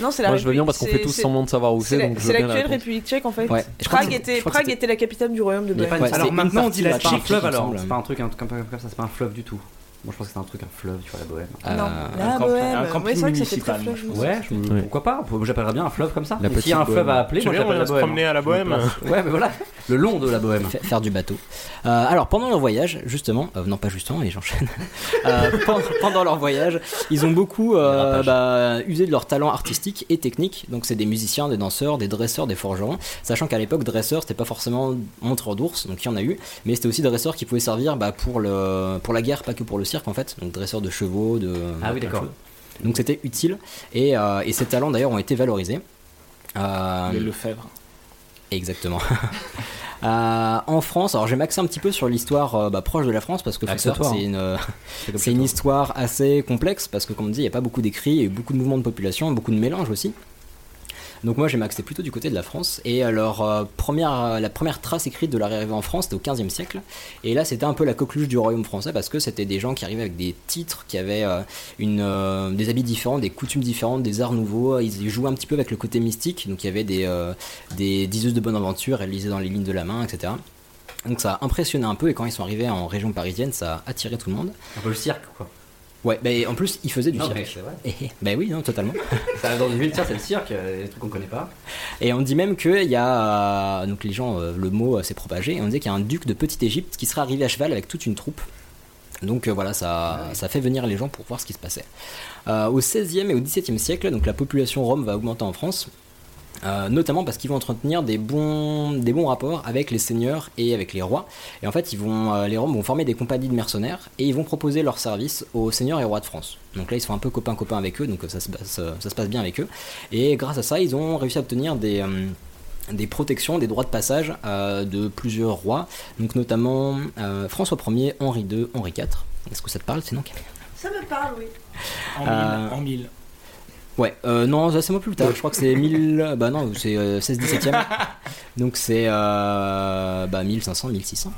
J: Non, c'est la
L: Moi, je veux bien
J: République-
L: parce qu'on fait
J: c'est-
L: tous
J: c'est-
L: semblant de savoir où c'est,
J: la-
L: donc je
J: C'est
L: veux bien la
J: l'actuelle
L: réponse.
J: République tchèque en fait.
L: Ouais. Je crois
J: Prague,
L: que c'était-
J: était,
L: je crois que
J: Prague
L: c'était-
J: était la capitale du royaume de
B: Il y a pas
J: Bohème.
B: une- c'était
I: Alors
B: une
I: maintenant, on
B: partie,
I: dit la
B: c'est pas un
I: Tchèque,
B: fleuve
I: il me
B: alors.
I: semble.
B: C'est pas un truc, un truc un peu comme ça, c'est pas un fleuve du tout. Moi je pense que c'est un truc, un fleuve, tu vois, la Bohème.
J: Non,
B: Euh,
J: la
B: un camp-
J: Bohème,
B: un
J: ouais,
B: camping
J: c'est vrai que ça fait
B: municipal,
J: très
B: moi,
J: fleuve,
B: je pense. Ouais, je- pourquoi pas Ah, J'appellerais bien un fleuve comme ça.
I: La
B: Mais S'il y a un
I: petite
B: fleuve
I: Bohème.
B: à appeler,
I: Tu
B: moi
I: viens, on
B: j'appelle
I: va
B: la
I: se
B: Bohème. hein.
I: promener à la
B: Je
I: Bohème.
B: me place. Ouais, mais
I: (laughs)
B: voilà, le long de la Bohème.
I: Faire, faire du bateau. Euh, alors pendant leur voyage, justement, euh, non pas justement, mais j'enchaîne. (laughs) Euh, pendant, pendant leur voyage, ils ont beaucoup euh, bah, usé de leur talent artistique et technique. Donc c'est des musiciens, des danseurs, des dresseurs, des forgerons. Sachant qu'à l'époque, dresseur c'était pas forcément montreur d'ours, donc il y en a eu, mais c'était aussi dresseur qui pouvait servir bah, pour le pour la guerre, pas que pour le cirque en fait. Donc dresseur de chevaux, de
B: Ah oui,
I: plein de
B: d'accord.
I: choses. Donc c'était utile et, euh, et ces talents d'ailleurs ont été valorisés. Euh,
A: Les Lefebvre.
I: Exactement. (laughs) Euh, en France, alors j'ai maxé un petit peu sur l'histoire euh, bah, proche de la France parce que
B: Axe-toi,
I: Fox, c'est
B: hein.
I: une, euh, (laughs) c'est une histoire assez complexe parce que, comme on dit, il n'y a pas beaucoup d'écrits, il y a eu beaucoup de mouvements de population, beaucoup de mélanges aussi. Donc moi j'ai maxé plutôt du côté de la France et alors euh, première, euh, la première trace écrite de leur arrivée en France c'était au 15e siècle et là c'était un peu la coqueluche du royaume français parce que c'était des gens qui arrivaient avec des titres qui avaient euh, une, euh, des habits différents, des coutumes différentes, des arts nouveaux, ils jouaient un petit peu avec le côté mystique donc il y avait des, euh, des diseuses de bonne aventure, elles lisaient dans les lignes de la main etc. Donc ça a impressionné un peu et quand ils sont arrivés en région parisienne ça a attiré tout le monde.
B: Un peu le cirque, quoi.
I: Ouais, mais en plus ils faisaient du
B: Non, mais
I: cirque.
B: c'est vrai.
I: Eh, (laughs) eh, ben oui, non, totalement.
B: (laughs) Ça, dans une ville, tiens, c'est le cirque, euh, des trucs qu'on connaît pas.
I: Et on dit même qu'il y a. euh, Donc les gens, euh, le mot euh, s'est propagé, et on dit qu'il y a un duc de Petite-Égypte qui sera arrivé à cheval avec toute une troupe. Donc euh, voilà, ça, ça fait venir les gens pour voir ce qui se passait. Euh, au 16e et au 17e siècle, donc la population rome va augmenter en France. euh, notamment parce qu'ils vont entretenir des bons, des bons rapports avec les seigneurs et avec les rois. Et en fait, ils vont, euh, les Roms vont former des compagnies de mercenaires et ils vont proposer leurs services aux seigneurs et rois de France. Donc là, ils sont un peu copains-copains avec eux, donc euh, ça se, passe, euh, ça se passe bien avec eux. Et grâce à ça, ils ont réussi à obtenir des, euh, des protections, des droits de passage euh, de plusieurs rois, donc notamment euh, François Ier, Henri II, Henri IV. Est-ce que ça te parle sinon Camille
J: Ça me parle, oui.
A: En
I: Euh,
A: mille, en mille.
I: Ouais, euh, non, ça c'est moi plus tard. Je crois que
A: (laughs)
I: c'est 1000. Bah non, c'est 16-17ème. Donc c'est euh, bah, 1500, 1600.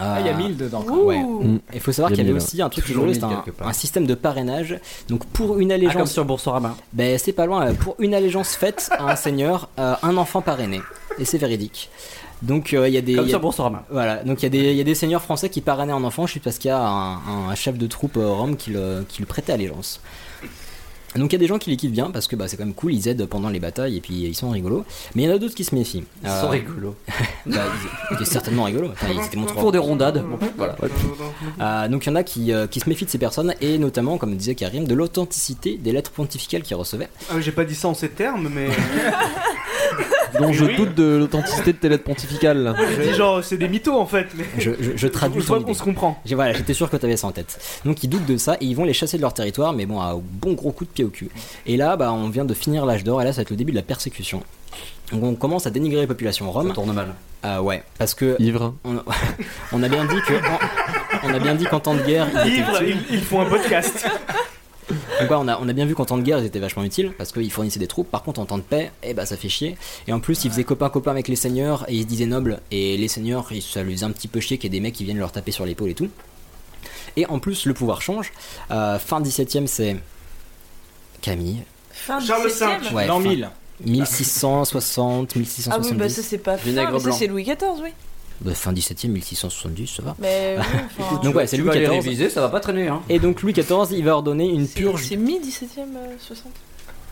A: Ah, il
I: Euh,
A: y a 1000 dedans, quoi.
I: Ouais.
A: Ouh.
I: Mm. Il faut savoir
A: Il y a
I: qu'il y avait
A: 1000,
I: aussi un truc qui
A: toujours
I: jouait,
A: 1000
I: c'était un,
A: quelque part.
I: un système de parrainage. Donc pour une allégeance.
B: Ah, comme sur
I: Boursorama. Ben c'est pas loin. euh, Pour une allégeance faite à un seigneur, euh, un enfant parrainé. Et c'est véridique. Donc euh, il y a des.
B: Comme
I: il y a-
B: sur Boursorama.
I: Voilà, donc il y, a des- il y a des seigneurs français qui parrainaient un enfant, je sais parce qu'il y a un, un chef de troupe euh, rome qui le, qui lui prêtait allégeance. Donc il y a des gens qui les quittent bien parce que bah, c'est quand même cool, ils aident pendant les batailles et puis ils sont rigolos. Mais il y en a d'autres qui se méfient. Euh,
B: Ils sont rigolos.
I: (laughs) bah, ils étaient certainement rigolos. Enfin, ils étaient monstrueux.
B: Pour des rondades. Bon, voilà.
I: Euh, donc il y en a qui, euh, qui se méfient de ces personnes et notamment, comme disait Karim, de l'authenticité des lettres pontificales qu'ils recevaient.
K: Ah oui, j'ai pas dit ça en ces termes,
I: (laughs)
K: mais.
L: dont je doute de l'authenticité de tes lettres pontificales. là.
K: Je dis genre, c'est des mythos en fait. mais-
I: Je, je- je traduis
K: Je vois
I: ton
K: qu'on
I: idée.
K: se comprend.
I: J'ai- Voilà, j'étais sûr que t'avais ça en tête. Donc ils doutent de ça et ils vont les chasser de leur territoire, mais bon, à un bon gros coup de pied au cul. Et là, bah, on vient de finir l'âge d'or et là, ça va être le début de la persécution. Donc on commence à dénigrer les populations roms. Ça tourne mal. Euh, ouais, parce que.
L: Ivre.
I: On, (laughs) on a bien dit que. On a bien dit qu'en temps de guerre. ils étaient
K: Ivre,
I: utiles.
K: ils, ils font un podcast.
I: Donc ouais, on, a, on a bien vu qu'en temps de guerre, ils étaient vachement utiles parce qu'ils fournissaient des troupes. Par contre, en temps de paix, eh ben, ça fait chier. Et en plus, ils faisaient copain-copain avec les seigneurs et ils se disaient nobles. Et les seigneurs, ils- ça les faisait un petit peu chier qu'il y ait des mecs qui viennent leur taper sur l'épaule et tout. Et en plus, le pouvoir change. Euh, fin 17ème, c'est. Camille.
A: Charles V,
I: Ouais,
A: l'an
I: fin-
A: 1000.
I: 1660, 1670.
J: bah, Ah oui, bah ça c'est pas fin,
I: Vinaigre
J: mais ça
I: blanc.
J: c'est Louis XIV, oui.
I: Bah, fin 17ème, 1670, ça va.
J: Mais oui, enfin-
I: (laughs) Donc ouais, c'est
B: Tu
I: Louis
B: vas les
I: XIV.
B: réviser, ça va pas traîner. Hein.
I: Et donc Louis XIV, il va ordonner une purge
J: C'est mi-17ème, 60.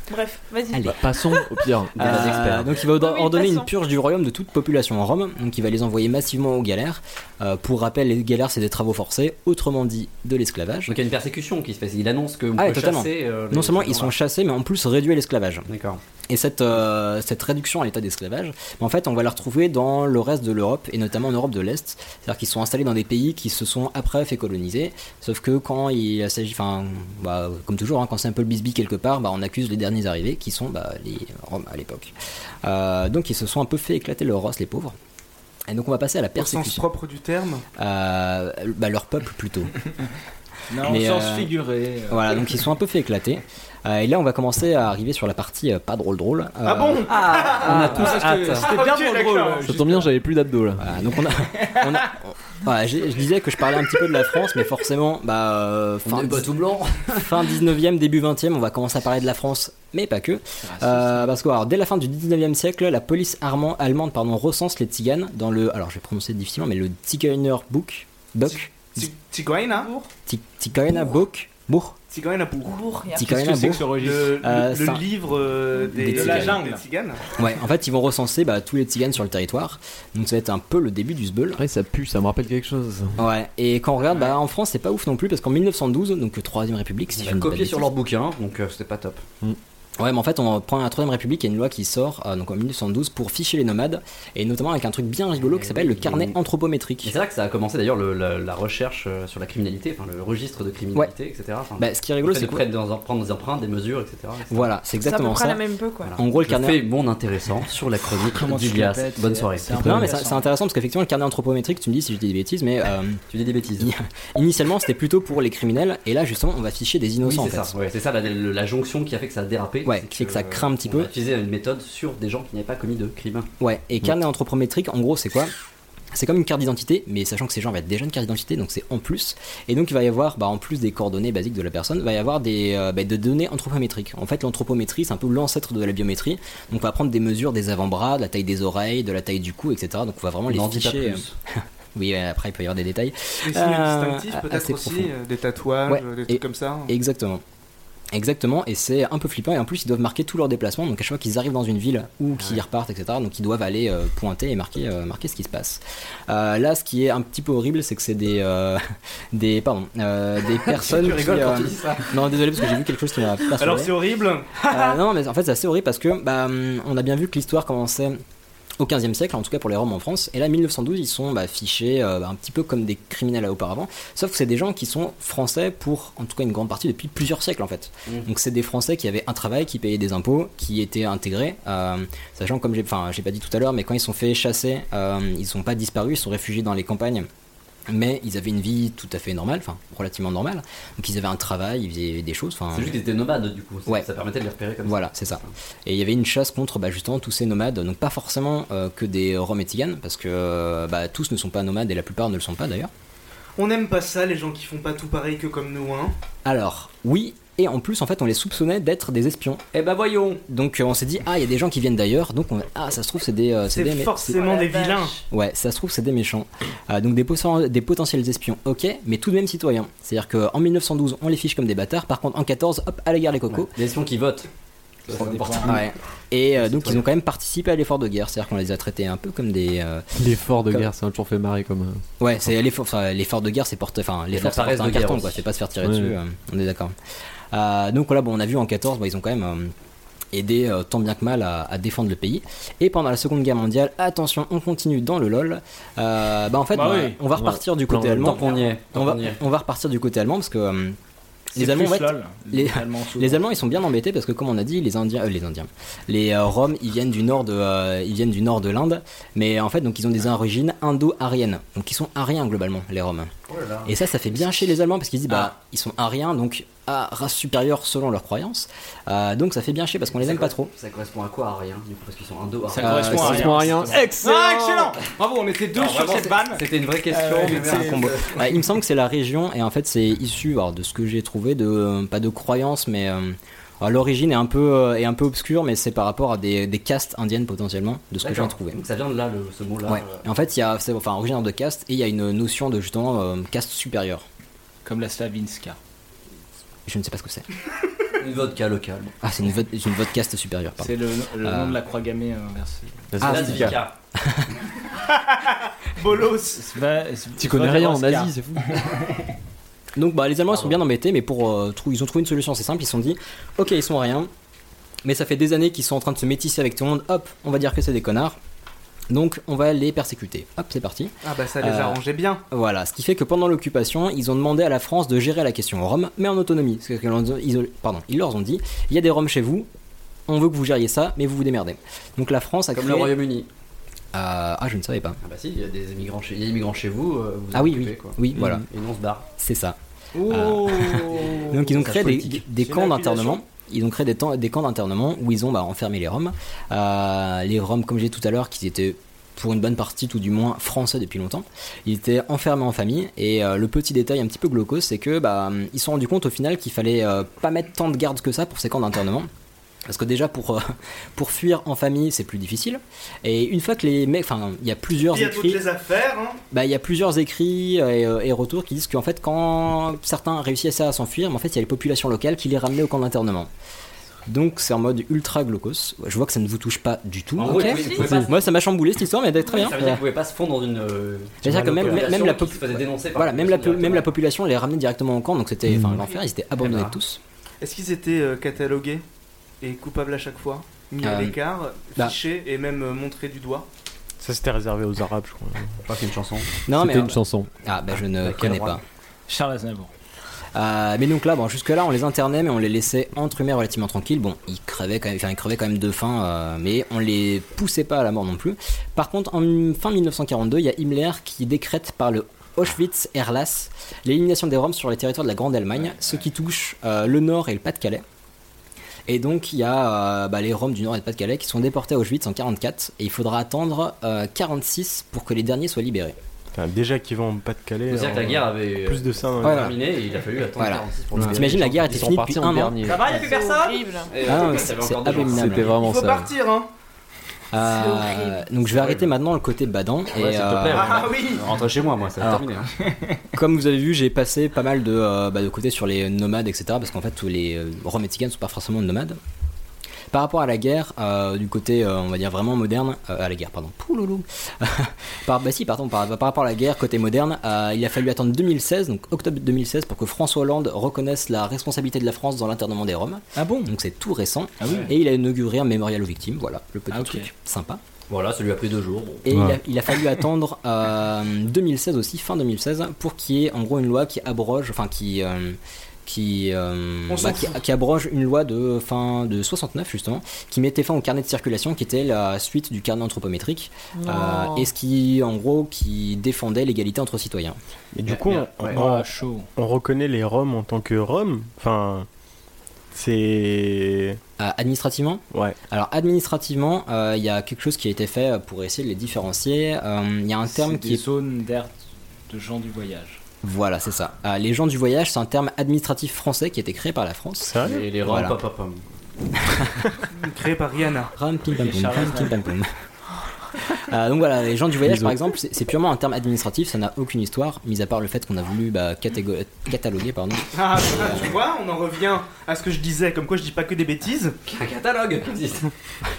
J: Bref, vas-y.
I: Allez.
L: Passons au
I: (laughs)
L: pire. des
I: Euh,
L: experts.
I: donc il va ordonner
J: Oui,
I: ordonner
J: passons.
I: une purge du royaume de toute population en Rome, donc il va les envoyer massivement aux galères. Euh, pour rappel, les galères c'est des travaux forcés, autrement dit de l'esclavage.
B: Donc il y a une persécution qui se fait. Il annonce que.
I: Ah, totalement. non seulement ils sont chassés, mais en plus réduits à l'esclavage.
B: D'accord.
I: Et cette, euh, cette réduction à l'état d'esclavage, mais en fait, on va la retrouver dans le reste de l'Europe, et notamment en Europe de l'Est. C'est-à-dire qu'ils sont installés dans des pays qui se sont après fait coloniser. Sauf que quand il s'agit, enfin, bah, comme toujours, hein, quand c'est un peu le bisbis quelque part, bah, on accuse les derniers arrivés, qui sont bah, les Roms à l'époque. Euh, donc ils se sont un peu fait éclater leur race, les pauvres. Et donc on va passer à la
K: Au sens
I: persécution.
K: propre du terme.
I: Euh, bah, leur peuple
K: (laughs)
I: plutôt.
A: Non,
I: Mais,
A: sens
I: euh,
A: figuré. euh.
I: Voilà, donc ils sont un peu fait éclater. Euh, et là, on va commencer à arriver sur la partie euh, pas drôle drôle.
K: Ah bon
I: on a tous
K: Ah, c'était-
I: hâte.
K: C'était bien
I: Ok,
K: trop drôle.
I: d'accord.
L: Ça tombe bien, j'avais plus d'abdos là.
I: Voilà, donc on a, on a- voilà, j'ai- je disais que je parlais un petit peu de la France, mais forcément, bah, euh, fin,
B: est pas tout blanc.
I: (laughs) fin 19e, début 20e, on va commencer à parler de la France, mais pas que. Euh, parce que alors, dès la fin du 19e siècle, la police armand- allemande pardon, recense les tziganes dans le, alors je vais prononcer difficilement, mais le Tziganer Book, Book,
K: Tigoina
I: Tzig- Tziganer Book, Book,
K: Tigoina pour.
I: Tigoina Qu'est-ce que c'est que ce pour. registre
K: Le,
I: Euh,
K: le
I: ça-
K: livre euh, des,
I: Des
K: de
I: tziganes.
K: des tziganes.
I: Ouais, en fait, ils vont recenser bah, tous les tziganes sur le territoire. Donc, ça va être un peu le début du Sbeul.
L: Après, ça pue, ça me rappelle quelque chose.
I: Ouais, et quand on regarde, bah, en France, c'est pas ouf non plus, parce qu'en 1912, donc 3ème République, si
B: Ils
I: je
B: ont
I: ne dis pas de
B: copié sur
I: bêtises,
B: leur bouquin, donc euh, c'était pas top.
I: Ouais, mais en fait, on prend la Troisième République, il y a une loi qui sort euh, donc en 1912 pour ficher les nomades, et notamment avec un truc bien rigolo qui s'appelle le carnet anthropométrique.
B: Et c'est là que ça a commencé d'ailleurs le- la, la recherche euh, sur la criminalité, enfin le registre de criminalité, etc. Enfin,
I: Bah, ce qui est
B: le
I: rigolo,
B: fait
I: c'est
B: de
I: que-
B: prendre des, prendre des empreintes, des mesures, etc. etc.
I: Voilà, c'est exactement ça.
B: Voilà.
I: En gros, le
B: Je
I: carnet.
B: fais mon intéressant sur la chronique
I: Comment tu
B: du Lias.
I: l'appelles,
B: Bonne
I: c'est-
B: soirée.
I: c'est un peu Non, mais ça- c'est intéressant parce qu'effectivement, le carnet anthropométrique, tu me dis si je dis des bêtises, mais. tu dis des bêtises. (laughs) Initialement, c'était plutôt pour les criminels, et là, justement, on va ficher des
B: Oui,
I: innocents.
B: c'est
I: en
B: ça.
I: fait.
B: Ouais, c'est ça la, la- la jonction qui a fait que ça a dérapé.
I: Ouais, qui fait que ça craint un petit peu.
B: On a utilisé une méthode sur des gens qui n'avaient pas commis de crime.
I: Ouais, et
B: Ouais.
I: carnet anthropométrique, en gros, c'est quoi c'est comme une carte d'identité, mais sachant que ces gens avaient déjà une carte d'identité, donc c'est en plus. Et donc il va y avoir, bah, en plus des coordonnées basiques de la personne, va y avoir des, euh, bah, des données anthropométriques. En fait, l'anthropométrie, c'est un peu l'ancêtre de la biométrie. Donc on va prendre des mesures des avant-bras, de la taille des oreilles, de la taille du cou, etc. Donc on va vraiment les
B: N'en dis pas
I: ficher.
B: plus.
I: oui, euh, (laughs) après il peut y avoir des détails.
K: Des signes
I: Euh,
K: distinctifs, peut-être
I: assez
K: aussi,
I: profonds.
K: euh, des tatouages,
I: Ouais,
K: des
I: et-
K: trucs comme ça. hein.
I: Exactement. Exactement, et c'est un peu flippant, et en plus ils doivent marquer tous leurs déplacements, donc à chaque fois qu'ils arrivent dans une ville ou qu'ils repartent, etc., donc ils doivent aller euh, pointer et marquer, euh, marquer ce qui se passe. Euh, là, ce qui est un petit peu horrible, c'est que c'est des, euh, (laughs) des, pardon, euh, des
K: (laughs)
I: personnes
K: Tu rigoles
I: qui, euh,
K: quand tu dis ça.
I: Non, désolé, parce que j'ai vu quelque chose qui m'a perturbé.
K: Alors c'est horrible
I: (laughs) Euh, non, mais en fait, c'est assez horrible parce que bah, hum, on a bien vu que l'histoire commençait au 15e siècle, en tout cas pour les Roms en France. Et là, 1912, ils sont bah, fichés euh, bah, un petit peu comme des criminels euh, auparavant. Sauf que c'est des gens qui sont français pour, en tout cas, une grande partie depuis plusieurs siècles en fait.
B: Mm.
I: Donc c'est des Français qui avaient un travail, qui payaient des impôts, qui étaient intégrés. euh, sachant, comme j'ai, enfin, j'ai pas dit tout à l'heure, mais quand ils sont fait chasser, euh, ils sont pas disparus, ils sont réfugiés dans les campagnes. Mais ils avaient une vie tout à fait normale, enfin relativement normale. Donc ils avaient un travail, ils faisaient des choses. enfin-
B: C'est juste qu'ils étaient nomades du coup. Ça-
I: Ouais.
B: Ça permettait de les repérer comme
I: voilà, c'est ça. Et il y avait une chasse contre bah, justement tous ces nomades, donc pas forcément euh, que des Roms et Tziganes, parce que euh, bah, tous ne sont pas nomades et la plupart ne le sont pas d'ailleurs.
K: On n'aime pas ça, les gens qui font pas tout pareil que comme nous, hein.
I: Alors, oui, et en plus, en fait, on les soupçonnait d'être des espions.
B: Eh ben voyons
I: Donc euh, on s'est dit, ah, il y a des gens qui viennent d'ailleurs, donc on- ah, ça se trouve, c'est des. euh,
K: C'est
I: des mé-
K: forcément des vilains.
I: Ouais, ça se trouve, c'est des méchants. Euh, donc des, poten- des potentiels espions, ok, mais tout de même citoyens. C'est-à-dire qu'en 1912, on les fiche comme des bâtards, par contre en 14, hop, à la guerre les
B: ça.
I: cocos.
B: Ouais. Des espions qui votent. Ça, c'est important.
I: Ouais. Et euh, donc ils ont quand même participé à l'effort de guerre, c'est-à-dire qu'on les a traités un peu comme des. euh,
L: L'effort de
I: Comme-
L: guerre, ça m'a toujours fait marrer comme. euh,
I: Ouais, c'est l'effort, enfin, l'effort de guerre, c'est porter, enfin, l'effort,
L: la
I: c'est
L: paresse
I: porter un
L: de guerre
I: carton,
L: aussi.
I: quoi. C'est pas se faire tirer
L: Ouais.
I: dessus. euh, on est d'accord. Euh, donc voilà, bon, on a vu en 14, bon, ils ont quand même euh, aidé euh, tant bien que mal à, à défendre le pays. Et pendant la Seconde Guerre mondiale, attention, on continue dans le lol. Euh, bah en fait,
B: Bah
I: bah,
B: oui.
I: on va repartir
B: Ouais.
I: du côté
B: Tant-
I: allemand.
B: tant qu'on y est, tant
I: on va,
B: qu'on y est.
I: on va repartir du côté allemand parce que. euh,
A: C'est
I: les Allemands,
A: plus
I: en fait,
A: lol,
I: les,
A: les Allemands, souvent.
I: les Allemands, ils sont bien embêtés parce que, comme on a dit, les Indiens, euh, les Indiens, les euh, Roms, ils viennent du nord de, euh, ils viennent du nord de l'Inde, mais en fait, donc ils ont des origines indo-ariennes, donc ils sont ariens globalement, les Roms.
B: Oh
I: Et ça, ça fait bien chez les Allemands parce qu'ils disent,
B: Ah.
I: bah, ils sont ariens, donc à race supérieure selon leurs croyances, Euh, donc ça fait bien chier parce qu'on les aime pas trop.
B: Ça correspond à quoi à rien du coup parce qu'ils sont indo
I: Euh, Ça correspond à rien.
A: Excellent ah, excellent Bravo, on était deux
B: Alors,
A: sur
B: vraiment,
A: cette vanne.
B: C'était une vraie question.
A: Euh,
B: mais
A: c'est-
B: c'est un
A: (laughs)
B: combo.
I: Ouais, Bah, il me semble que c'est la région et en fait c'est issu alors, de ce que j'ai trouvé de euh, pas de croyance mais euh, alors, l'origine est un peu euh, est un peu obscure mais c'est par rapport à des, des castes indiennes potentiellement de ce que j'ai
B: D'accord.
I: trouvé.
B: Donc ça vient de là, le- ce mot-là.
I: Ouais.
B: euh,
I: Et en fait il y a c'est enfin originaire de caste et il y a une notion de justement euh, caste supérieure.
A: Comme la Slavinska.
I: Je ne sais pas ce que c'est.
B: Une vodka locale.
I: Ah c'est une vote une vote caste supérieure. pardon.
A: C'est le, le
I: Euh,
A: nom de la croix gammée euh, inversée.
I: Ah, Svastika.
B: Svastika.
A: Bolos
L: Tu connais rien en Asie, c'est fou.
I: Donc bah, les Allemands ils sont bien embêtés, mais pour euh, trou- ils ont trouvé une solution assez simple. Ils se sont dit, ok, ils sont rien, mais ça fait des années qu'ils sont en train de se métisser avec tout le monde. Hop, on va dire que c'est des connards. Donc on va les persécuter. Hop, c'est parti.
K: Ah bah ça les
I: Euh,
K: arrangeait bien.
I: Voilà, ce qui fait que pendant l'occupation, ils ont demandé à la France de gérer la question aux Roms, mais en autonomie. Parce que, ils, ont- pardon, ils leur ont dit, il y a des Roms chez vous, on veut que vous gériez ça, mais vous vous démerdez. Donc la France a
B: Comme
I: créé...
B: le Royaume-Uni.
I: Euh, ah, je ne savais pas.
B: Ah bah si, il y a des immigrants chez, il y a des immigrants chez vous. euh, vous
I: Ah oui,
B: occupez,
I: oui.
B: quoi. Mmh.
I: Oui, voilà.
B: Et non, on se barre.
I: C'est ça.
B: Oh.
I: Euh, (laughs) Donc ils ont
B: Ça,
I: créé des,
B: politique.
I: des
B: C'est
I: camps
B: une
I: d'internement. Ils ont créé des, temps- des camps d'internement où ils ont bah, enfermé les Roms. Euh, les Roms, comme j'ai dit tout à l'heure, qui étaient pour une bonne partie, tout du moins, français depuis longtemps. Ils étaient enfermés en famille. Et euh, le petit détail un petit peu glauque, c'est que bah, ils se sont rendus compte au final qu'il fallait euh, pas mettre tant de gardes que ça pour ces camps d'internement. Parce que déjà pour, euh, (laughs) pour fuir en famille c'est plus difficile. Et une fois que les mecs, enfin il y a plusieurs
K: Il y a toutes
I: écrits,
K: les affaires, hein.
I: bah, il y a plusieurs écrits euh, et, euh, et retours qui disent qu'en fait, quand certains réussissaient à s'enfuir, mais en fait, il y a les populations locales qui les ramenaient au camp d'internement. Donc, c'est en mode ultra glaucos. Je vois que ça ne vous touche pas du tout.
B: En gros,
I: ok
B: oui, vous pouvez pas-
I: Moi, ça m'a chamboulé cette histoire, mais très bien.
B: Ça veut dire qu'ils pouvaient pas se fondre dans une. euh,
I: C'est-à-dire que même, même,
B: population
I: même la,
B: qui
I: pop-
B: se faisait dénoncer par
I: voilà, même, la, po-
B: population
I: même la population
B: Mm.
I: les ramenait directement au camp, donc c'était enfin, l'enfer, ils étaient abandonnés
K: Eh ben.
I: tous.
K: Est-ce qu'ils étaient euh, catalogués et coupable à chaque fois, mis
C: Ah
B: Euh,
K: à
C: oui.
K: l'écart,
C: Bah.
K: fiché et même euh, montré du doigt.
C: Ça, c'était réservé aux Arabes, je crois. Je
B: crois que c'est une chanson.
I: Non, mais-
L: C'était une chanson.
I: Ah, bah je ne
L: Bah,
I: connais
L: Cameron.
I: pas. Charles Aznavour. mais donc là, bon, jusque-là, on les internait, mais on les laissait entre humains relativement tranquilles. Bon, ils crevaient quand même, enfin, ils crevaient quand même de faim, euh, mais on les poussait pas à la mort non plus. Par contre, en fin 1942, il y a Himmler qui décrète par le Auschwitz-Erlass l'élimination des Roms sur les territoires de la Grande Allemagne, ce qui touche euh, le Nord et le Pas-de-Calais. Et donc, il y a euh, bah, les Roms du Nord et de Pas-de-Calais qui sont déportés à Auschwitz en 44 et il faudra attendre euh, 46 pour que les derniers soient libérés.
C: déjà qu'ils vont pas de calais.
B: C'est-à-dire que la guerre avait
C: Plus de ça. hein.
B: Voilà. terminé et il a fallu attendre
I: Voilà.
B: 46 pour le
I: T'imagines, la guerre était
B: Ils sont
I: finie
B: partis
I: depuis
B: en
I: un an.
B: dernier.
K: y a plus personne
I: Ah non, c'est- c'est abominable.
L: C'était vraiment
K: Faut
L: ça.
K: partir, hein
I: Euh,
K: C'est
I: donc je vais arrêter maintenant le côté badant et
B: Ouais, s'il te plaît,
I: euh,
B: Ah
K: ouais. oui
B: Rentre chez moi, hein. moi, ça va
I: Alors,
B: terminer.
I: (laughs) comme vous avez vu, j'ai passé pas mal de, euh, bah, de côté sur les nomades, etc. Parce qu'en fait, tous les euh, Roms et Tziganes ne sont pas forcément nomades. Par rapport à la guerre, euh, du côté, euh, on va dire, vraiment moderne, euh, à la guerre, pardon, pouloulou. par, bah si, pardon, par, par rapport à la guerre, côté moderne, euh, il a fallu attendre 2016, donc octobre 2016, pour que François Hollande reconnaisse la responsabilité de la France dans l'internement des Roms. Ah bon Donc c'est tout récent.
A: Ah oui.
I: Et il a inauguré un mémorial aux victimes, voilà, le petit truc sympa.
B: Voilà, ça lui a pris deux jours. bon.
I: Et il, a, il a fallu attendre euh, 2016 aussi, fin 2016, pour qu'il y ait en gros une loi qui abroge, enfin qui euh, qui, euh,
B: On s'en
I: bah, qui, qui abroge une loi de fin de 69 justement, qui mettait fin au carnet de circulation, qui était la suite du carnet anthropométrique,
B: Non.
I: euh, et ce qui en gros qui défendait l'égalité entre citoyens.
C: Et du coup, on, on- on reconnaît les Roms en tant que Roms. Enfin, c'est.
I: Euh, administrativement
C: Ouais.
I: Alors administrativement, euh, il y a quelque chose qui a été fait euh, pour essayer de les différencier. Euh, Il y a un terme
A: C'est
I: qui
A: des
I: est
A: zones d'air de gens du voyage.
I: Voilà, c'est ça. Euh, les gens du voyage, c'est un terme administratif français qui a été créé par la France.
C: Sérieux
B: Et les Roms,
I: Voilà. (laughs)
B: papapam.
K: Créé par Rihanna.
I: Ram, pim, pam,
K: Et
I: poum,
K: Charles
I: ram, pim, pam, poum. Euh, donc voilà, les gens du voyage par exemple, c'est c'est purement un terme administratif, ça n'a aucune histoire, mis à part le fait qu'on a voulu bah, catégo- cataloguer. Pardon. Euh,
K: Ah, tu vois, on en revient à ce que je disais, comme quoi je dis pas que des bêtises.
B: Un
A: (laughs)
B: catalogue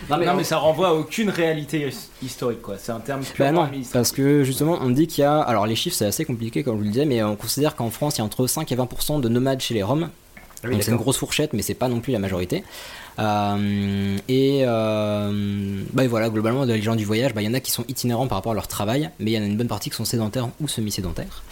A: Non mais, ça renvoie à aucune réalité his- historique quoi. C'est un terme
I: Bah
A: purement
I: non,
A: administratif.
I: parce que justement on dit qu'il y a. Alors les chiffres c'est assez compliqué comme je vous le disais, mais on considère qu'en France il y a entre 5 et 20% de nomades chez les Roms.
B: Ah oui,
I: Donc c'est une
B: d'accord.
I: grosse fourchette, mais c'est pas non plus la majorité. Euh, et, euh, bah, et voilà, globalement, dans les gens du voyage, bah, il y en a qui sont itinérants par rapport à leur travail, mais il y en a une bonne partie qui sont sédentaires ou semi-sédentaires.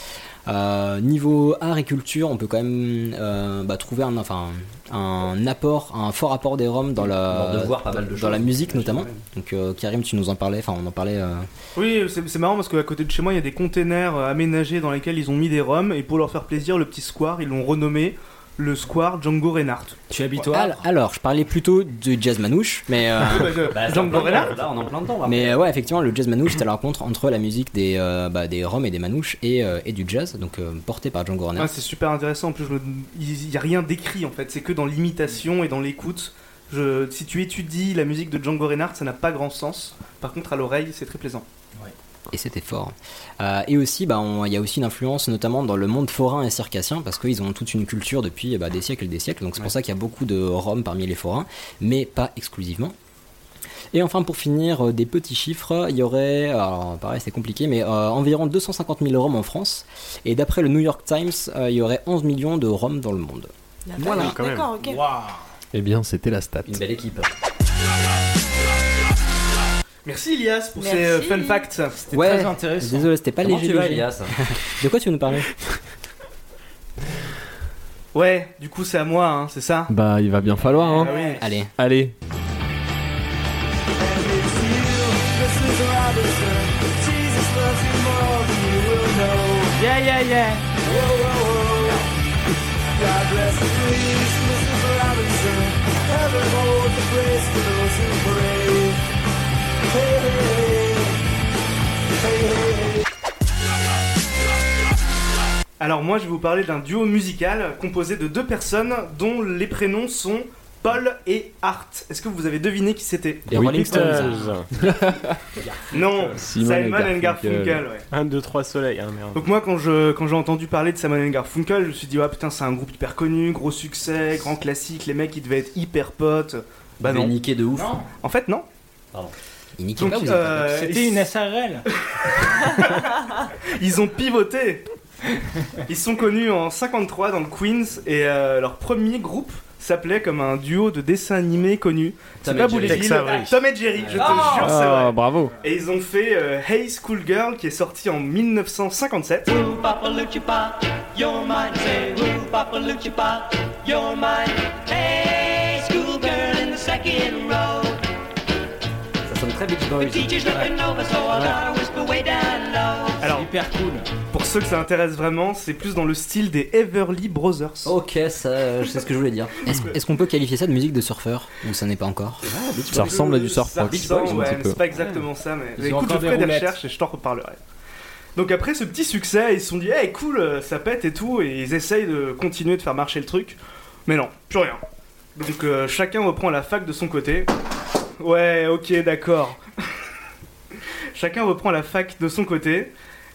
I: Euh, niveau art et culture, on peut quand même euh, bah, trouver un, enfin, un apport, un fort apport des Roms dans la,
B: On en voit pas mal de
I: dans
B: choses,
I: la musique
B: j'imagine,
I: notamment.
B: ouais.
I: Donc euh, Karim, tu nous en parlais, enfin on en parlait. euh,
K: Oui, c'est c'est marrant parce qu'à côté de chez moi, il y a des containers euh, aménagés dans lesquels ils ont mis des roms et pour leur faire plaisir, le petit square, ils l'ont renommé le square Django Reinhardt.
A: Tu habites
I: Al- Alors, je parlais plutôt du jazz manouche, mais. euh,
B: Bah, c'est en
K: Ah, Django
B: plein
K: Reinhardt
B: temps, Là, on est en plein dedans. là.
I: Mais euh, ouais, effectivement, le jazz manouche, c'est la rencontre entre la musique des, euh, bah, des Roms et des Manouches et, euh, et du jazz, donc euh, porté par Django Reinhardt.
K: Ah, c'est super intéressant. En plus, je me- il n'y a rien d'écrit en fait. C'est que dans l'imitation et dans l'écoute. Je... Si tu étudies la musique de Django Reinhardt, ça n'a pas grand sens. Par contre, à l'oreille, c'est très plaisant.
I: Et c'était fort. Euh, et aussi, bah, on- il y a aussi une influence notamment dans le monde forain et circassien, parce qu'ils ont toute une culture depuis eh bah, des siècles et des siècles, donc c'est pour ça qu'il y a beaucoup de Roms parmi les forains, mais pas exclusivement. Et enfin, pour finir, euh, des petits chiffres, il y aurait, alors pareil, c'est compliqué, mais euh, environ 250 000 Roms en France, et d'après le New York Times, euh, il y aurait 11 millions de Roms dans le monde.
K: Ah,
J: Voilà, d'accord, ok.
L: Eh bien, c'était la stat.
B: Une belle équipe.
K: Merci Elias pour
A: Merci.
K: ces euh, fun facts. C'était
I: Ouais,
K: très intéressant.
I: Désolé, c'était pas
B: Comment
I: léger.
B: tu vas,
I: léger.
B: Elias
I: (laughs) De quoi tu veux nous parler
K: Ouais, du coup, c'est à moi, hein, c'est ça
L: Bah, il va bien falloir, hein.
K: Ah oui.
I: Allez.
L: Allez.
K: Yeah, yeah, yeah. Alors moi, je vais vous parler d'un duo musical composé de deux personnes dont les prénoms sont Paul et Art. Est-ce que vous avez deviné qui c'était
C: Les Oui, Rolling Stones.
K: (laughs) Non, Simon and Garfunkel, ouais.
C: 1, 2, 3 soleil. Ah merde.
K: Donc moi quand je quand j'ai entendu parler de Simon Garfunkel, je me suis dit ouais putain c'est un groupe hyper connu, gros succès, grand classique, les mecs ils devaient être hyper potes. Bah
B: Il
K: non.
B: niqué de ouf.
K: En fait non.
B: (laughs) Pardon.
I: Il
K: niquait Donc, pas, vous avez pas euh, compris.
A: C'était une SRL.
K: Ils ont pivoté. Ils sont connus en 53 dans le Queens et euh, leur premier groupe s'appelait comme un duo de dessins animés connus. C'est
C: Tom
K: pas
C: et Jerry.
K: Boulet
C: Tex Avery.
K: Tom et Jerry, je te
C: Ah.
K: jure, c'est
C: Ah,
K: vrai.
C: bravo.
K: Et ils ont fait euh, Hey School Girl qui est sorti en 1957.
N: Papa, you're mine. Say, woo, Papa, Luchipa, you're mine. Hey, schoolgirl in the second row.
B: Ça sonne très Beach
N: The
B: Boys.
N: teacher's looking over, so I gotta whisper way down low.
K: Alors, hyper cool. Pour ceux que ça intéresse vraiment, c'est plus dans le style des Everly Brothers.
B: Ok, ça, euh, je sais ce que je voulais dire.
I: Est-ce est-ce qu'on peut qualifier ça de musique de surfeur Ou ça n'est pas encore
B: Ah,
A: Ah,
K: Ça ressemble à du surf Ça rock. ressemble, ouais, mais c'est pas exactement ça, mais,
I: Ils
K: mais
I: ont
K: écoute,
I: encore
K: je
I: des
K: ferai des
I: roulettes.
K: recherches et je t'en reparlerai. Donc après ce petit succès, ils se sont dit, hey cool, euh, ça pète et tout, et ils essayent de continuer de faire marcher le truc, mais non, plus rien. Donc euh, chacun reprend la fac de son côté. Ouais, ok, d'accord. (laughs) chacun reprend la fac de son côté,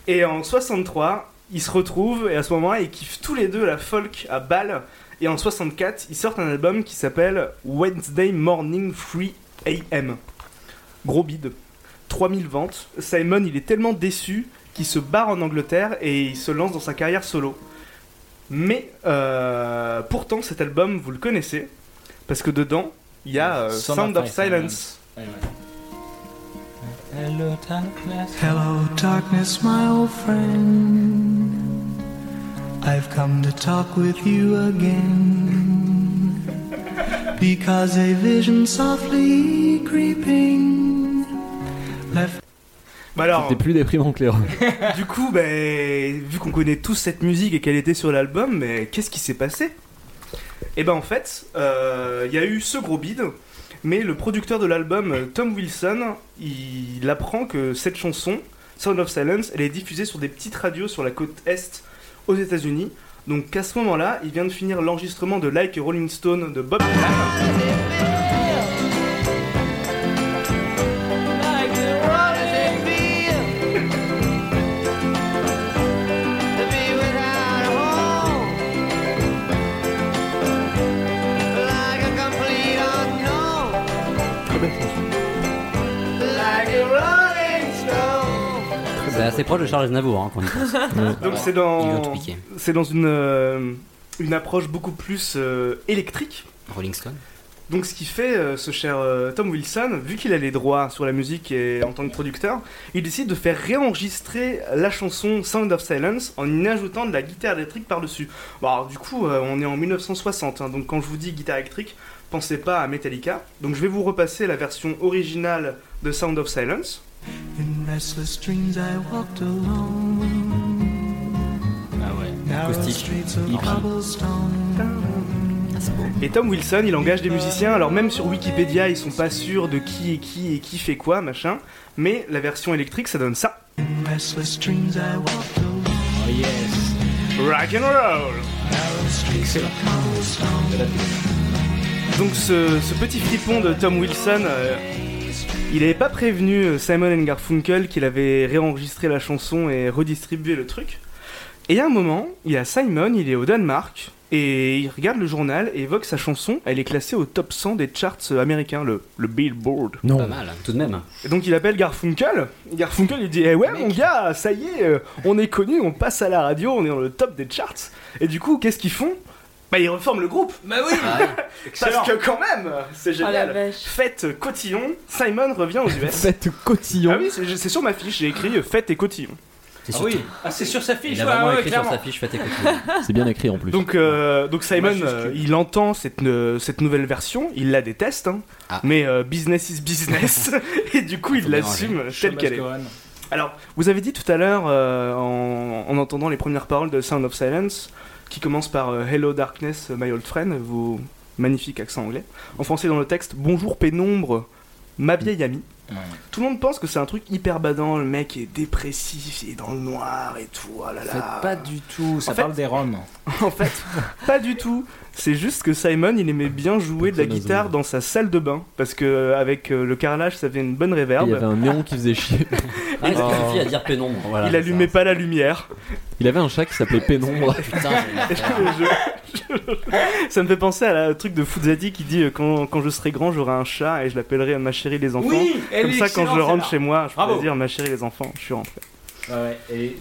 K: et en 63, ils se retrouvent, et à ce moment-là, ils kiffent tous les deux la folk à Bâle, et en 64, ils sortent un album qui s'appelle Wednesday Morning 3 AM. Gros bide. 3000 ventes. Simon, il est tellement déçu qu'il se barre en Angleterre et il se lance dans sa carrière solo. Mais euh, pourtant, cet album, vous le connaissez, parce que dedans, il y a euh, Sound of Silence.
N: Hello, darkness.
M: Hello, darkness, my old friend. I've come to talk with you again. Because a vision softly creeping left.
K: Bah alors,
L: C'était plus déprimant que les rois.
K: du coup, bah, vu qu'on connaît tous cette musique et qu'elle était sur l'album, mais qu'est-ce qui s'est passé Et ben en fait, euh, il y a eu ce gros bide, mais le producteur de l'album, euh, Tom Wilson, il apprend que cette chanson, Sound of Silence, elle est diffusée sur des petites radios sur la côte est aux États-Unis. Donc à ce moment-là, il vient de finir l'enregistrement de Like a Rolling Stone de Bob Dylan.
B: C'est assez proche de Charles Aznavour hein, quand on y pense.
K: Donc c'est
B: Il
K: dans,
B: veut tout piquer.
K: c'est dans une, euh, une approche beaucoup plus euh, électrique.
I: Rolling Stone
K: Donc ce qui fait euh, ce cher euh, Tom Wilson, vu qu'il a les droits sur la musique et en tant que producteur, il décide de faire réenregistrer la chanson Sound of Silence en y ajoutant de la guitare électrique par-dessus. Bon, alors, du coup, euh, on est en 1960, hein, donc quand je vous dis guitare électrique, pensez pas à Metallica. Donc je vais vous repasser la version originale de Sound of Silence.
M: In restless dreams, I walked alone.
A: Ah ouais,
M: Narrow streets of cobblestone.
K: Et Tom Wilson, il engage des musiciens, alors même sur Wikipédia, ils sont pas sûrs de qui est qui et qui fait quoi, machin, mais la version électrique, ça donne ça.
M: In restless dreams, I walked alone.
A: Oh yes.
K: Rock and roll. Donc ce, ce petit fripon de Tom Wilson, euh, il n'avait pas prévenu euh, Simon and Garfunkel qu'il avait réenregistré la chanson et redistribué le truc. Et à un moment, il y a Simon, il est au Danemark, et il regarde le journal et voit que sa chanson, elle est classée au top 100 des charts euh, américains, le, le Billboard.
L: Non.
B: Pas mal, hein. tout de même.
K: Et donc il appelle Garfunkel. Garfunkel il dit Eh ouais, mon gars, ça y est, euh, on est connu, on passe à la radio, on est dans le top des charts. Et du coup, qu'est-ce qu'ils font Bah, ils reforment le groupe. Bah oui
B: Ah
N: excellent.
K: Parce que quand même, c'est
N: Ah, la
K: génial. Fête Cotillon, Simon revient aux US.
L: Fête Cotillon
K: Ah oui, c'est c'est sur ma fiche, j'ai écrit euh, Fête et Cotillon.
B: C'est sur- oui.
A: Ah, c'est sur sa fiche,
B: Il a
A: ouais,
B: vraiment
A: ouais,
B: écrit sur
A: clairement.
B: sa fiche
K: (laughs)
B: Faites écouter.
L: C'est bien écrit en plus.
K: Donc, euh, donc Simon, euh, il entend cette, ne- cette nouvelle version, il la déteste, hein,
B: Ah.
K: mais euh, business is
B: (laughs)
K: business, (laughs) et du coup il
A: Faut
K: l'assume
A: mélanger.
K: telle qu'elle est.
A: Chômage
K: Alors, vous avez dit tout à l'heure, euh, en, en entendant les premières paroles de Sound of Silence, qui commence par euh, Hello Darkness, my old friend, vos magnifique accent anglais. En français, dans le texte, Bonjour pénombre, ma vieille amie. Tout le monde pense que c'est un truc hyper badant, le mec est dépressif, il est dans le noir et tout, oh là là.
A: Faites pas du tout, ça
K: En fait-
A: parle
K: (laughs)
A: des Roms.
K: Pas du tout. C'est juste que Simon, il aimait bien jouer de la guitare dans sa salle de bain parce que euh, avec euh, le carrelage, ça faisait une bonne réverb.
L: Il y avait un néon qui faisait
A: (laughs)
L: chier.
B: Ah, il
L: Oh.
B: suffit à dire pénombre. Voilà,
K: il allumait pas la lumière.
L: Il avait un chat qui s'appelait
A: (laughs)
L: Pénombre.
K: Ça me fait penser à la- au truc de Fuzadi qui dit euh, quand, quand je serai grand, j'aurai un chat et je l'appellerai ma chérie les enfants.
A: Oui, elle
K: Comme
A: est
K: ça, quand je
A: excellente,
K: rentre
A: celle-là.
K: chez moi, je pourrais
A: Bravo.
K: dire ma chérie les enfants, je suis rentré. Ouais, et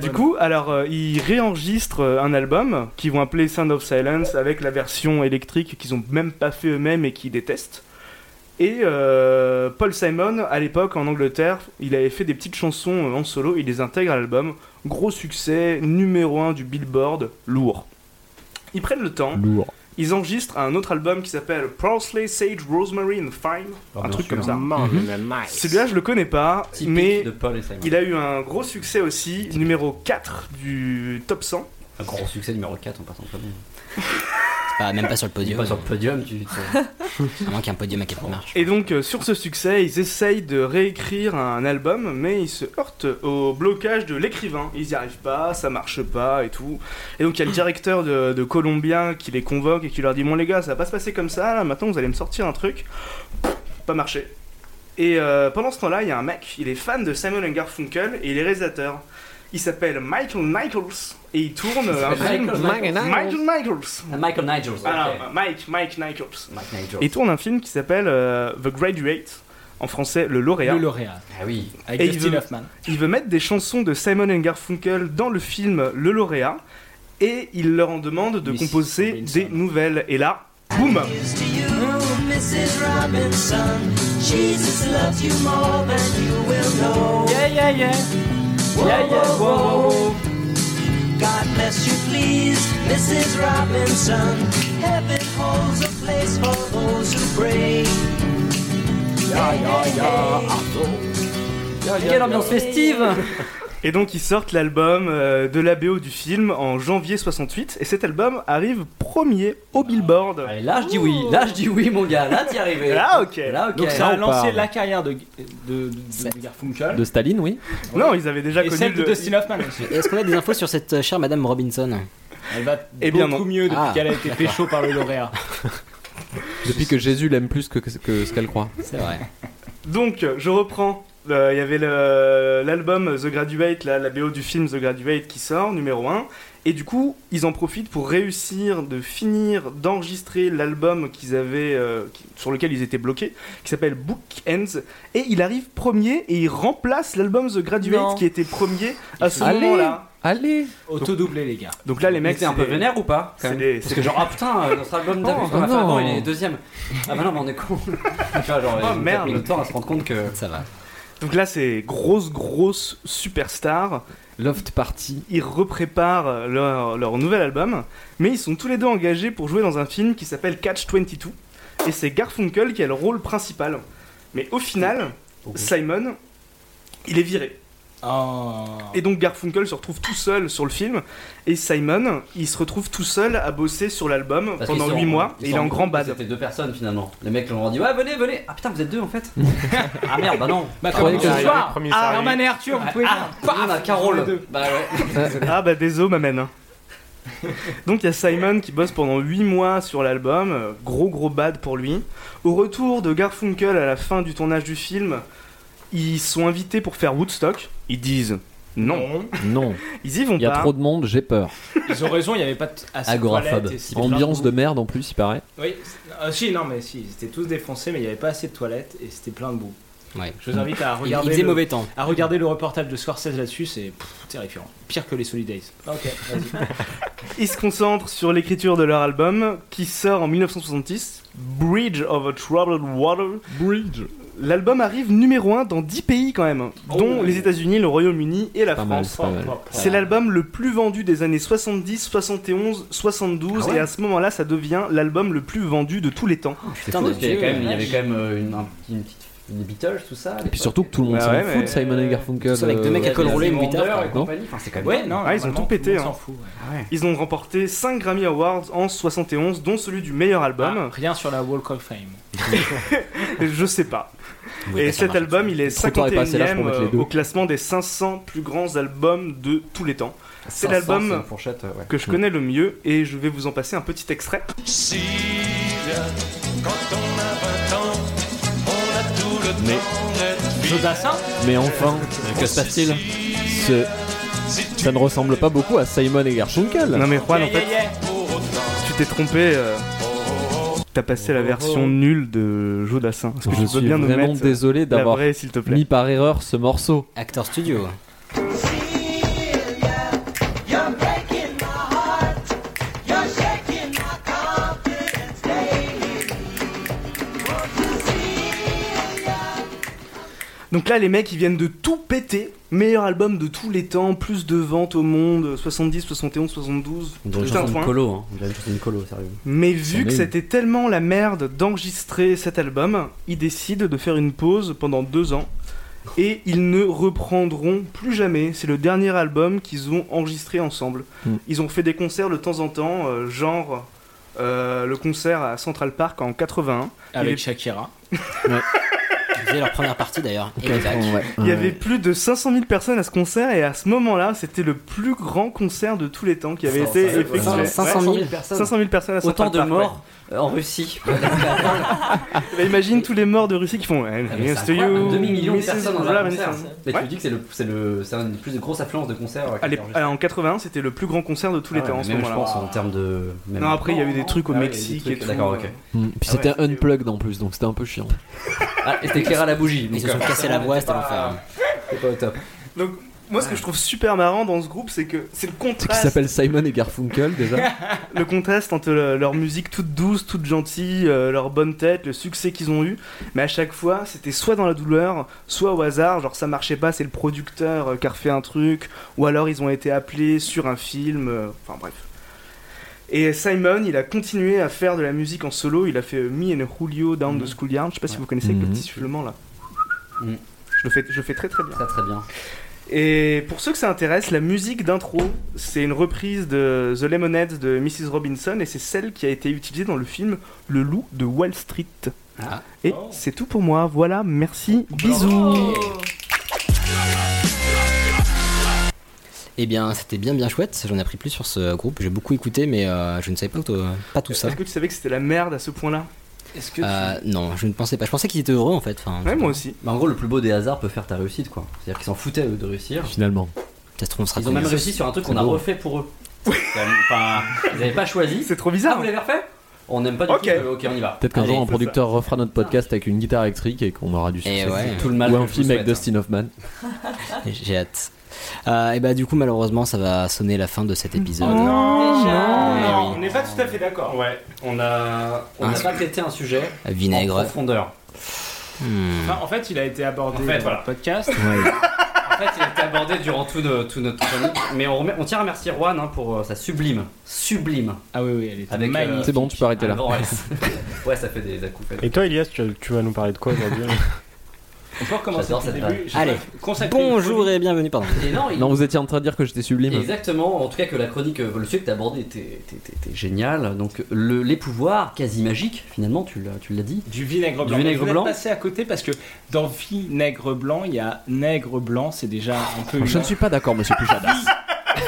K: du coup, alors, euh, ils réenregistrent euh, un album qu'ils vont appeler Sound of Silence avec la version électrique qu'ils ont même pas fait eux-mêmes et qu'ils détestent. Et euh, Paul Simon, à l'époque en Angleterre, il avait fait des petites chansons euh, en solo, il les intègre à l'album. Gros succès, numéro 1 du Billboard, lourd. Ils prennent le temps,
C: Lourd.
K: ils enregistrent un autre album qui s'appelle Parsley, Sage, Rosemary and Thyme,
C: Ah,
K: un
C: bien
K: truc
C: sûr.
K: comme ça.
C: Mhm. Mhm.
K: Celui-là, je le connais pas,
C: Typique
K: mais
C: de Paul et Simon.
K: il a eu un gros succès aussi, numéro 4 du top 100.
B: Un grand succès numéro 4 en passant très bien.
I: Pas, même pas sur le podium.
B: Pas sur le podium, tu.
I: tu- (laughs) À moins qu'un podium à quatre marches.
K: Et donc, euh, sur ce succès, ils essayent de réécrire un album, mais ils se heurtent au blocage de l'écrivain. Ils n'y arrivent pas, ça marche pas et tout. Et donc, il y a le directeur de, de Columbia qui les convoque et qui leur dit Bon, les gars, ça va pas se passer comme ça, là, maintenant vous allez me sortir un truc. Pff, Pas marché. Et euh, pendant ce temps-là, il y a un mec, il est fan de Simon Garfunkel et il est réalisateur. Il s'appelle Michael Nichols et il tourne
B: Il
K: un
B: s'appelle
K: film.
B: Michael
K: Michael
B: Nichols.
K: Nichols.
B: Ah, Michael Nichols,
K: Ah,
B: ok.
K: non, Mike, Mike Nichols.
B: Mike Nichols.
K: Et il tourne un film qui s'appelle euh, The Graduate, en français Le Lauréat.
A: Le lauréat.
B: Ah oui.
A: Avec
K: Et il
A: Dustin
K: veut,
A: Hoffman.
K: il veut mettre des chansons de Simon Garfunkel dans le film Le Lauréat et il leur en demande de composer des nouvelles. Et là, boum
M: Mrs. Robinson, Jesus loves you more than you will know.
A: Yeah, yeah, yeah. Yeah, yeah, whoa.
M: God bless you, please, Mrs. Robinson. Heaven holds a place for those who pray.
K: Ya, ya, ya,
B: Quelle ambiance festive
K: Et donc ils sortent l'album euh, de la BO du film en janvier 68 et cet album arrive premier au Billboard.
B: là je dis oui, là je dis oui mon gars, là t'y arrivé.
K: Oh. Là ok.
B: Là ok.
A: Donc ça a
B: Là, on
A: lancé
B: parle.
A: la carrière de, de, de- de Garfunkel.
L: De Staline, oui.
K: Non, ils avaient déjà
A: Et
K: connu
A: celle de
K: le-
A: Dustin Hoffman aussi.
I: Est-ce qu'on a des infos sur cette euh, chère Madame Robinson
A: Elle va
K: Eh bien,
A: beaucoup
K: non.
A: mieux depuis
K: Ah.
A: qu'elle a été
I: (laughs)
A: pécho par le lauréat.
L: Depuis que Jésus l'aime plus que, que- que ce qu'elle croit.
I: C'est vrai.
K: (laughs) Donc, je reprends. Euh, Il y avait le- l'album The Graduate, là, la BO du film The Graduate qui sort, numéro 1. Et du coup, ils en profitent pour réussir de finir d'enregistrer l'album qu'ils avaient, euh, qui- sur lequel ils étaient bloqués, qui s'appelle Bookends. Et il arrive premier et il remplace l'album The Graduate
L: Non.
K: qui était premier à ce
B: Allez,
K: moment-là.
L: Allez
A: Auto-doublé, les gars.
K: Donc là, les mecs,
B: T'es un
K: c'est
B: peu
K: des-
B: vénère ou pas quand
K: c'est
B: même
K: des-
B: Parce
K: c'est
B: que
K: des-
B: genre, ah putain, euh, notre album
K: Oh,
B: d'avant, qu'on a fait
K: non.
B: avant, il est deuxième. Ah bah non, mais on est con. (laughs) Tu vois, genre,
K: Oh,
B: ils ont
K: merde.
B: pris le temps à se rendre compte que. Ça va.
K: Donc là, c'est grosse, grosse superstar.
L: Loft Party.
K: Ils repréparent leur, leur nouvel album, mais ils sont tous les deux engagés pour jouer dans un film qui s'appelle Catch 22. Et c'est Garfunkel qui a le rôle principal. Mais au final, Simon, il est viré. Et donc Garfunkel se retrouve tout seul sur le film, et Simon, il se retrouve tout seul à bosser sur l'album
B: Parce
K: pendant
B: qu'ils se
K: 8
B: rendent-
K: mois,
B: ils
K: et
B: se
K: il est en
B: rendent
K: grand
B: compte que
K: bad.
B: C'était deux personnes finalement. Les mecs leur ont dit, ouais, venez, venez. Ah putain, vous êtes deux en (laughs) fait. ah merde, bah non.
A: Bah,
K: comme ce soir. Ah, Herman
A: et Arthur, vous pouvez
B: Ah, paf, on a Carole. Bah ouais.
K: ah bah désolé ma mène. Donc il y a Simon qui bosse pendant 8 mois sur l'album, euh, gros gros bad pour lui. Au retour de Garfunkel à la fin du tournage du film, ils sont invités pour faire Woodstock. Ils disent non.
L: Non.
K: Ils y vont
L: Il y a
K: pas.
L: trop de monde, j'ai peur.
A: Ils ont raison, il n'y avait pas t-
B: Ah,
A: assez de
L: Agoraphobe.
A: toilettes. et c'était
L: Ambiance de
A: plein
L: merde en plus, il paraît.
A: boue. Oui, c'est- ah, si, non, mais si, ils étaient tous défoncés, mais il n'y avait pas assez de toilettes et c'était plein de boue.
I: Ouais.
A: Je vous invite à
I: Il-
A: regarder.
I: il faisait
A: le-
I: mauvais temps.
A: À regarder le reportage de Scorsese là-dessus, c'est pff, terrifiant. Pire que les Solid Days. Ok, vas-y.
K: Ils se concentrent sur l'écriture de leur album qui sort en 1966, Bridge of a Troubled Water.
L: Bridge.
K: L'album arrive numéro 1 dans 10 pays quand même,
B: Oh
K: dont les États-Unis, le Royaume-Uni et la
L: Pas mal,
K: France.
L: pas mal.
K: C'est l'album le plus vendu des années 70, 71, 72
B: Ah ouais
K: et à ce moment-là ça devient l'album le plus vendu de tous les temps.
B: Putain, parce qu'il y avait quand même- Ah, il y avait quand même euh, une un petit- une petite. Une Beatles, tout ça. à
L: Et puis
B: l'époque.
L: surtout que tout le monde
K: Bah
L: s'en
K: ouais,
L: fout
K: mais-
L: de Simon et Garfunkel.
I: ça, avec deux
L: euh,
I: mecs à col roulé, une
B: Wonder
I: guitare,
B: et
I: quoi, non
B: compagnie. Enfin, c'est quand même.
A: Ouais, non,
K: Ah, ils ont tout
A: normalement,
K: pété,
A: le monde
K: hein.
A: s'en fout, ouais.
L: Ah
K: Ils ont remporté 5 Grammy Awards en 71 dont celui du meilleur
A: Ah,
K: album.
A: rien sur la Walk of Fame.
K: (laughs) Je sais pas.
A: Oui,
K: et
A: bah, ça
K: cet
A: marche.
K: album, il est
A: Trop tard est passé, là, je
K: 51ème
A: pourrais mettre les
K: euh,
A: deux.
K: au classement des 500 plus grands albums de tous les temps. C'est
B: 500, c'est
K: l'album
B: une fourchette, ouais.
K: que je
L: Mm.
K: connais le mieux et je vais vous en passer un petit extrait.
M: Quand on a 20 ans, on a tout le
L: Mais-
M: temps d'être
A: Jodassin
L: Mais enfin,
M: que se passe-t-il
L: Ce- Ça ne ressemble pas beaucoup à Simon et Garfunkel.
K: Non mais Juan, en
A: Yeah,
K: fait,
A: yeah, yeah.
K: tu t'es trompé. euh, T'as passé la version nulle de Jodassin. Est-ce que tu
L: Je
K: peux
L: suis
K: bien nous
L: vraiment
K: mettre, euh,
L: désolé
K: la
L: d'avoir
K: vraie, s'il te plaît
L: mis par erreur ce morceau.
I: Acteur studio.
M: You're breaking my heart. You're shaking my confidence daily.
K: Donc là, les mecs, ils viennent de tout péter. Meilleur album de tous les temps, plus de ventes au monde, 70, 71, 72.
B: On dirait une
K: tout un
B: chanson
K: point.
B: de colo, hein. On dirait une chanson de colo, sérieux.
K: Mais
B: C'en
K: vu que
B: est une.
K: c'était tellement la merde d'enregistrer cet album, ils décident de faire une pause pendant deux ans. Et ils ne reprendront plus jamais. C'est le dernier album qu'ils ont enregistré ensemble.
L: Mm.
K: Ils ont fait des concerts de temps en temps, euh, genre euh, le concert à Central Park en 81.
A: Avec
K: Shakira.
I: C'était leur première partie d'ailleurs. Et les bacs.
K: Il y avait plus de 500 000 personnes à ce concert et à ce moment-là, c'était le plus grand concert de tous les temps qui avait
B: Cin-
K: été
B: cin-
K: effectué.
B: cin-
K: Ouais,
B: 500 000 personnes.
K: 500 000 personnes à
B: Autant
K: Central
B: de
K: Park,
B: morts,
K: ouais.
B: euh,
K: (laughs)
B: en Russie.
K: Bah, imagine tous les morts de Russie qui font And
B: Ah, mais
K: here's to
B: c'est incroyable,
K: you,
B: un demi-million de
K: Mrs.
B: personnes dans un
K: Robinson.
B: concert. Mais
K: Ouais.
B: tu dis que c'est le, c'est le, c'est une des plus grosses affluences de concerts. euh,
K: À l'ép-
B: qu'enregistré.
K: à- En 81, c'était le plus grand concert de tous les
B: Ah ouais,
K: temps en
B: mais
K: ce
B: même, je
K: moment-là.
B: pense, en termes de- même-
K: Non, après, il y avait des trucs au
B: Ah ouais, il y avait des
K: Mexique
B: trucs,
K: et tout.
B: d'accord, ok.
L: Hmm, Puis
K: Ah
L: c'était unplugged en plus, donc c'était un peu chiant.
B: Ah, et c'était clair à la bougie.
L: Ils
B: donc,
L: se sont
B: euh,
L: cassé la
B: forcément,
L: voix,
B: on
L: c'était
B: était pas-
L: l'enfer.
B: c'était pas au top.
K: Donc, moi, ce que je trouve super marrant dans ce groupe, c'est que c'est le
L: Qui
K: contraste.
L: s'appelle Simon et Garfunkel déjà.
K: (laughs) le contraste entre le- leur musique toute douce, toute gentille, euh, leur bonne tête, le succès qu'ils ont eu, mais à chaque fois c'était soit dans la douleur, soit au hasard, genre ça marchait pas, c'est le producteur euh, qui a refait un truc, ou alors ils ont été appelés sur un film, euh, enfin bref. Et Simon, il a continué à faire de la musique en solo, il a fait euh, Me and Julio Down the Schoolyard, je sais pas si vous connaissez avec le
L: Mhm.
K: petit soufflement là. Je le fais, je le fais très très bien.
B: Très très bien.
K: Et pour ceux que ça intéresse, la musique d'intro, c'est une reprise de The Lemonheads de Mrs. Robinson et c'est celle qui a été utilisée dans le film Le Loup de Wall Street. Et c'est tout pour moi, voilà, merci, bisous
I: Eh bien, c'était bien bien chouette. J'en ai appris plus sur ce groupe. J'ai beaucoup écouté, mais euh, je ne savais pas, tout- pas tout ça.
K: Est-ce que tu savais que c'était la merde à ce point-là Est-ce que
I: Euh, non, je ne pensais pas. Je pensais qu'ils étaient heureux en fait. Enfin,
K: Ouais, moi aussi.
B: Bah, en gros, le plus beau des hasards peut faire ta réussite, quoi. C'est-à-dire qu'ils s'en foutaient eux, de réussir.
L: Finalement.
I: Ça se trouve, on sera
B: Ils ont même
I: connus.
B: réussi sur un truc
I: C'est
B: qu'on a
I: beau.
B: refait pour eux. C'est quand même pas- Ils n'avaient pas choisi. Ah,
K: C'est trop bizarre.
B: vous l'avez refait On n'aime pas du
L: Ok.
B: tout. euh, Ok, on y va.
L: Peut-être qu'un
B: Allez,
L: jour un
B: on fait
L: producteur refera notre podcast avec une guitare électrique et qu'on
B: Eh
L: aura du succès.
I: ouais. Tout le mal
L: Ou
I: que
L: un
I: je
L: film
I: vous
L: avec
I: souhaite,
L: Dustin Hoffman.
I: Et (laughs) J'ai hâte. Euh, et bah du coup malheureusement ça va sonner la fin de cet épisode.
K: non,
I: Eh
K: on n'est pas tout à fait d'accord.
C: Ouais, on a.
B: ça. On
L: Ah,
I: Un
B: n'a pas
I: sou-
B: traité un sujet.
I: oui. Vinaigre.
B: En profondeur.
I: Hmm.
C: en fait, il a été abordé
B: En fait, dans voilà. le
C: podcast.
A: (laughs)
B: En fait, il a été abordé durant tout, no- tout notre chronique. Mais on, remet- on tient à remercier Juan hein, pour euh, sa sublime. Sublime.
A: Ah oui, oui, elle était
B: Avec, euh,
A: magnifique.
L: C'est bon, tu peux arrêter là.
B: Ah, bon, ouais, (laughs) c'est- ouais, ça fait des acouphènes.
C: Et toi, Elias, tu, tu vas nous parler de quoi (laughs) aujourd'hui
A: On peut recommencer
B: J'adore
A: depuis
B: cette
A: le début.
B: phrase.
A: J'ai
B: Allez,
A: pas consacré une
I: Bonjour
A: chronique.
I: et bienvenue pardon.
B: Et non, il-
L: Non, vous étiez en train de dire que j'étais sublime.
B: Exactement, en tout cas que la chronique, euh, le sujet que tu as abordé était, était- était- était génial. Donc le- les pouvoirs quasi magiques, finalement, tu l'as, tu l'as dit.
A: Du vinaigre
B: Du
A: blanc.
B: vinaigre
A: je
B: blanc.
A: passer à côté parce que dans vinaigre blanc, il y a nègre blanc, c'est déjà un
B: Oh,
A: peu.
L: Je ne
A: une-
L: suis pas d'accord, monsieur Pujadas.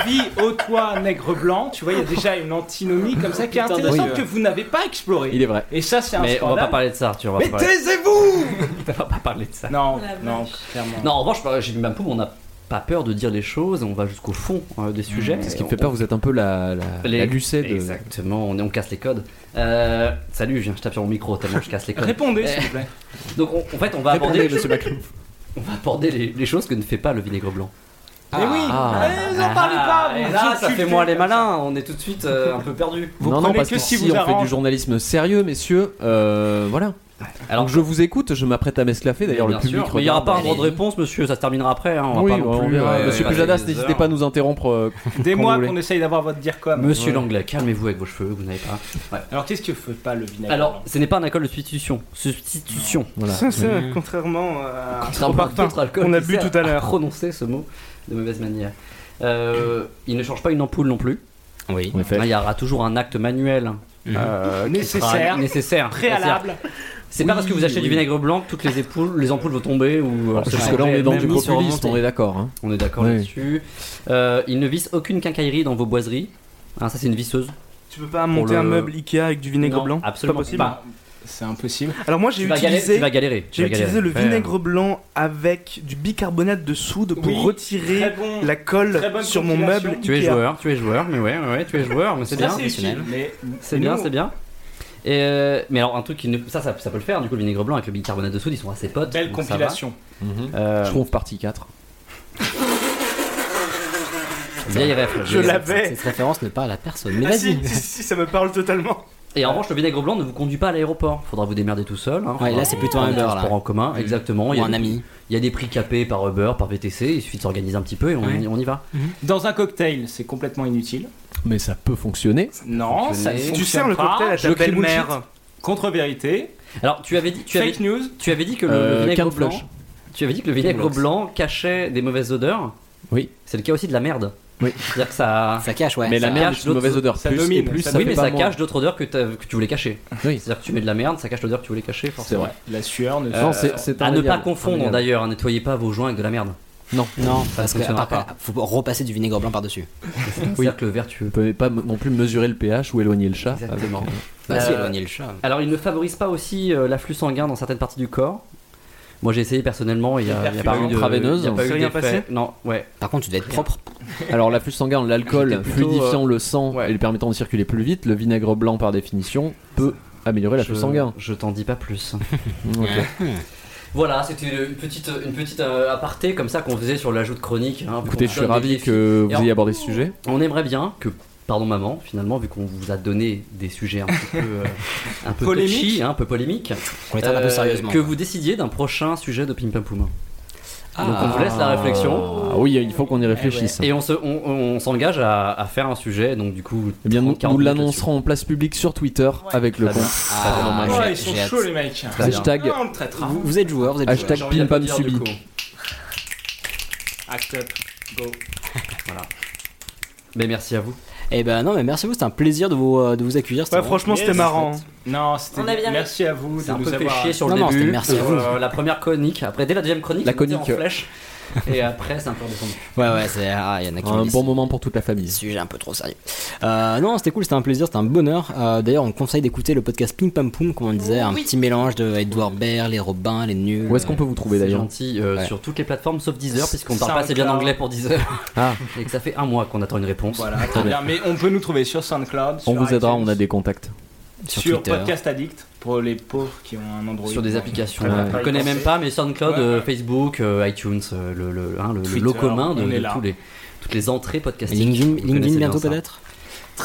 A: Vie au toit nègre blanc, tu vois, il y a déjà une antinomie comme ça qui est
B: Putain,
A: intéressante
B: oui.
A: que vous n'avez pas explorée.
L: Il est vrai.
A: Et ça, c'est un
B: Mais on va
A: scandale.
B: pas parler de ça, Arthur. On va
A: Mais
B: pas parler-
A: taisez-vous
B: on va pas parler de ça.
A: Non, non, clairement.
B: Non, en revanche, par- j'ai même poum, on n'a pas peur de dire les choses, on va jusqu'au fond euh, des sujets.
L: Mm. C'est ce qui me fait peur, vous êtes un peu la, la,
B: Les-
L: la Lucet de.
B: Exactement, on, est- on casse les codes. Euh, salut, je viens, je tape sur mon micro tellement je
A: (laughs)
B: casse les codes.
A: Répondez, s'il
B: Eh,
A: vous plaît.
B: (laughs) Donc on- en fait, on va
L: Répondez,
B: aborder,
L: monsieur Macron.
B: (laughs) on va aborder les, les choses que ne fait pas le vinaigre blanc.
A: Mais oui,
B: Ah.
A: eh, vous en parlez pas,
B: Et
A: vous
B: là, ça
A: insultez.
B: fait moins les malins, on est tout de suite euh, un peu perdu.
A: Vous
L: non, non,
A: prenez
L: parce
A: que
L: que
A: si
L: si
A: vous
L: on fait
A: arrange.
L: du journalisme sérieux, messieurs, euh, voilà.
B: Alors-
L: Alors je vous écoute, je m'apprête à m'esclaffer. D'ailleurs, le
B: Bien
L: public.
B: sûr, mais il n'y aura
L: regarde.
B: pas un droit de réponse, monsieur, ça se terminera après. hein, on va
L: Oui,
B: pas non
L: on
B: plus,
L: verra.
B: euh,
L: Monsieur
B: passer
L: Pujadas,
B: des
L: n'hésitez
B: heures.
L: pas à nous interrompre. euh, quand
A: Des
L: vous
A: mois
L: voulez.
A: qu'on essaye d'avoir votre dire comme.
B: Monsieur
A: Ouais.
B: Langlais, calmez-vous avec vos cheveux, vous n'avez pas. Ouais.
A: Alors qu'est-ce que fait pas le vinaigre
B: Alors,
A: blanc
B: ce n'est pas un alcool de substitution. Substitution. Voilà.
K: Ça, c'est contrairement à,
B: Contrairement
K: au
B: à
K: parfum
B: d'autres alcools
K: qu'on a
B: qui
K: bu
B: sert
K: tout à l'heure.
B: Prononcer ce mot de mauvaise manière. Euh, il ne change pas une ampoule non plus. Hein,
I: Oui.
L: En effet.
B: Il y aura toujours un acte manuel euh, qui sera
A: Nécessaire.
B: nécessaire.
A: Préalable.
B: C'est pas
A: Oui,
B: parce que vous achetez du
A: oui.
B: vinaigre blanc que toutes les, ampoules, les ampoules vont tomber. Ou, euh,
L: Parce que jusque-là, on est dans du populisme, on est d'accord. hein.
B: On est d'accord
L: Oui.
B: là-dessus. Euh, il ne visse aucune quincaillerie dans vos boiseries. Hein, ça, c'est une visseuse.
K: Tu peux pas
B: Pour
K: monter un
B: le-
K: meuble Ikea avec du vinaigre
B: Non,
K: blanc
B: absolument
K: C'est pas possible
B: pas. Bah,
A: C'est impossible.
K: Alors moi j'ai
B: Tu vas galérer,
K: utilisé,
B: tu vas galérer, tu
K: j'ai
B: vas galérer.
K: utilisé le
B: Ouais.
K: vinaigre blanc avec du bicarbonate de soude pour
A: Oui,
K: retirer
A: très bon-
K: la
A: très
K: colle
A: bonne
K: sur mon
A: compilation.
K: meuble.
B: Tu es
K: Ikea.
B: joueur, tu es joueur, mais ouais, ouais, ouais, tu es joueur, mais c'est
A: Ça,
B: bien.
A: c'est utile, mais
B: C'est
A: nous,
B: bien, c'est bien. Et euh, mais alors un truc qui ne... ça, ça ça peut le faire du coup le vinaigre blanc avec le bicarbonate de soude ils sont assez potes.
A: Belle
B: donc ça
I: Mhm.
A: compilation.
B: va. Euh,
L: Je trouve partie 4.
B: Vieille ref.
K: Je l'avais.
I: Cette référence ne parle à personne. Mais
K: Ah, si,
I: vas-y.
K: si, si, ça me parle totalement.
B: Et en revanche, le vinaigre blanc ne vous conduit pas à l'aéroport. Faudra vous démerder tout seul. hein. Faudra
I: Ouais, là, c'est plutôt
B: prendre
I: un
B: des
I: Uber,
B: transports
I: là.
B: en commun,
I: Mmh.
B: exactement.
I: Ou
B: Il y a
I: un
B: des-
I: ami.
B: Il y a des prix capés par Uber, par VTC. Il suffit de s'organiser un petit peu et on,
A: Ouais. Mmh.
B: on y va.
A: Dans un cocktail, c'est complètement inutile.
L: Mais ça peut fonctionner.
A: Non, ça ne
B: Tu
A: fonctionne
B: sers le
A: pas.
B: cocktail à ta Je crie belle-mère. bullshit.
A: Contre-vérité.
B: Alors, tu avais dit, tu
A: Fake
B: avais,
A: news.
B: Tu avais dit que le, le
A: Euh,
B: vinaigre
A: Carne
B: blanc.
A: Flush.
B: Tu avais dit que le vinaigre
A: Relax.
B: blanc cachait des mauvaises odeurs.
L: Oui.
B: C'est le cas aussi de la merde. Oui. C'est-à-dire que ça.
I: Ça cache, ouais.
L: Mais la
B: ça
L: merde
B: cache
L: est une mauvaise
B: d'autres-
L: odeur.
B: ça
L: Plus
B: domine,
L: et plus, ça
B: oui,
L: fait
B: mais
L: pas
B: ça
L: moins.
B: cache d'autres odeurs que, t'as- que tu voulais cacher. C'est-à-dire que tu mets de la merde, ça cache l'odeur que tu voulais cacher, forcément.
A: vrai. La sueur ne-
B: Euh,
A: Non, c'est- c'est
B: À
A: un
B: ne pas
A: régal. Un
B: confondre
A: régal.
B: d'ailleurs, hein, nettoyez pas vos joints avec de la merde.
L: Non,
I: Non,
B: ça
I: parce
B: ne
I: que
B: fonctionnera
I: après,
B: pas.
I: faut repasser du vinaigre blanc par-dessus.
L: Oui.
B: Cercle vertueux.
L: Vous pouvez pas m- non plus mesurer le pH ou éloigner le chat.
B: Exactement.
I: Bah, si,
B: Euh,
I: éloigner le chat.
B: Alors, il ne favorise pas aussi euh, l'afflux sanguin dans certaines parties du corps. Moi, j'ai essayé personnellement, il n'y a, il y a pas eu de.
L: Intraveineuse,
B: il y a pas
L: hein.
B: eu
L: C'est rien
B: d'effet.
L: passé
B: Non, ouais.
I: Par contre, tu devais être
B: propre.
L: (laughs) Alors l'afflux sanguin, l'alcool,
B: J'étais plutôt,
L: fluidifiant
B: euh,
L: le sang et lui permettant de circuler plus vite, le vinaigre blanc par définition peut améliorer l'afflux
B: Je-
L: sanguin.
B: Je t'en dis pas plus.
L: (laughs) Ok.
B: Voilà, c'était une petite, une petite euh, aparté comme ça qu'on faisait sur l'ajout de chronique. hein, pour
L: Écoutez,
B: qu'on
L: je suis
B: donne des
L: ravi
B: défis.
L: que vous
B: Et en-
L: ayez abordé ce sujet.
B: On aimerait bien que, pardon maman, finalement, vu qu'on vous a donné des sujets un petit peu, euh, un peu
I: Polémique.
B: touchy, hein, un peu polémiques, euh,
I: Qu'on les traite un peu sérieusement.
B: que vous décidiez d'un prochain sujet de Pim Pam Poum. Donc on vous laisse la réflexion.
L: Ah oui, il faut qu'on y réfléchisse.
B: Eh Et on se- on- on s'engage à, à faire un sujet, donc du coup.
L: Eh bien, nous,
B: 30-40
L: nous
B: minutes
L: l'annoncerons en place publique sur Twitter avec le
B: Très
L: compte.
B: bien. Ah,
L: Pardon, maman.
B: ouais,
A: ils sont chauds, les mecs.
L: Très bien. Hashtag-
A: Ah, on le traitera.
I: Vous, vous êtes joueur, vous êtes
L: Hashtag
I: joueur.
L: Pim Pam Subi.
A: Act up, go.
B: (laughs) voilà. Mais merci à vous.
I: Eh ben non, mais merci à vous, c'était un plaisir de vous, euh, de vous accueillir.
K: Ouais, franchement, c'était marrant.
A: Non, c'était.
K: On a bien ri.
A: Merci à vous
B: C'est
A: de
B: un
A: nous
B: peu fait
A: avoir.
B: chier sur le
I: Non, non,
B: début.
I: c'était merci à vous.
B: Euh, la première chronique, après dès la deuxième chronique,
L: La
B: on était
L: chronique.
B: en flèche. Et après, c'est un peu descendu.
I: Ouais, ouais, c'est. Ah, il y en a qui ont
L: Un
I: dit
L: bon moment pour toute la famille.
I: sujet un peu trop sérieux. Euh, non, c'était cool, c'était un plaisir, c'était un bonheur. Euh, D'ailleurs, on conseille d'écouter le podcast Pim Pam Poum, comme on disait, un petit mélange de Edouard Baird, les Robins, les Nuls.
L: Où est-ce qu'on peut vous trouver
B: C'est
L: d'ailleurs
B: gentil euh,
I: Ouais.
B: sur toutes les plateformes sauf Deezer, puisqu'on parle
A: SoundCloud.
B: pas assez bien anglais
A: hein.
B: pour Deezer.
L: Ah.
B: Et que ça fait un mois qu'on attend une réponse.
A: Voilà, très bien. Mais on peut nous trouver sur
L: On
A: SoundCloud. sur
L: vous aidera,
A: iTunes,
L: on a des contacts.
A: Sur,
B: sur Twitter.
A: Podcast Addict pour les pauvres qui ont un Android.
B: Sur des applications.
A: Ouais.
B: On ne connaît même pas, mais SoundCloud,
A: Ouais.
B: euh, Facebook, euh, iTunes, euh, le, le, hein, le- le
A: Twitter,
B: lot commun de,
A: on est
B: de
A: là.
B: tous les, toutes les entrées podcastiques.
I: LinkedIn,
B: Vous connaissez
I: LinkedIn
B: bien
I: bientôt
B: ça.
I: peut-être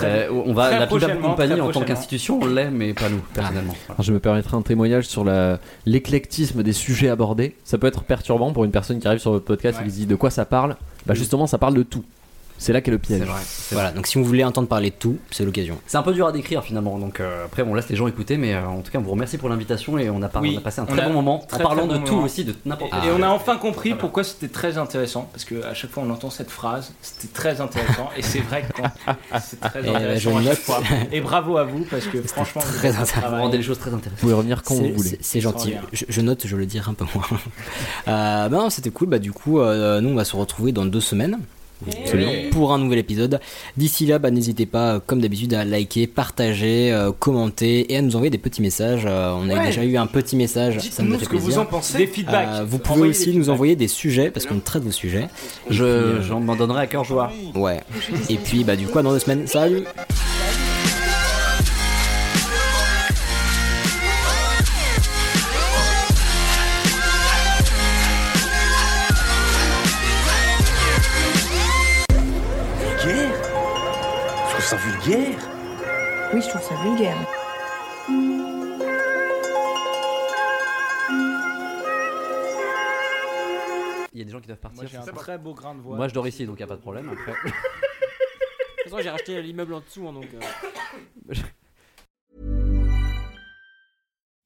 B: Euh, on va
A: Très
B: la Pim Pam
A: prochainement, très
B: Company en tant
A: prochainement.
B: qu'institution, on l'est, mais pas nous
I: Ah.
B: personnellement. Voilà.
L: Alors, je me permettrai un témoignage sur la- l'éclectisme des sujets abordés. Ça peut être perturbant pour une personne qui arrive sur votre podcast et qui se dit de quoi ça parle. Bah justement, ça parle de tout. C'est là qu'est le piège.
B: C'est vrai.
I: Voilà, donc si vous voulez entendre parler de tout, c'est l'occasion.
B: C'est un peu dur à décrire finalement, donc euh, après on laisse les gens écouter, mais euh, en tout cas on vous remercie pour l'invitation et on a, par-
A: Oui,
B: on a passé un
A: on
B: très
A: a
B: bon moment
A: très,
B: en parlant
A: très
B: de
A: bon
B: tout
A: moment.
B: aussi, de n'importe Ah,
A: Et on a enfin compris pourquoi c'était très intéressant, parce que à chaque fois on entend cette phrase, c'était très intéressant, et c'est vrai
B: (laughs)
A: que quand- c'est très
I: Eh ben, je
A: intéressant à
I: note.
A: chaque fois. Et bravo à vous, parce que franchement, vous avez
I: Très
A: un
I: intéressant.
A: travail.
B: rendez les choses très intéressantes.
L: Vous pouvez revenir quand
I: C'est-
L: vous voulez.
I: c'est- C'est gentil.
A: Sans rien.
I: Je, je note, je le dirai un peu moins. (laughs) Euh, bah non, c'était cool. Bah du coup, euh, nous on va se retrouver dans deux semaines.
L: Absolument.
I: Pour un nouvel épisode. D'ici là, bah, n'hésitez pas, euh, comme d'habitude, à liker, partager, euh, commenter et à nous envoyer des petits messages. Euh, on a
K: Ouais.
I: déjà eu un petit message. ça nous a
K: Dites-nous
I: fait
K: ce que vous
I: plaisir.
K: en pensez.
A: Des feedbacks.
I: Euh, vous pouvez
A: Envoyez
I: aussi
A: des
I: nous envoyer des sujets parce qu'on traite vos sujets. euh,
B: Je, j'en m'en donnerai à cœur joie.
I: Ouais. Et puis, bah, du coup, à dans deux semaines. Salut!
O: Vulgaire Je trouve ça vulgaire.
J: Oui, je trouve ça vulgaire.
B: Il y a des gens qui doivent partir.
A: Moi j'ai un très beau grain de voix.
B: Moi, je dors ici, donc il a pas de problème. Après.
I: toute façon, j'ai racheté l'immeuble en dessous, hein, donc. euh,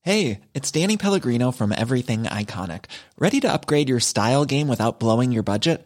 P: Hey, it's Danny Pellegrino from Everything Iconic. Ready to upgrade your style game without blowing your budget?